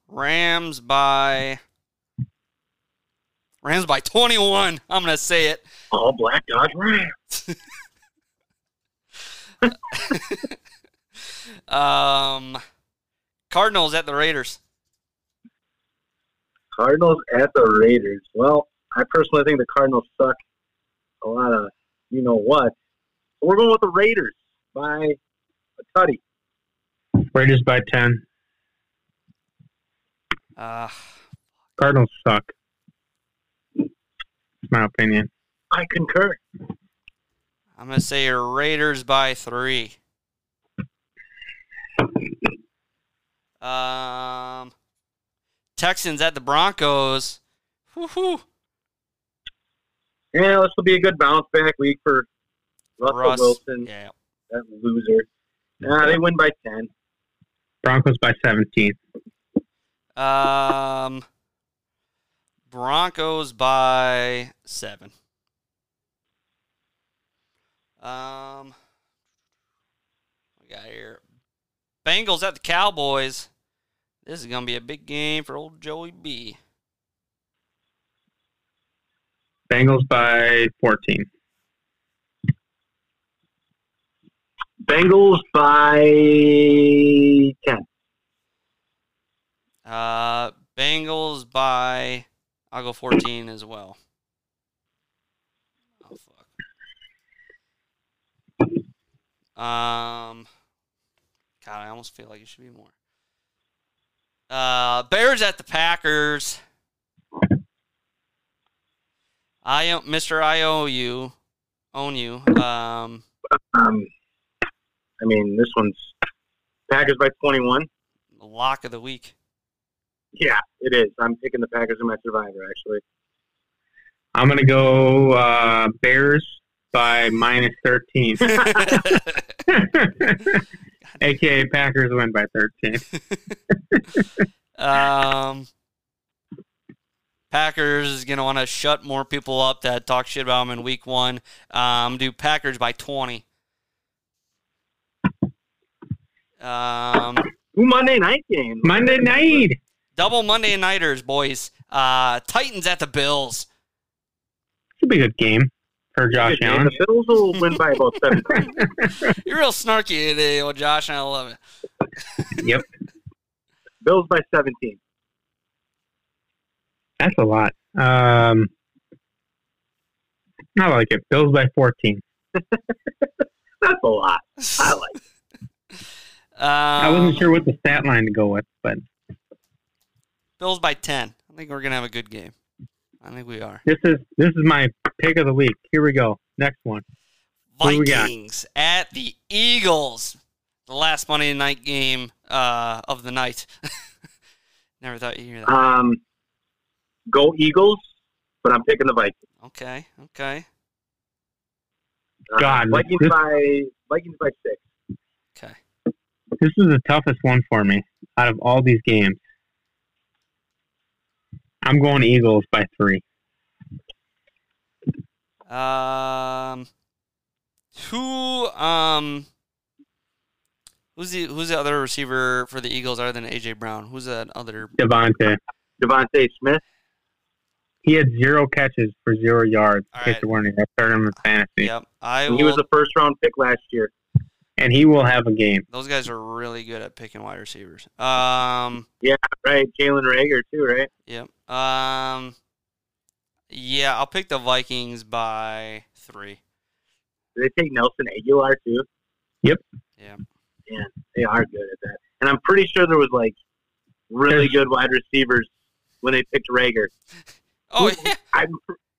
Speaker 12: Rams by Rams by twenty one. I'm gonna say it.
Speaker 13: All black Dodge Rams.
Speaker 12: Um, Cardinals at the Raiders.
Speaker 13: Cardinals at the Raiders. Well, I personally think the Cardinals suck a lot of you know what. So we're going with the Raiders by a tutty.
Speaker 5: Raiders by 10.
Speaker 12: Uh,
Speaker 5: Cardinals suck. That's my opinion.
Speaker 13: I concur.
Speaker 12: I'm gonna say Raiders by three. Um, Texans at the Broncos. Woo-hoo.
Speaker 13: Yeah, this will be a good bounce back week for Russell
Speaker 12: Russ.
Speaker 13: Wilson,
Speaker 12: Yeah.
Speaker 13: that loser. Nah, they win by 10.
Speaker 5: Broncos by 17.
Speaker 12: Um, Broncos by seven. Um, we got here Bengals at the Cowboys. This is gonna be a big game for old Joey B.
Speaker 5: Bengals by 14.
Speaker 13: Bengals by 10.
Speaker 12: Uh, Bengals by I'll go fourteen as well. Oh fuck. Um, God, I almost feel like it should be more. Uh, Bears at the Packers. I own Mr. I owe you, own you. Um,
Speaker 13: Um, I mean, this one's Packers by 21.
Speaker 12: lock of the week. (laughs)
Speaker 13: Yeah, it is. I'm picking the Packers in my survivor, actually.
Speaker 5: I'm going to go uh, Bears by minus 13. AKA Packers win by 13.
Speaker 12: Um, Packers is going to want to shut more people up that talk shit about them in week one. Um, do Packers by 20. Um,
Speaker 13: Ooh, Monday night game.
Speaker 5: Monday night.
Speaker 12: double Monday Nighters, boys. Uh, Titans at the Bills.
Speaker 5: It'll be a good game for Josh
Speaker 13: Good game.
Speaker 5: Allen.
Speaker 13: The Bills will win by about
Speaker 5: (laughs)
Speaker 13: 17.
Speaker 12: You're real snarky today, old Josh, and I love it.
Speaker 5: Yep.
Speaker 13: Bills by 17.
Speaker 5: That's a lot. Um, I like it. Bills by 14.
Speaker 13: That's a lot. I like
Speaker 12: (laughs)
Speaker 13: it.
Speaker 12: Um,
Speaker 5: I wasn't sure what the stat line to go with, but
Speaker 12: Bills by 10. I think we're going to have a good game. I think we are.
Speaker 5: this is this is my pick of the week. Here we go. Next one. Who do we got?
Speaker 12: Vikings at the Eagles. The last Monday night game uh, of the night. (laughs) Never thought you'd hear that.
Speaker 13: Um, go Eagles, but I'm picking the Vikings.
Speaker 12: Okay, okay,
Speaker 13: Uh,
Speaker 5: God,
Speaker 13: Vikings
Speaker 5: this-
Speaker 13: by Vikings by six.
Speaker 12: okay.
Speaker 5: This is the toughest one for me out of all these games. I'm going Eagles by three.
Speaker 12: Um, who um, who's the who's the other receiver for the Eagles other than AJ Brown? Who's that other?
Speaker 5: Devontae.
Speaker 13: Devontae Smith.
Speaker 5: He had zero catches for zero yards.
Speaker 12: All
Speaker 5: In case
Speaker 12: right.
Speaker 5: you're wondering, I started him in fantasy,
Speaker 12: Yep, I
Speaker 13: He was
Speaker 12: will.
Speaker 13: a first round pick last year.
Speaker 5: and he will have a game.
Speaker 12: Those guys are really good at picking wide receivers. Um.
Speaker 13: Right, Jalen Rager too. Right.
Speaker 12: Yep. Um. Yeah, I'll pick the Vikings by three.
Speaker 13: Did they take Nelson Aguilar too?
Speaker 5: Yep.
Speaker 12: Yeah.
Speaker 13: Yeah, they are good at that. And I'm pretty sure there was like really good wide receivers when they picked Rager.
Speaker 12: Oh
Speaker 13: Who-
Speaker 12: yeah,
Speaker 13: I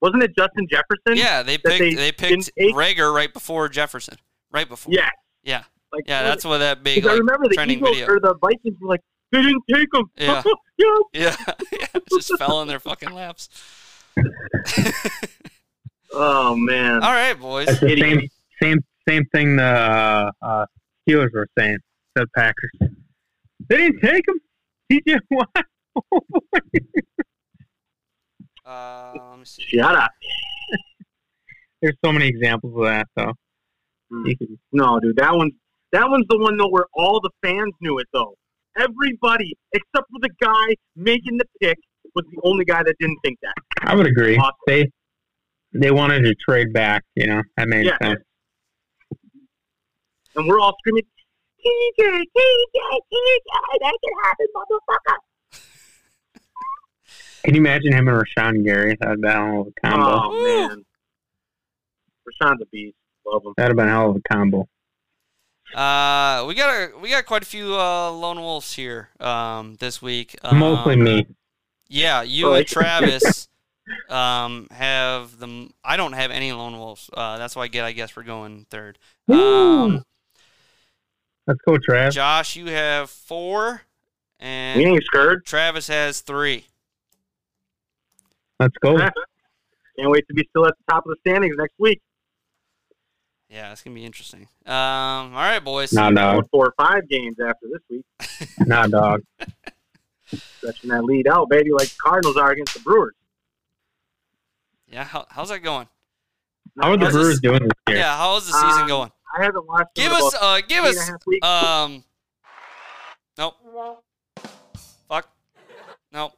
Speaker 13: wasn't it Justin Jefferson?
Speaker 12: yeah. They
Speaker 13: that
Speaker 12: picked
Speaker 13: they
Speaker 12: they, picked
Speaker 13: didn't take?
Speaker 12: Rager right before Jefferson, right before.
Speaker 13: Yeah.
Speaker 12: Yeah.
Speaker 13: Like
Speaker 12: yeah. That's what that big.
Speaker 13: because I
Speaker 12: Like,
Speaker 13: remember the
Speaker 12: trending
Speaker 13: Eagles
Speaker 12: video.
Speaker 13: or the Vikings were like they didn't take him.
Speaker 12: Yeah.
Speaker 13: (laughs) yeah.
Speaker 12: (laughs) yeah, yeah. it Just fell in their fucking laps.
Speaker 13: Oh man.
Speaker 12: All right, boys.
Speaker 5: That's the
Speaker 13: Idiot.
Speaker 5: same same same thing the uh, uh, Steelers were saying. The Packers. They didn't take him. (laughs) TJ Watt.
Speaker 12: Uh, let me see.
Speaker 13: Shut up.
Speaker 5: There's so many examples of that though.
Speaker 13: Mm.
Speaker 5: You can-
Speaker 13: No, dude, that one's that one's the one though where all the fans knew it though. Everybody except for the guy making the pick was the only guy that didn't think that.
Speaker 5: I would agree.
Speaker 13: Awesome.
Speaker 5: They they wanted to trade back, you know. That made
Speaker 13: Yeah.
Speaker 5: sense.
Speaker 13: And we're all screaming, TJ, TJ, TJ, that can happen, motherfucker.
Speaker 5: Can you imagine him and Rashawn Gary? That'd been a hell of a combo.
Speaker 13: Oh man, Rashawn the Beast, love him.
Speaker 5: That'd have been a hell of a combo.
Speaker 12: Uh, we got a, we got quite a few uh, lone wolves here um, this week. Um,
Speaker 5: Mostly me.
Speaker 12: Yeah,
Speaker 13: Oh,
Speaker 12: you
Speaker 13: (laughs)
Speaker 12: and Travis um, have the. I don't have any lone wolves. Uh, that's why I get. I guess we're going third. Um,
Speaker 5: Let's go, Trav.
Speaker 12: Josh, you have four, And
Speaker 13: We ain't scared.
Speaker 12: Travis has three.
Speaker 5: Let's go.
Speaker 13: Can't wait to be still at the top of the standings next week.
Speaker 12: Yeah, it's gonna be interesting. Um, all right, boys.
Speaker 5: No, no,
Speaker 13: Going Four or five games after this week,
Speaker 5: no, dog.
Speaker 13: stretching that lead out, baby, like the Cardinals are against the Brewers.
Speaker 12: Yeah, how, how's that going?
Speaker 5: How are the
Speaker 12: How's
Speaker 5: Brewers
Speaker 12: this-
Speaker 5: doing this year?
Speaker 12: Yeah, how's the season
Speaker 13: Um,
Speaker 12: going?
Speaker 13: I haven't watched. them
Speaker 12: Give
Speaker 13: in
Speaker 12: us,
Speaker 13: about
Speaker 12: uh, give
Speaker 13: eight and a
Speaker 12: us,
Speaker 13: half weeks.
Speaker 12: um, nope, fuck, nope.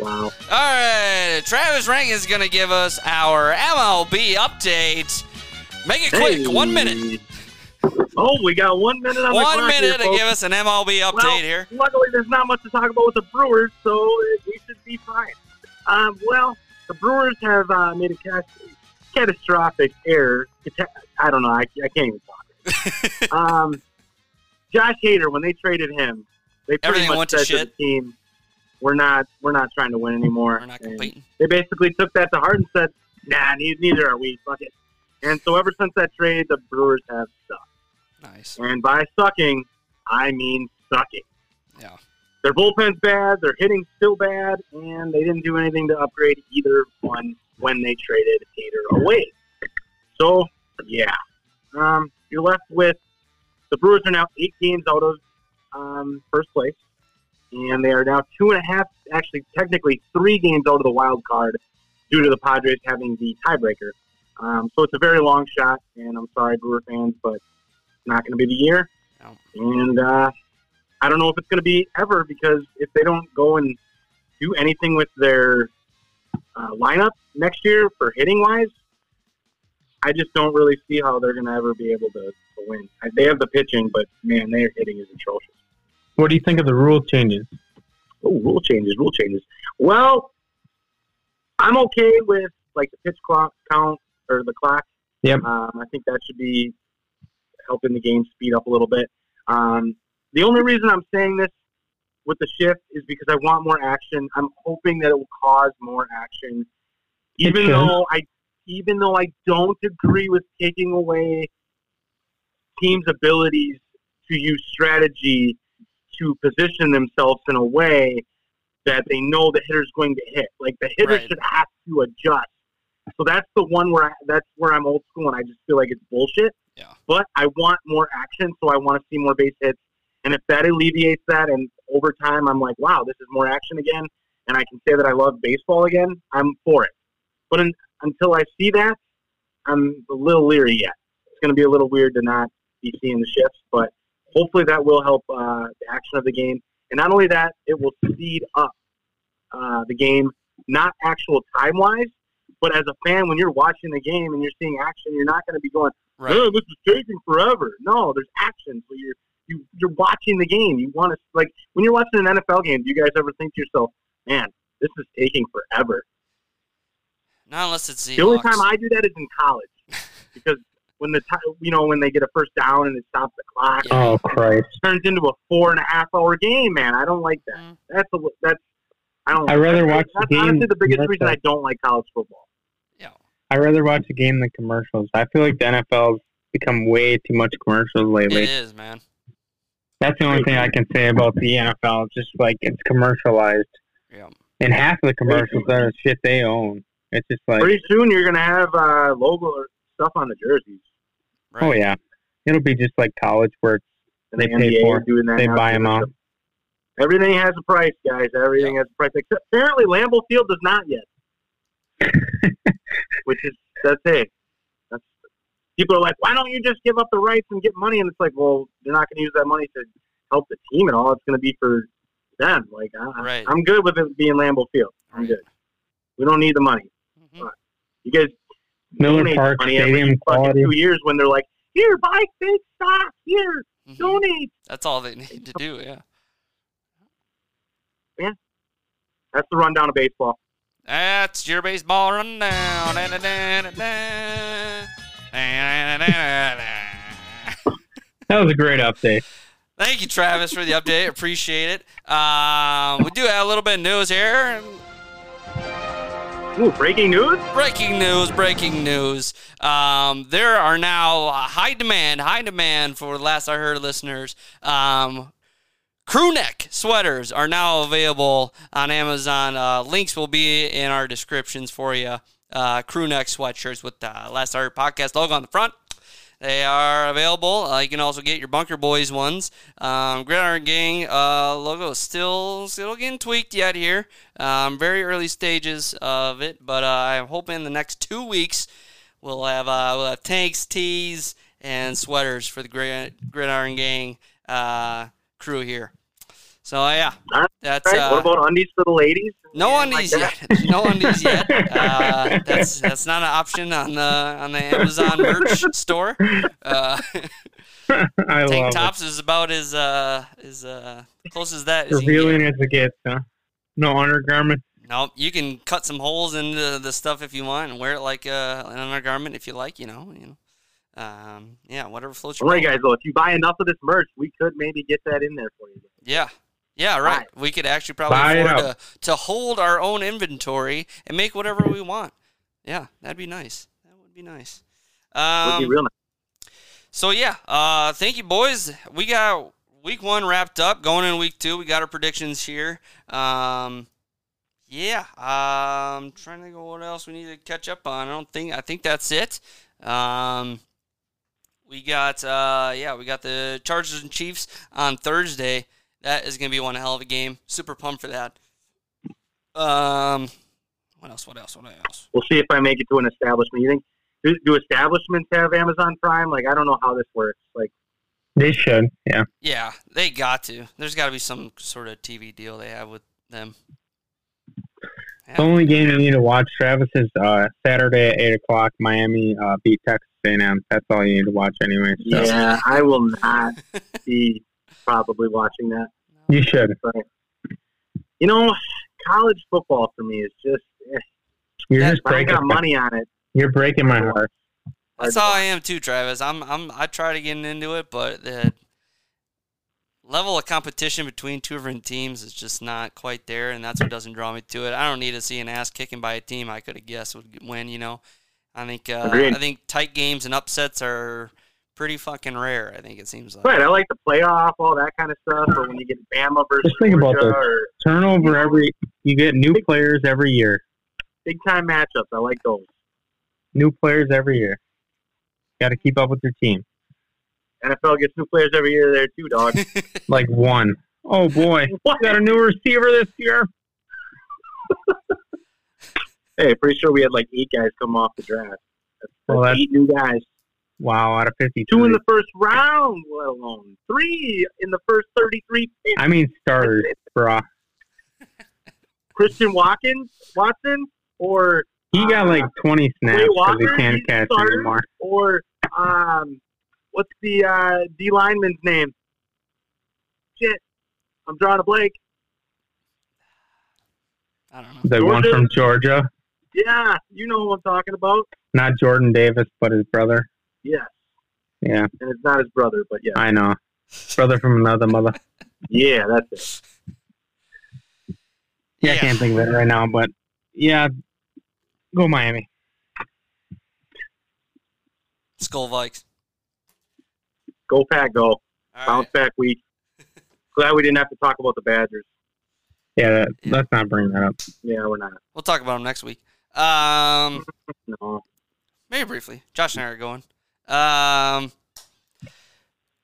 Speaker 13: wow.
Speaker 12: All right, Travis Rank is gonna give us our MLB update. Make it quick,
Speaker 13: Hey.
Speaker 12: one minute,
Speaker 13: Oh, we got one minute on the
Speaker 12: one
Speaker 13: clock
Speaker 12: minute
Speaker 13: here,
Speaker 12: to
Speaker 13: folks.
Speaker 12: give us an MLB update
Speaker 13: Well,
Speaker 12: here.
Speaker 13: Luckily, there's not much to talk about with the Brewers, so we should be fine. Um, well, the Brewers have uh, made a cat- catastrophic error. Cata- I don't know. I, I can't even talk.
Speaker 12: (laughs)
Speaker 13: um, Josh Hader, when they traded him, they pretty
Speaker 12: Everything
Speaker 13: much
Speaker 12: went to
Speaker 13: said
Speaker 12: shit.
Speaker 13: the team, "We're not, we're not trying to win anymore."
Speaker 12: We're not
Speaker 13: And-
Speaker 12: competing.
Speaker 13: they basically took that to heart and said, "Nah, ne- neither are we. Fuck it." And so ever since that trade, the Brewers have sucked.
Speaker 12: Nice.
Speaker 13: And by sucking, I mean sucking.
Speaker 12: Yeah.
Speaker 13: Their bullpen's bad. Their hitting's still bad, and they didn't do anything to upgrade either one when they traded Hader away. So yeah, um, you're left with the Brewers are now eight games out of um, first place, and they are now two and a half, actually technically three games out of the wild card due to the Padres having the tiebreaker. Um, so it's a very long shot, and I'm sorry, Brewer fans, but it's not going to be the year.
Speaker 12: No.
Speaker 13: And uh, I don't know if it's going to be ever because if they don't go and do anything with their uh, lineup next year for hitting wise, I just don't really see how they're going to ever be able to, to win. I- They have the pitching, but man, their hitting is atrocious.
Speaker 5: What do you think of the rule changes?
Speaker 13: Oh, rule changes, rule changes. Well, I'm okay with like the pitch clock count or the clock.
Speaker 5: Yep.
Speaker 13: Um, I think that should be helping the game speed up a little bit. Um, the only reason I'm saying this with the shift is because I want more action. I'm hoping that it will cause more action,
Speaker 5: It
Speaker 13: even
Speaker 5: should.
Speaker 13: though I even though I don't agree with taking away teams' abilities to use strategy to position themselves in a way that they know the hitter's going to hit. Like the hitter
Speaker 12: Right.
Speaker 13: should have to adjust. So that's the one where I, that's where I'm old school and I just feel like it's bullshit.
Speaker 12: Yeah.
Speaker 13: But I want more action, so I want to see more base hits. And if that alleviates that, and over time I'm like, wow, this is more action again, and I can say that I love baseball again, I'm for it. But un until I see that, I'm a little leery yet. It's going to be a little weird to not be seeing the shifts, but hopefully that will help uh, the action of the game. And not only that, it will speed up uh, the game, not actual time wise, but as a fan, when you're watching the game and you're seeing action, you're not going to be going,
Speaker 12: Right.
Speaker 13: "Oh, this is taking forever." No, there's action, so you're you, you're watching the game. You want to like when you're watching an NFL game. Do you guys ever think to yourself, "Man, this is taking forever"?
Speaker 12: Not unless it's the
Speaker 13: The only time I do that is in college, because when the ti you know when they get a first down and it stops the clock,
Speaker 5: Oh Christ!
Speaker 13: turns into a four and a half hour game. Man, I don't like that.
Speaker 12: Mm.
Speaker 13: That's a, that's I don't.
Speaker 5: I'd rather watch
Speaker 13: That's
Speaker 5: the game
Speaker 13: honestly the biggest
Speaker 5: than
Speaker 13: reason I
Speaker 5: that.
Speaker 13: don't like college football.
Speaker 5: I rather watch the game than commercials. I feel like the NFL's become way too much commercials
Speaker 12: It
Speaker 5: lately.
Speaker 12: is, man.
Speaker 5: That's the only thing I can say about the NFL. It's just like it's commercialized,
Speaker 12: Yeah.
Speaker 5: and half of the commercials are shit they own. It's just like,
Speaker 13: Pretty soon you're gonna have uh, logo or stuff on the jerseys.
Speaker 12: Right.
Speaker 5: oh yeah, it'll be just like college where it's
Speaker 13: And
Speaker 5: They
Speaker 13: the
Speaker 5: pay
Speaker 13: NBA
Speaker 5: for
Speaker 13: is
Speaker 5: it.
Speaker 13: doing that.
Speaker 5: They
Speaker 13: now,
Speaker 5: buy 'em
Speaker 13: too.
Speaker 5: out.
Speaker 13: Everything has a price, guys. Everything has a price. Except apparently Lambeau Field does not
Speaker 12: (laughs)
Speaker 13: yet. Which is that's hey. That's people are like, why don't you just give up the rights and get money? And it's like, well, they're not going to use that money to help the team at all. It's going to be for them. Like I,
Speaker 12: Right.
Speaker 13: I'm good with it being Lambeau Field. I'm
Speaker 12: Right.
Speaker 13: good. We don't need the money.
Speaker 12: Mhm.
Speaker 13: You guys
Speaker 5: Miller
Speaker 13: donate
Speaker 5: Park
Speaker 13: money every
Speaker 5: Stadium
Speaker 13: fucking
Speaker 5: quality.
Speaker 13: two years when they're like, here, buy big stock. Here,
Speaker 12: Mhm.
Speaker 13: donate.
Speaker 12: That's all they need to do. Yeah.
Speaker 13: That's the rundown of baseball.
Speaker 12: That's your baseball rundown. Da, da, da, da, da. Da, da, da, da, da.
Speaker 5: That was a great update. (laughs)
Speaker 12: Thank you, Travis, for the update. Appreciate it. Um, we do have a little bit of news here.
Speaker 13: Ooh, breaking news.
Speaker 12: Breaking news, breaking news. Um, there are now a high demand, high demand for last I heard listeners. Um, Crew neck sweaters are now available on Amazon. Uh, links will be in our descriptions for you. Uh, crew neck sweatshirts with the Last I Heard podcast logo on the front. They are available. Uh, you can also get your Bunker Boys ones. Um, Gridiron Gang uh, logo is still still getting tweaked yet here. Um, very early stages of it, but uh, I'm hoping in the next two weeks we'll have uh, we'll have tanks, tees, and sweaters for the Grid- Gridiron Gang uh, crew here. So uh, yeah,
Speaker 13: All
Speaker 12: that's
Speaker 13: right, what
Speaker 12: uh,
Speaker 13: about undies for the ladies?
Speaker 12: no
Speaker 13: And like
Speaker 12: undies
Speaker 13: that?
Speaker 12: yet. No
Speaker 13: (laughs)
Speaker 12: undies yet. Uh, that's that's not an option on the on the Amazon merch store. Uh,
Speaker 5: I
Speaker 12: tank
Speaker 5: love
Speaker 12: tops is about as uh as uh close as that. As
Speaker 5: it.
Speaker 12: you can
Speaker 5: Revealing
Speaker 12: get.
Speaker 5: as it gets, huh? No undergarment.
Speaker 12: Nope, you can cut some holes in the, the stuff if you want and wear it like uh, an undergarment if you like. You know, you know. Um, yeah, whatever floats
Speaker 13: Don't
Speaker 12: your
Speaker 13: worry,
Speaker 12: boat.
Speaker 13: guys. Though, if you buy enough of this merch, we could maybe get that in there for you.
Speaker 12: Yeah. Yeah, right. We could actually probably
Speaker 5: Buy it
Speaker 12: afford to,
Speaker 5: up.
Speaker 12: to hold our own inventory and make whatever we want. Yeah, that'd be nice. That would be nice.
Speaker 13: Would be
Speaker 12: Um,
Speaker 13: real nice.
Speaker 12: so yeah, uh, thank you, boys. We got week one wrapped up. Going in week two, we got our predictions here. Um, yeah, um, trying to think of what else we need to catch up on. I don't think I think that's it. Um, we got uh, yeah, we got the Chargers and Chiefs on Thursday. That is gonna be one hell of a game. Super pumped for that. Um, what else? What else? What else?
Speaker 13: We'll see if I make it to an establishment. You think do, do establishments have Amazon Prime? Like I don't know how this works.
Speaker 12: (laughs)
Speaker 13: Like
Speaker 5: They should. Yeah.
Speaker 12: Yeah, they got to. There's got to be some sort of TV deal they have with them. Yeah.
Speaker 5: The only game you need to watch, Travis, is uh, Saturday at eight o'clock. Miami uh, beat Texas A&M. That's all you need to watch, anyway. So
Speaker 13: yeah, I will
Speaker 12: (laughs)
Speaker 13: not be probably watching that.
Speaker 5: you should.
Speaker 13: You know, college football for me is just eh,
Speaker 5: You're
Speaker 12: Yeah,
Speaker 5: just
Speaker 13: I
Speaker 5: breaking.
Speaker 13: got money on it.
Speaker 5: You're breaking my heart.
Speaker 12: That's how I am too, Travis. I'm I'm I try to get into it, but the level of competition between two different teams is just not quite there, and that's what doesn't draw me to it. I don't need to see an ass kicking by a team I could have guessed would win. You know, I think uh,
Speaker 13: Agreed.
Speaker 12: I think tight games and upsets are pretty fucking rare. I think it seems like.
Speaker 13: Right, I like the playoff, all that kind of stuff. Or when you get Bama versus
Speaker 5: Just think about
Speaker 13: Georgia,
Speaker 5: this.
Speaker 13: or
Speaker 5: Turnover every. You get new players every year.
Speaker 13: big time matchups. I like those.
Speaker 5: New players every year. Got to keep up with your team. (laughs)
Speaker 13: NFL gets new players every year there too,
Speaker 12: (laughs)
Speaker 13: dog.
Speaker 5: Like one. Oh boy,
Speaker 13: What?
Speaker 5: got a new receiver this year.
Speaker 13: hey, pretty sure we had like eight guys come off the draft. That's,
Speaker 5: Well, that's-
Speaker 13: eight new guys.
Speaker 5: Wow, out of fifty-two.
Speaker 13: Two in the first round, let alone three in the first thirty-three. picks.
Speaker 5: I mean starters, bruh.
Speaker 13: Christian Watkins, Watson, or
Speaker 5: He got like twenty snaps
Speaker 13: Quay
Speaker 5: because he
Speaker 13: Uh, Walker,
Speaker 5: can't
Speaker 13: he's a
Speaker 5: catch
Speaker 13: starter.
Speaker 5: anymore.
Speaker 13: or um, what's the uh, D lineman's name? Shit, I'm drawing a blank.
Speaker 12: I don't know.
Speaker 5: The one
Speaker 13: Georgia?
Speaker 5: from Georgia,
Speaker 13: Yeah, you know who I'm talking about.
Speaker 5: not Jordan Davis, but his brother.
Speaker 13: Yes,
Speaker 5: Yeah,
Speaker 13: and it's not his brother, but yeah,
Speaker 5: I know. Brother from another (laughs) mother.
Speaker 13: yeah, that's it.
Speaker 5: Yeah, I
Speaker 12: Yeah.
Speaker 5: can't think of it right now, but yeah, go Miami.
Speaker 12: Skull Vikes.
Speaker 13: Go pack, go
Speaker 12: All
Speaker 13: bounce
Speaker 12: right.
Speaker 13: back week.
Speaker 12: (laughs)
Speaker 13: Glad we didn't have to talk about the Badgers.
Speaker 5: Yeah, that, let's not bring that up.
Speaker 13: Yeah, we're not.
Speaker 12: We'll talk about them next week. Um.
Speaker 13: No,
Speaker 12: maybe briefly. Josh and I are going. Um,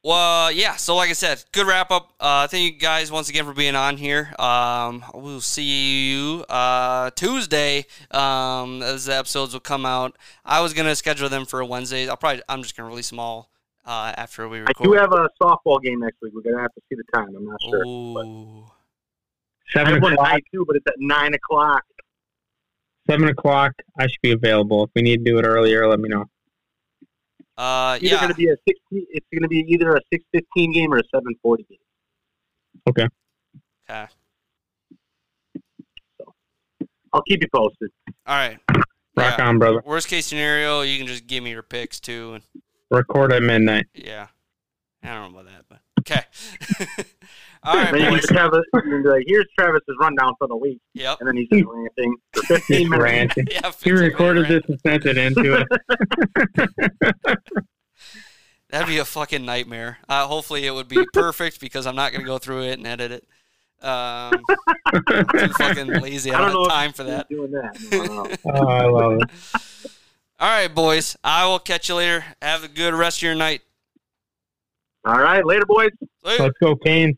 Speaker 12: well, yeah. So, like I said, good wrap up. Uh, thank you guys once again for being on here. Um, we'll see you uh, Tuesday um, as the episodes will come out. I was gonna schedule them for Wednesdays. I'll probably. I'm just gonna release them all uh, after we
Speaker 13: I
Speaker 12: record.
Speaker 13: do have a softball game next week. We're gonna have to see the time. I'm not sure.
Speaker 12: Ooh.
Speaker 13: I
Speaker 5: Seven
Speaker 13: have one at
Speaker 5: o'clock.
Speaker 13: night too, but it's at nine o'clock.
Speaker 5: Seven o'clock. I should be available. If we need to do it earlier, let me know.
Speaker 12: Uh,
Speaker 13: It's either
Speaker 12: yeah.
Speaker 13: gonna be a six. It's gonna be either a six fifteen game or a seven forty game.
Speaker 12: Okay.
Speaker 13: I'll keep you posted.
Speaker 12: All right.
Speaker 5: Rock
Speaker 12: Yeah.
Speaker 5: on, brother.
Speaker 12: Worst case scenario, you can just give me your picks too, and
Speaker 5: Record at midnight.
Speaker 12: Yeah. I don't know about that, but okay. (laughs) All right,
Speaker 13: then you can
Speaker 12: boys.
Speaker 13: just have a, you can be like, "Here's Travis's rundown for the week,"
Speaker 12: Yep.
Speaker 13: and then he's just ranting for fifteen
Speaker 5: Just
Speaker 13: minutes.
Speaker 5: ranting.
Speaker 12: Yeah,
Speaker 5: He recorded this and sent it into it.
Speaker 12: That'd be a fucking nightmare. Uh, hopefully, it would be perfect because I'm not going to go through it and edit it. Um, I'm too fucking lazy. I don't,
Speaker 13: I don't
Speaker 12: have
Speaker 13: know
Speaker 12: time for
Speaker 13: if
Speaker 12: that.
Speaker 13: you're doing that. Wow.
Speaker 5: Oh, I love it.
Speaker 12: All right, boys. I will catch you later. Have a good rest of your night.
Speaker 13: (laughs) All right, later, boys.
Speaker 12: See ya.
Speaker 5: Let's go, Canes.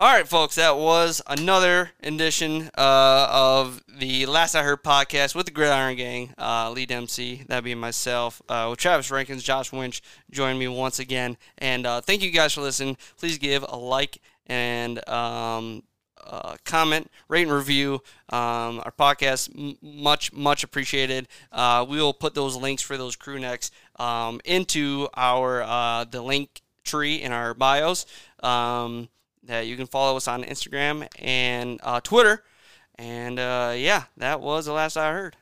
Speaker 12: All right, folks, that was another edition uh, of the Last I Heard podcast with the Gridiron Gang, uh, Lee Dempsey, that being myself, uh, with Travis Rankins, Josh Winch joined me once again. And uh, thank you guys for listening. Please give a like and um, uh, comment, rate, and review um, our podcast. M- much, much appreciated. Uh, we will put those links for those crew necks um, into our uh, the link tree in our bios. Um, that you can follow us on Instagram and uh, Twitter. And uh, yeah, that was the last I heard.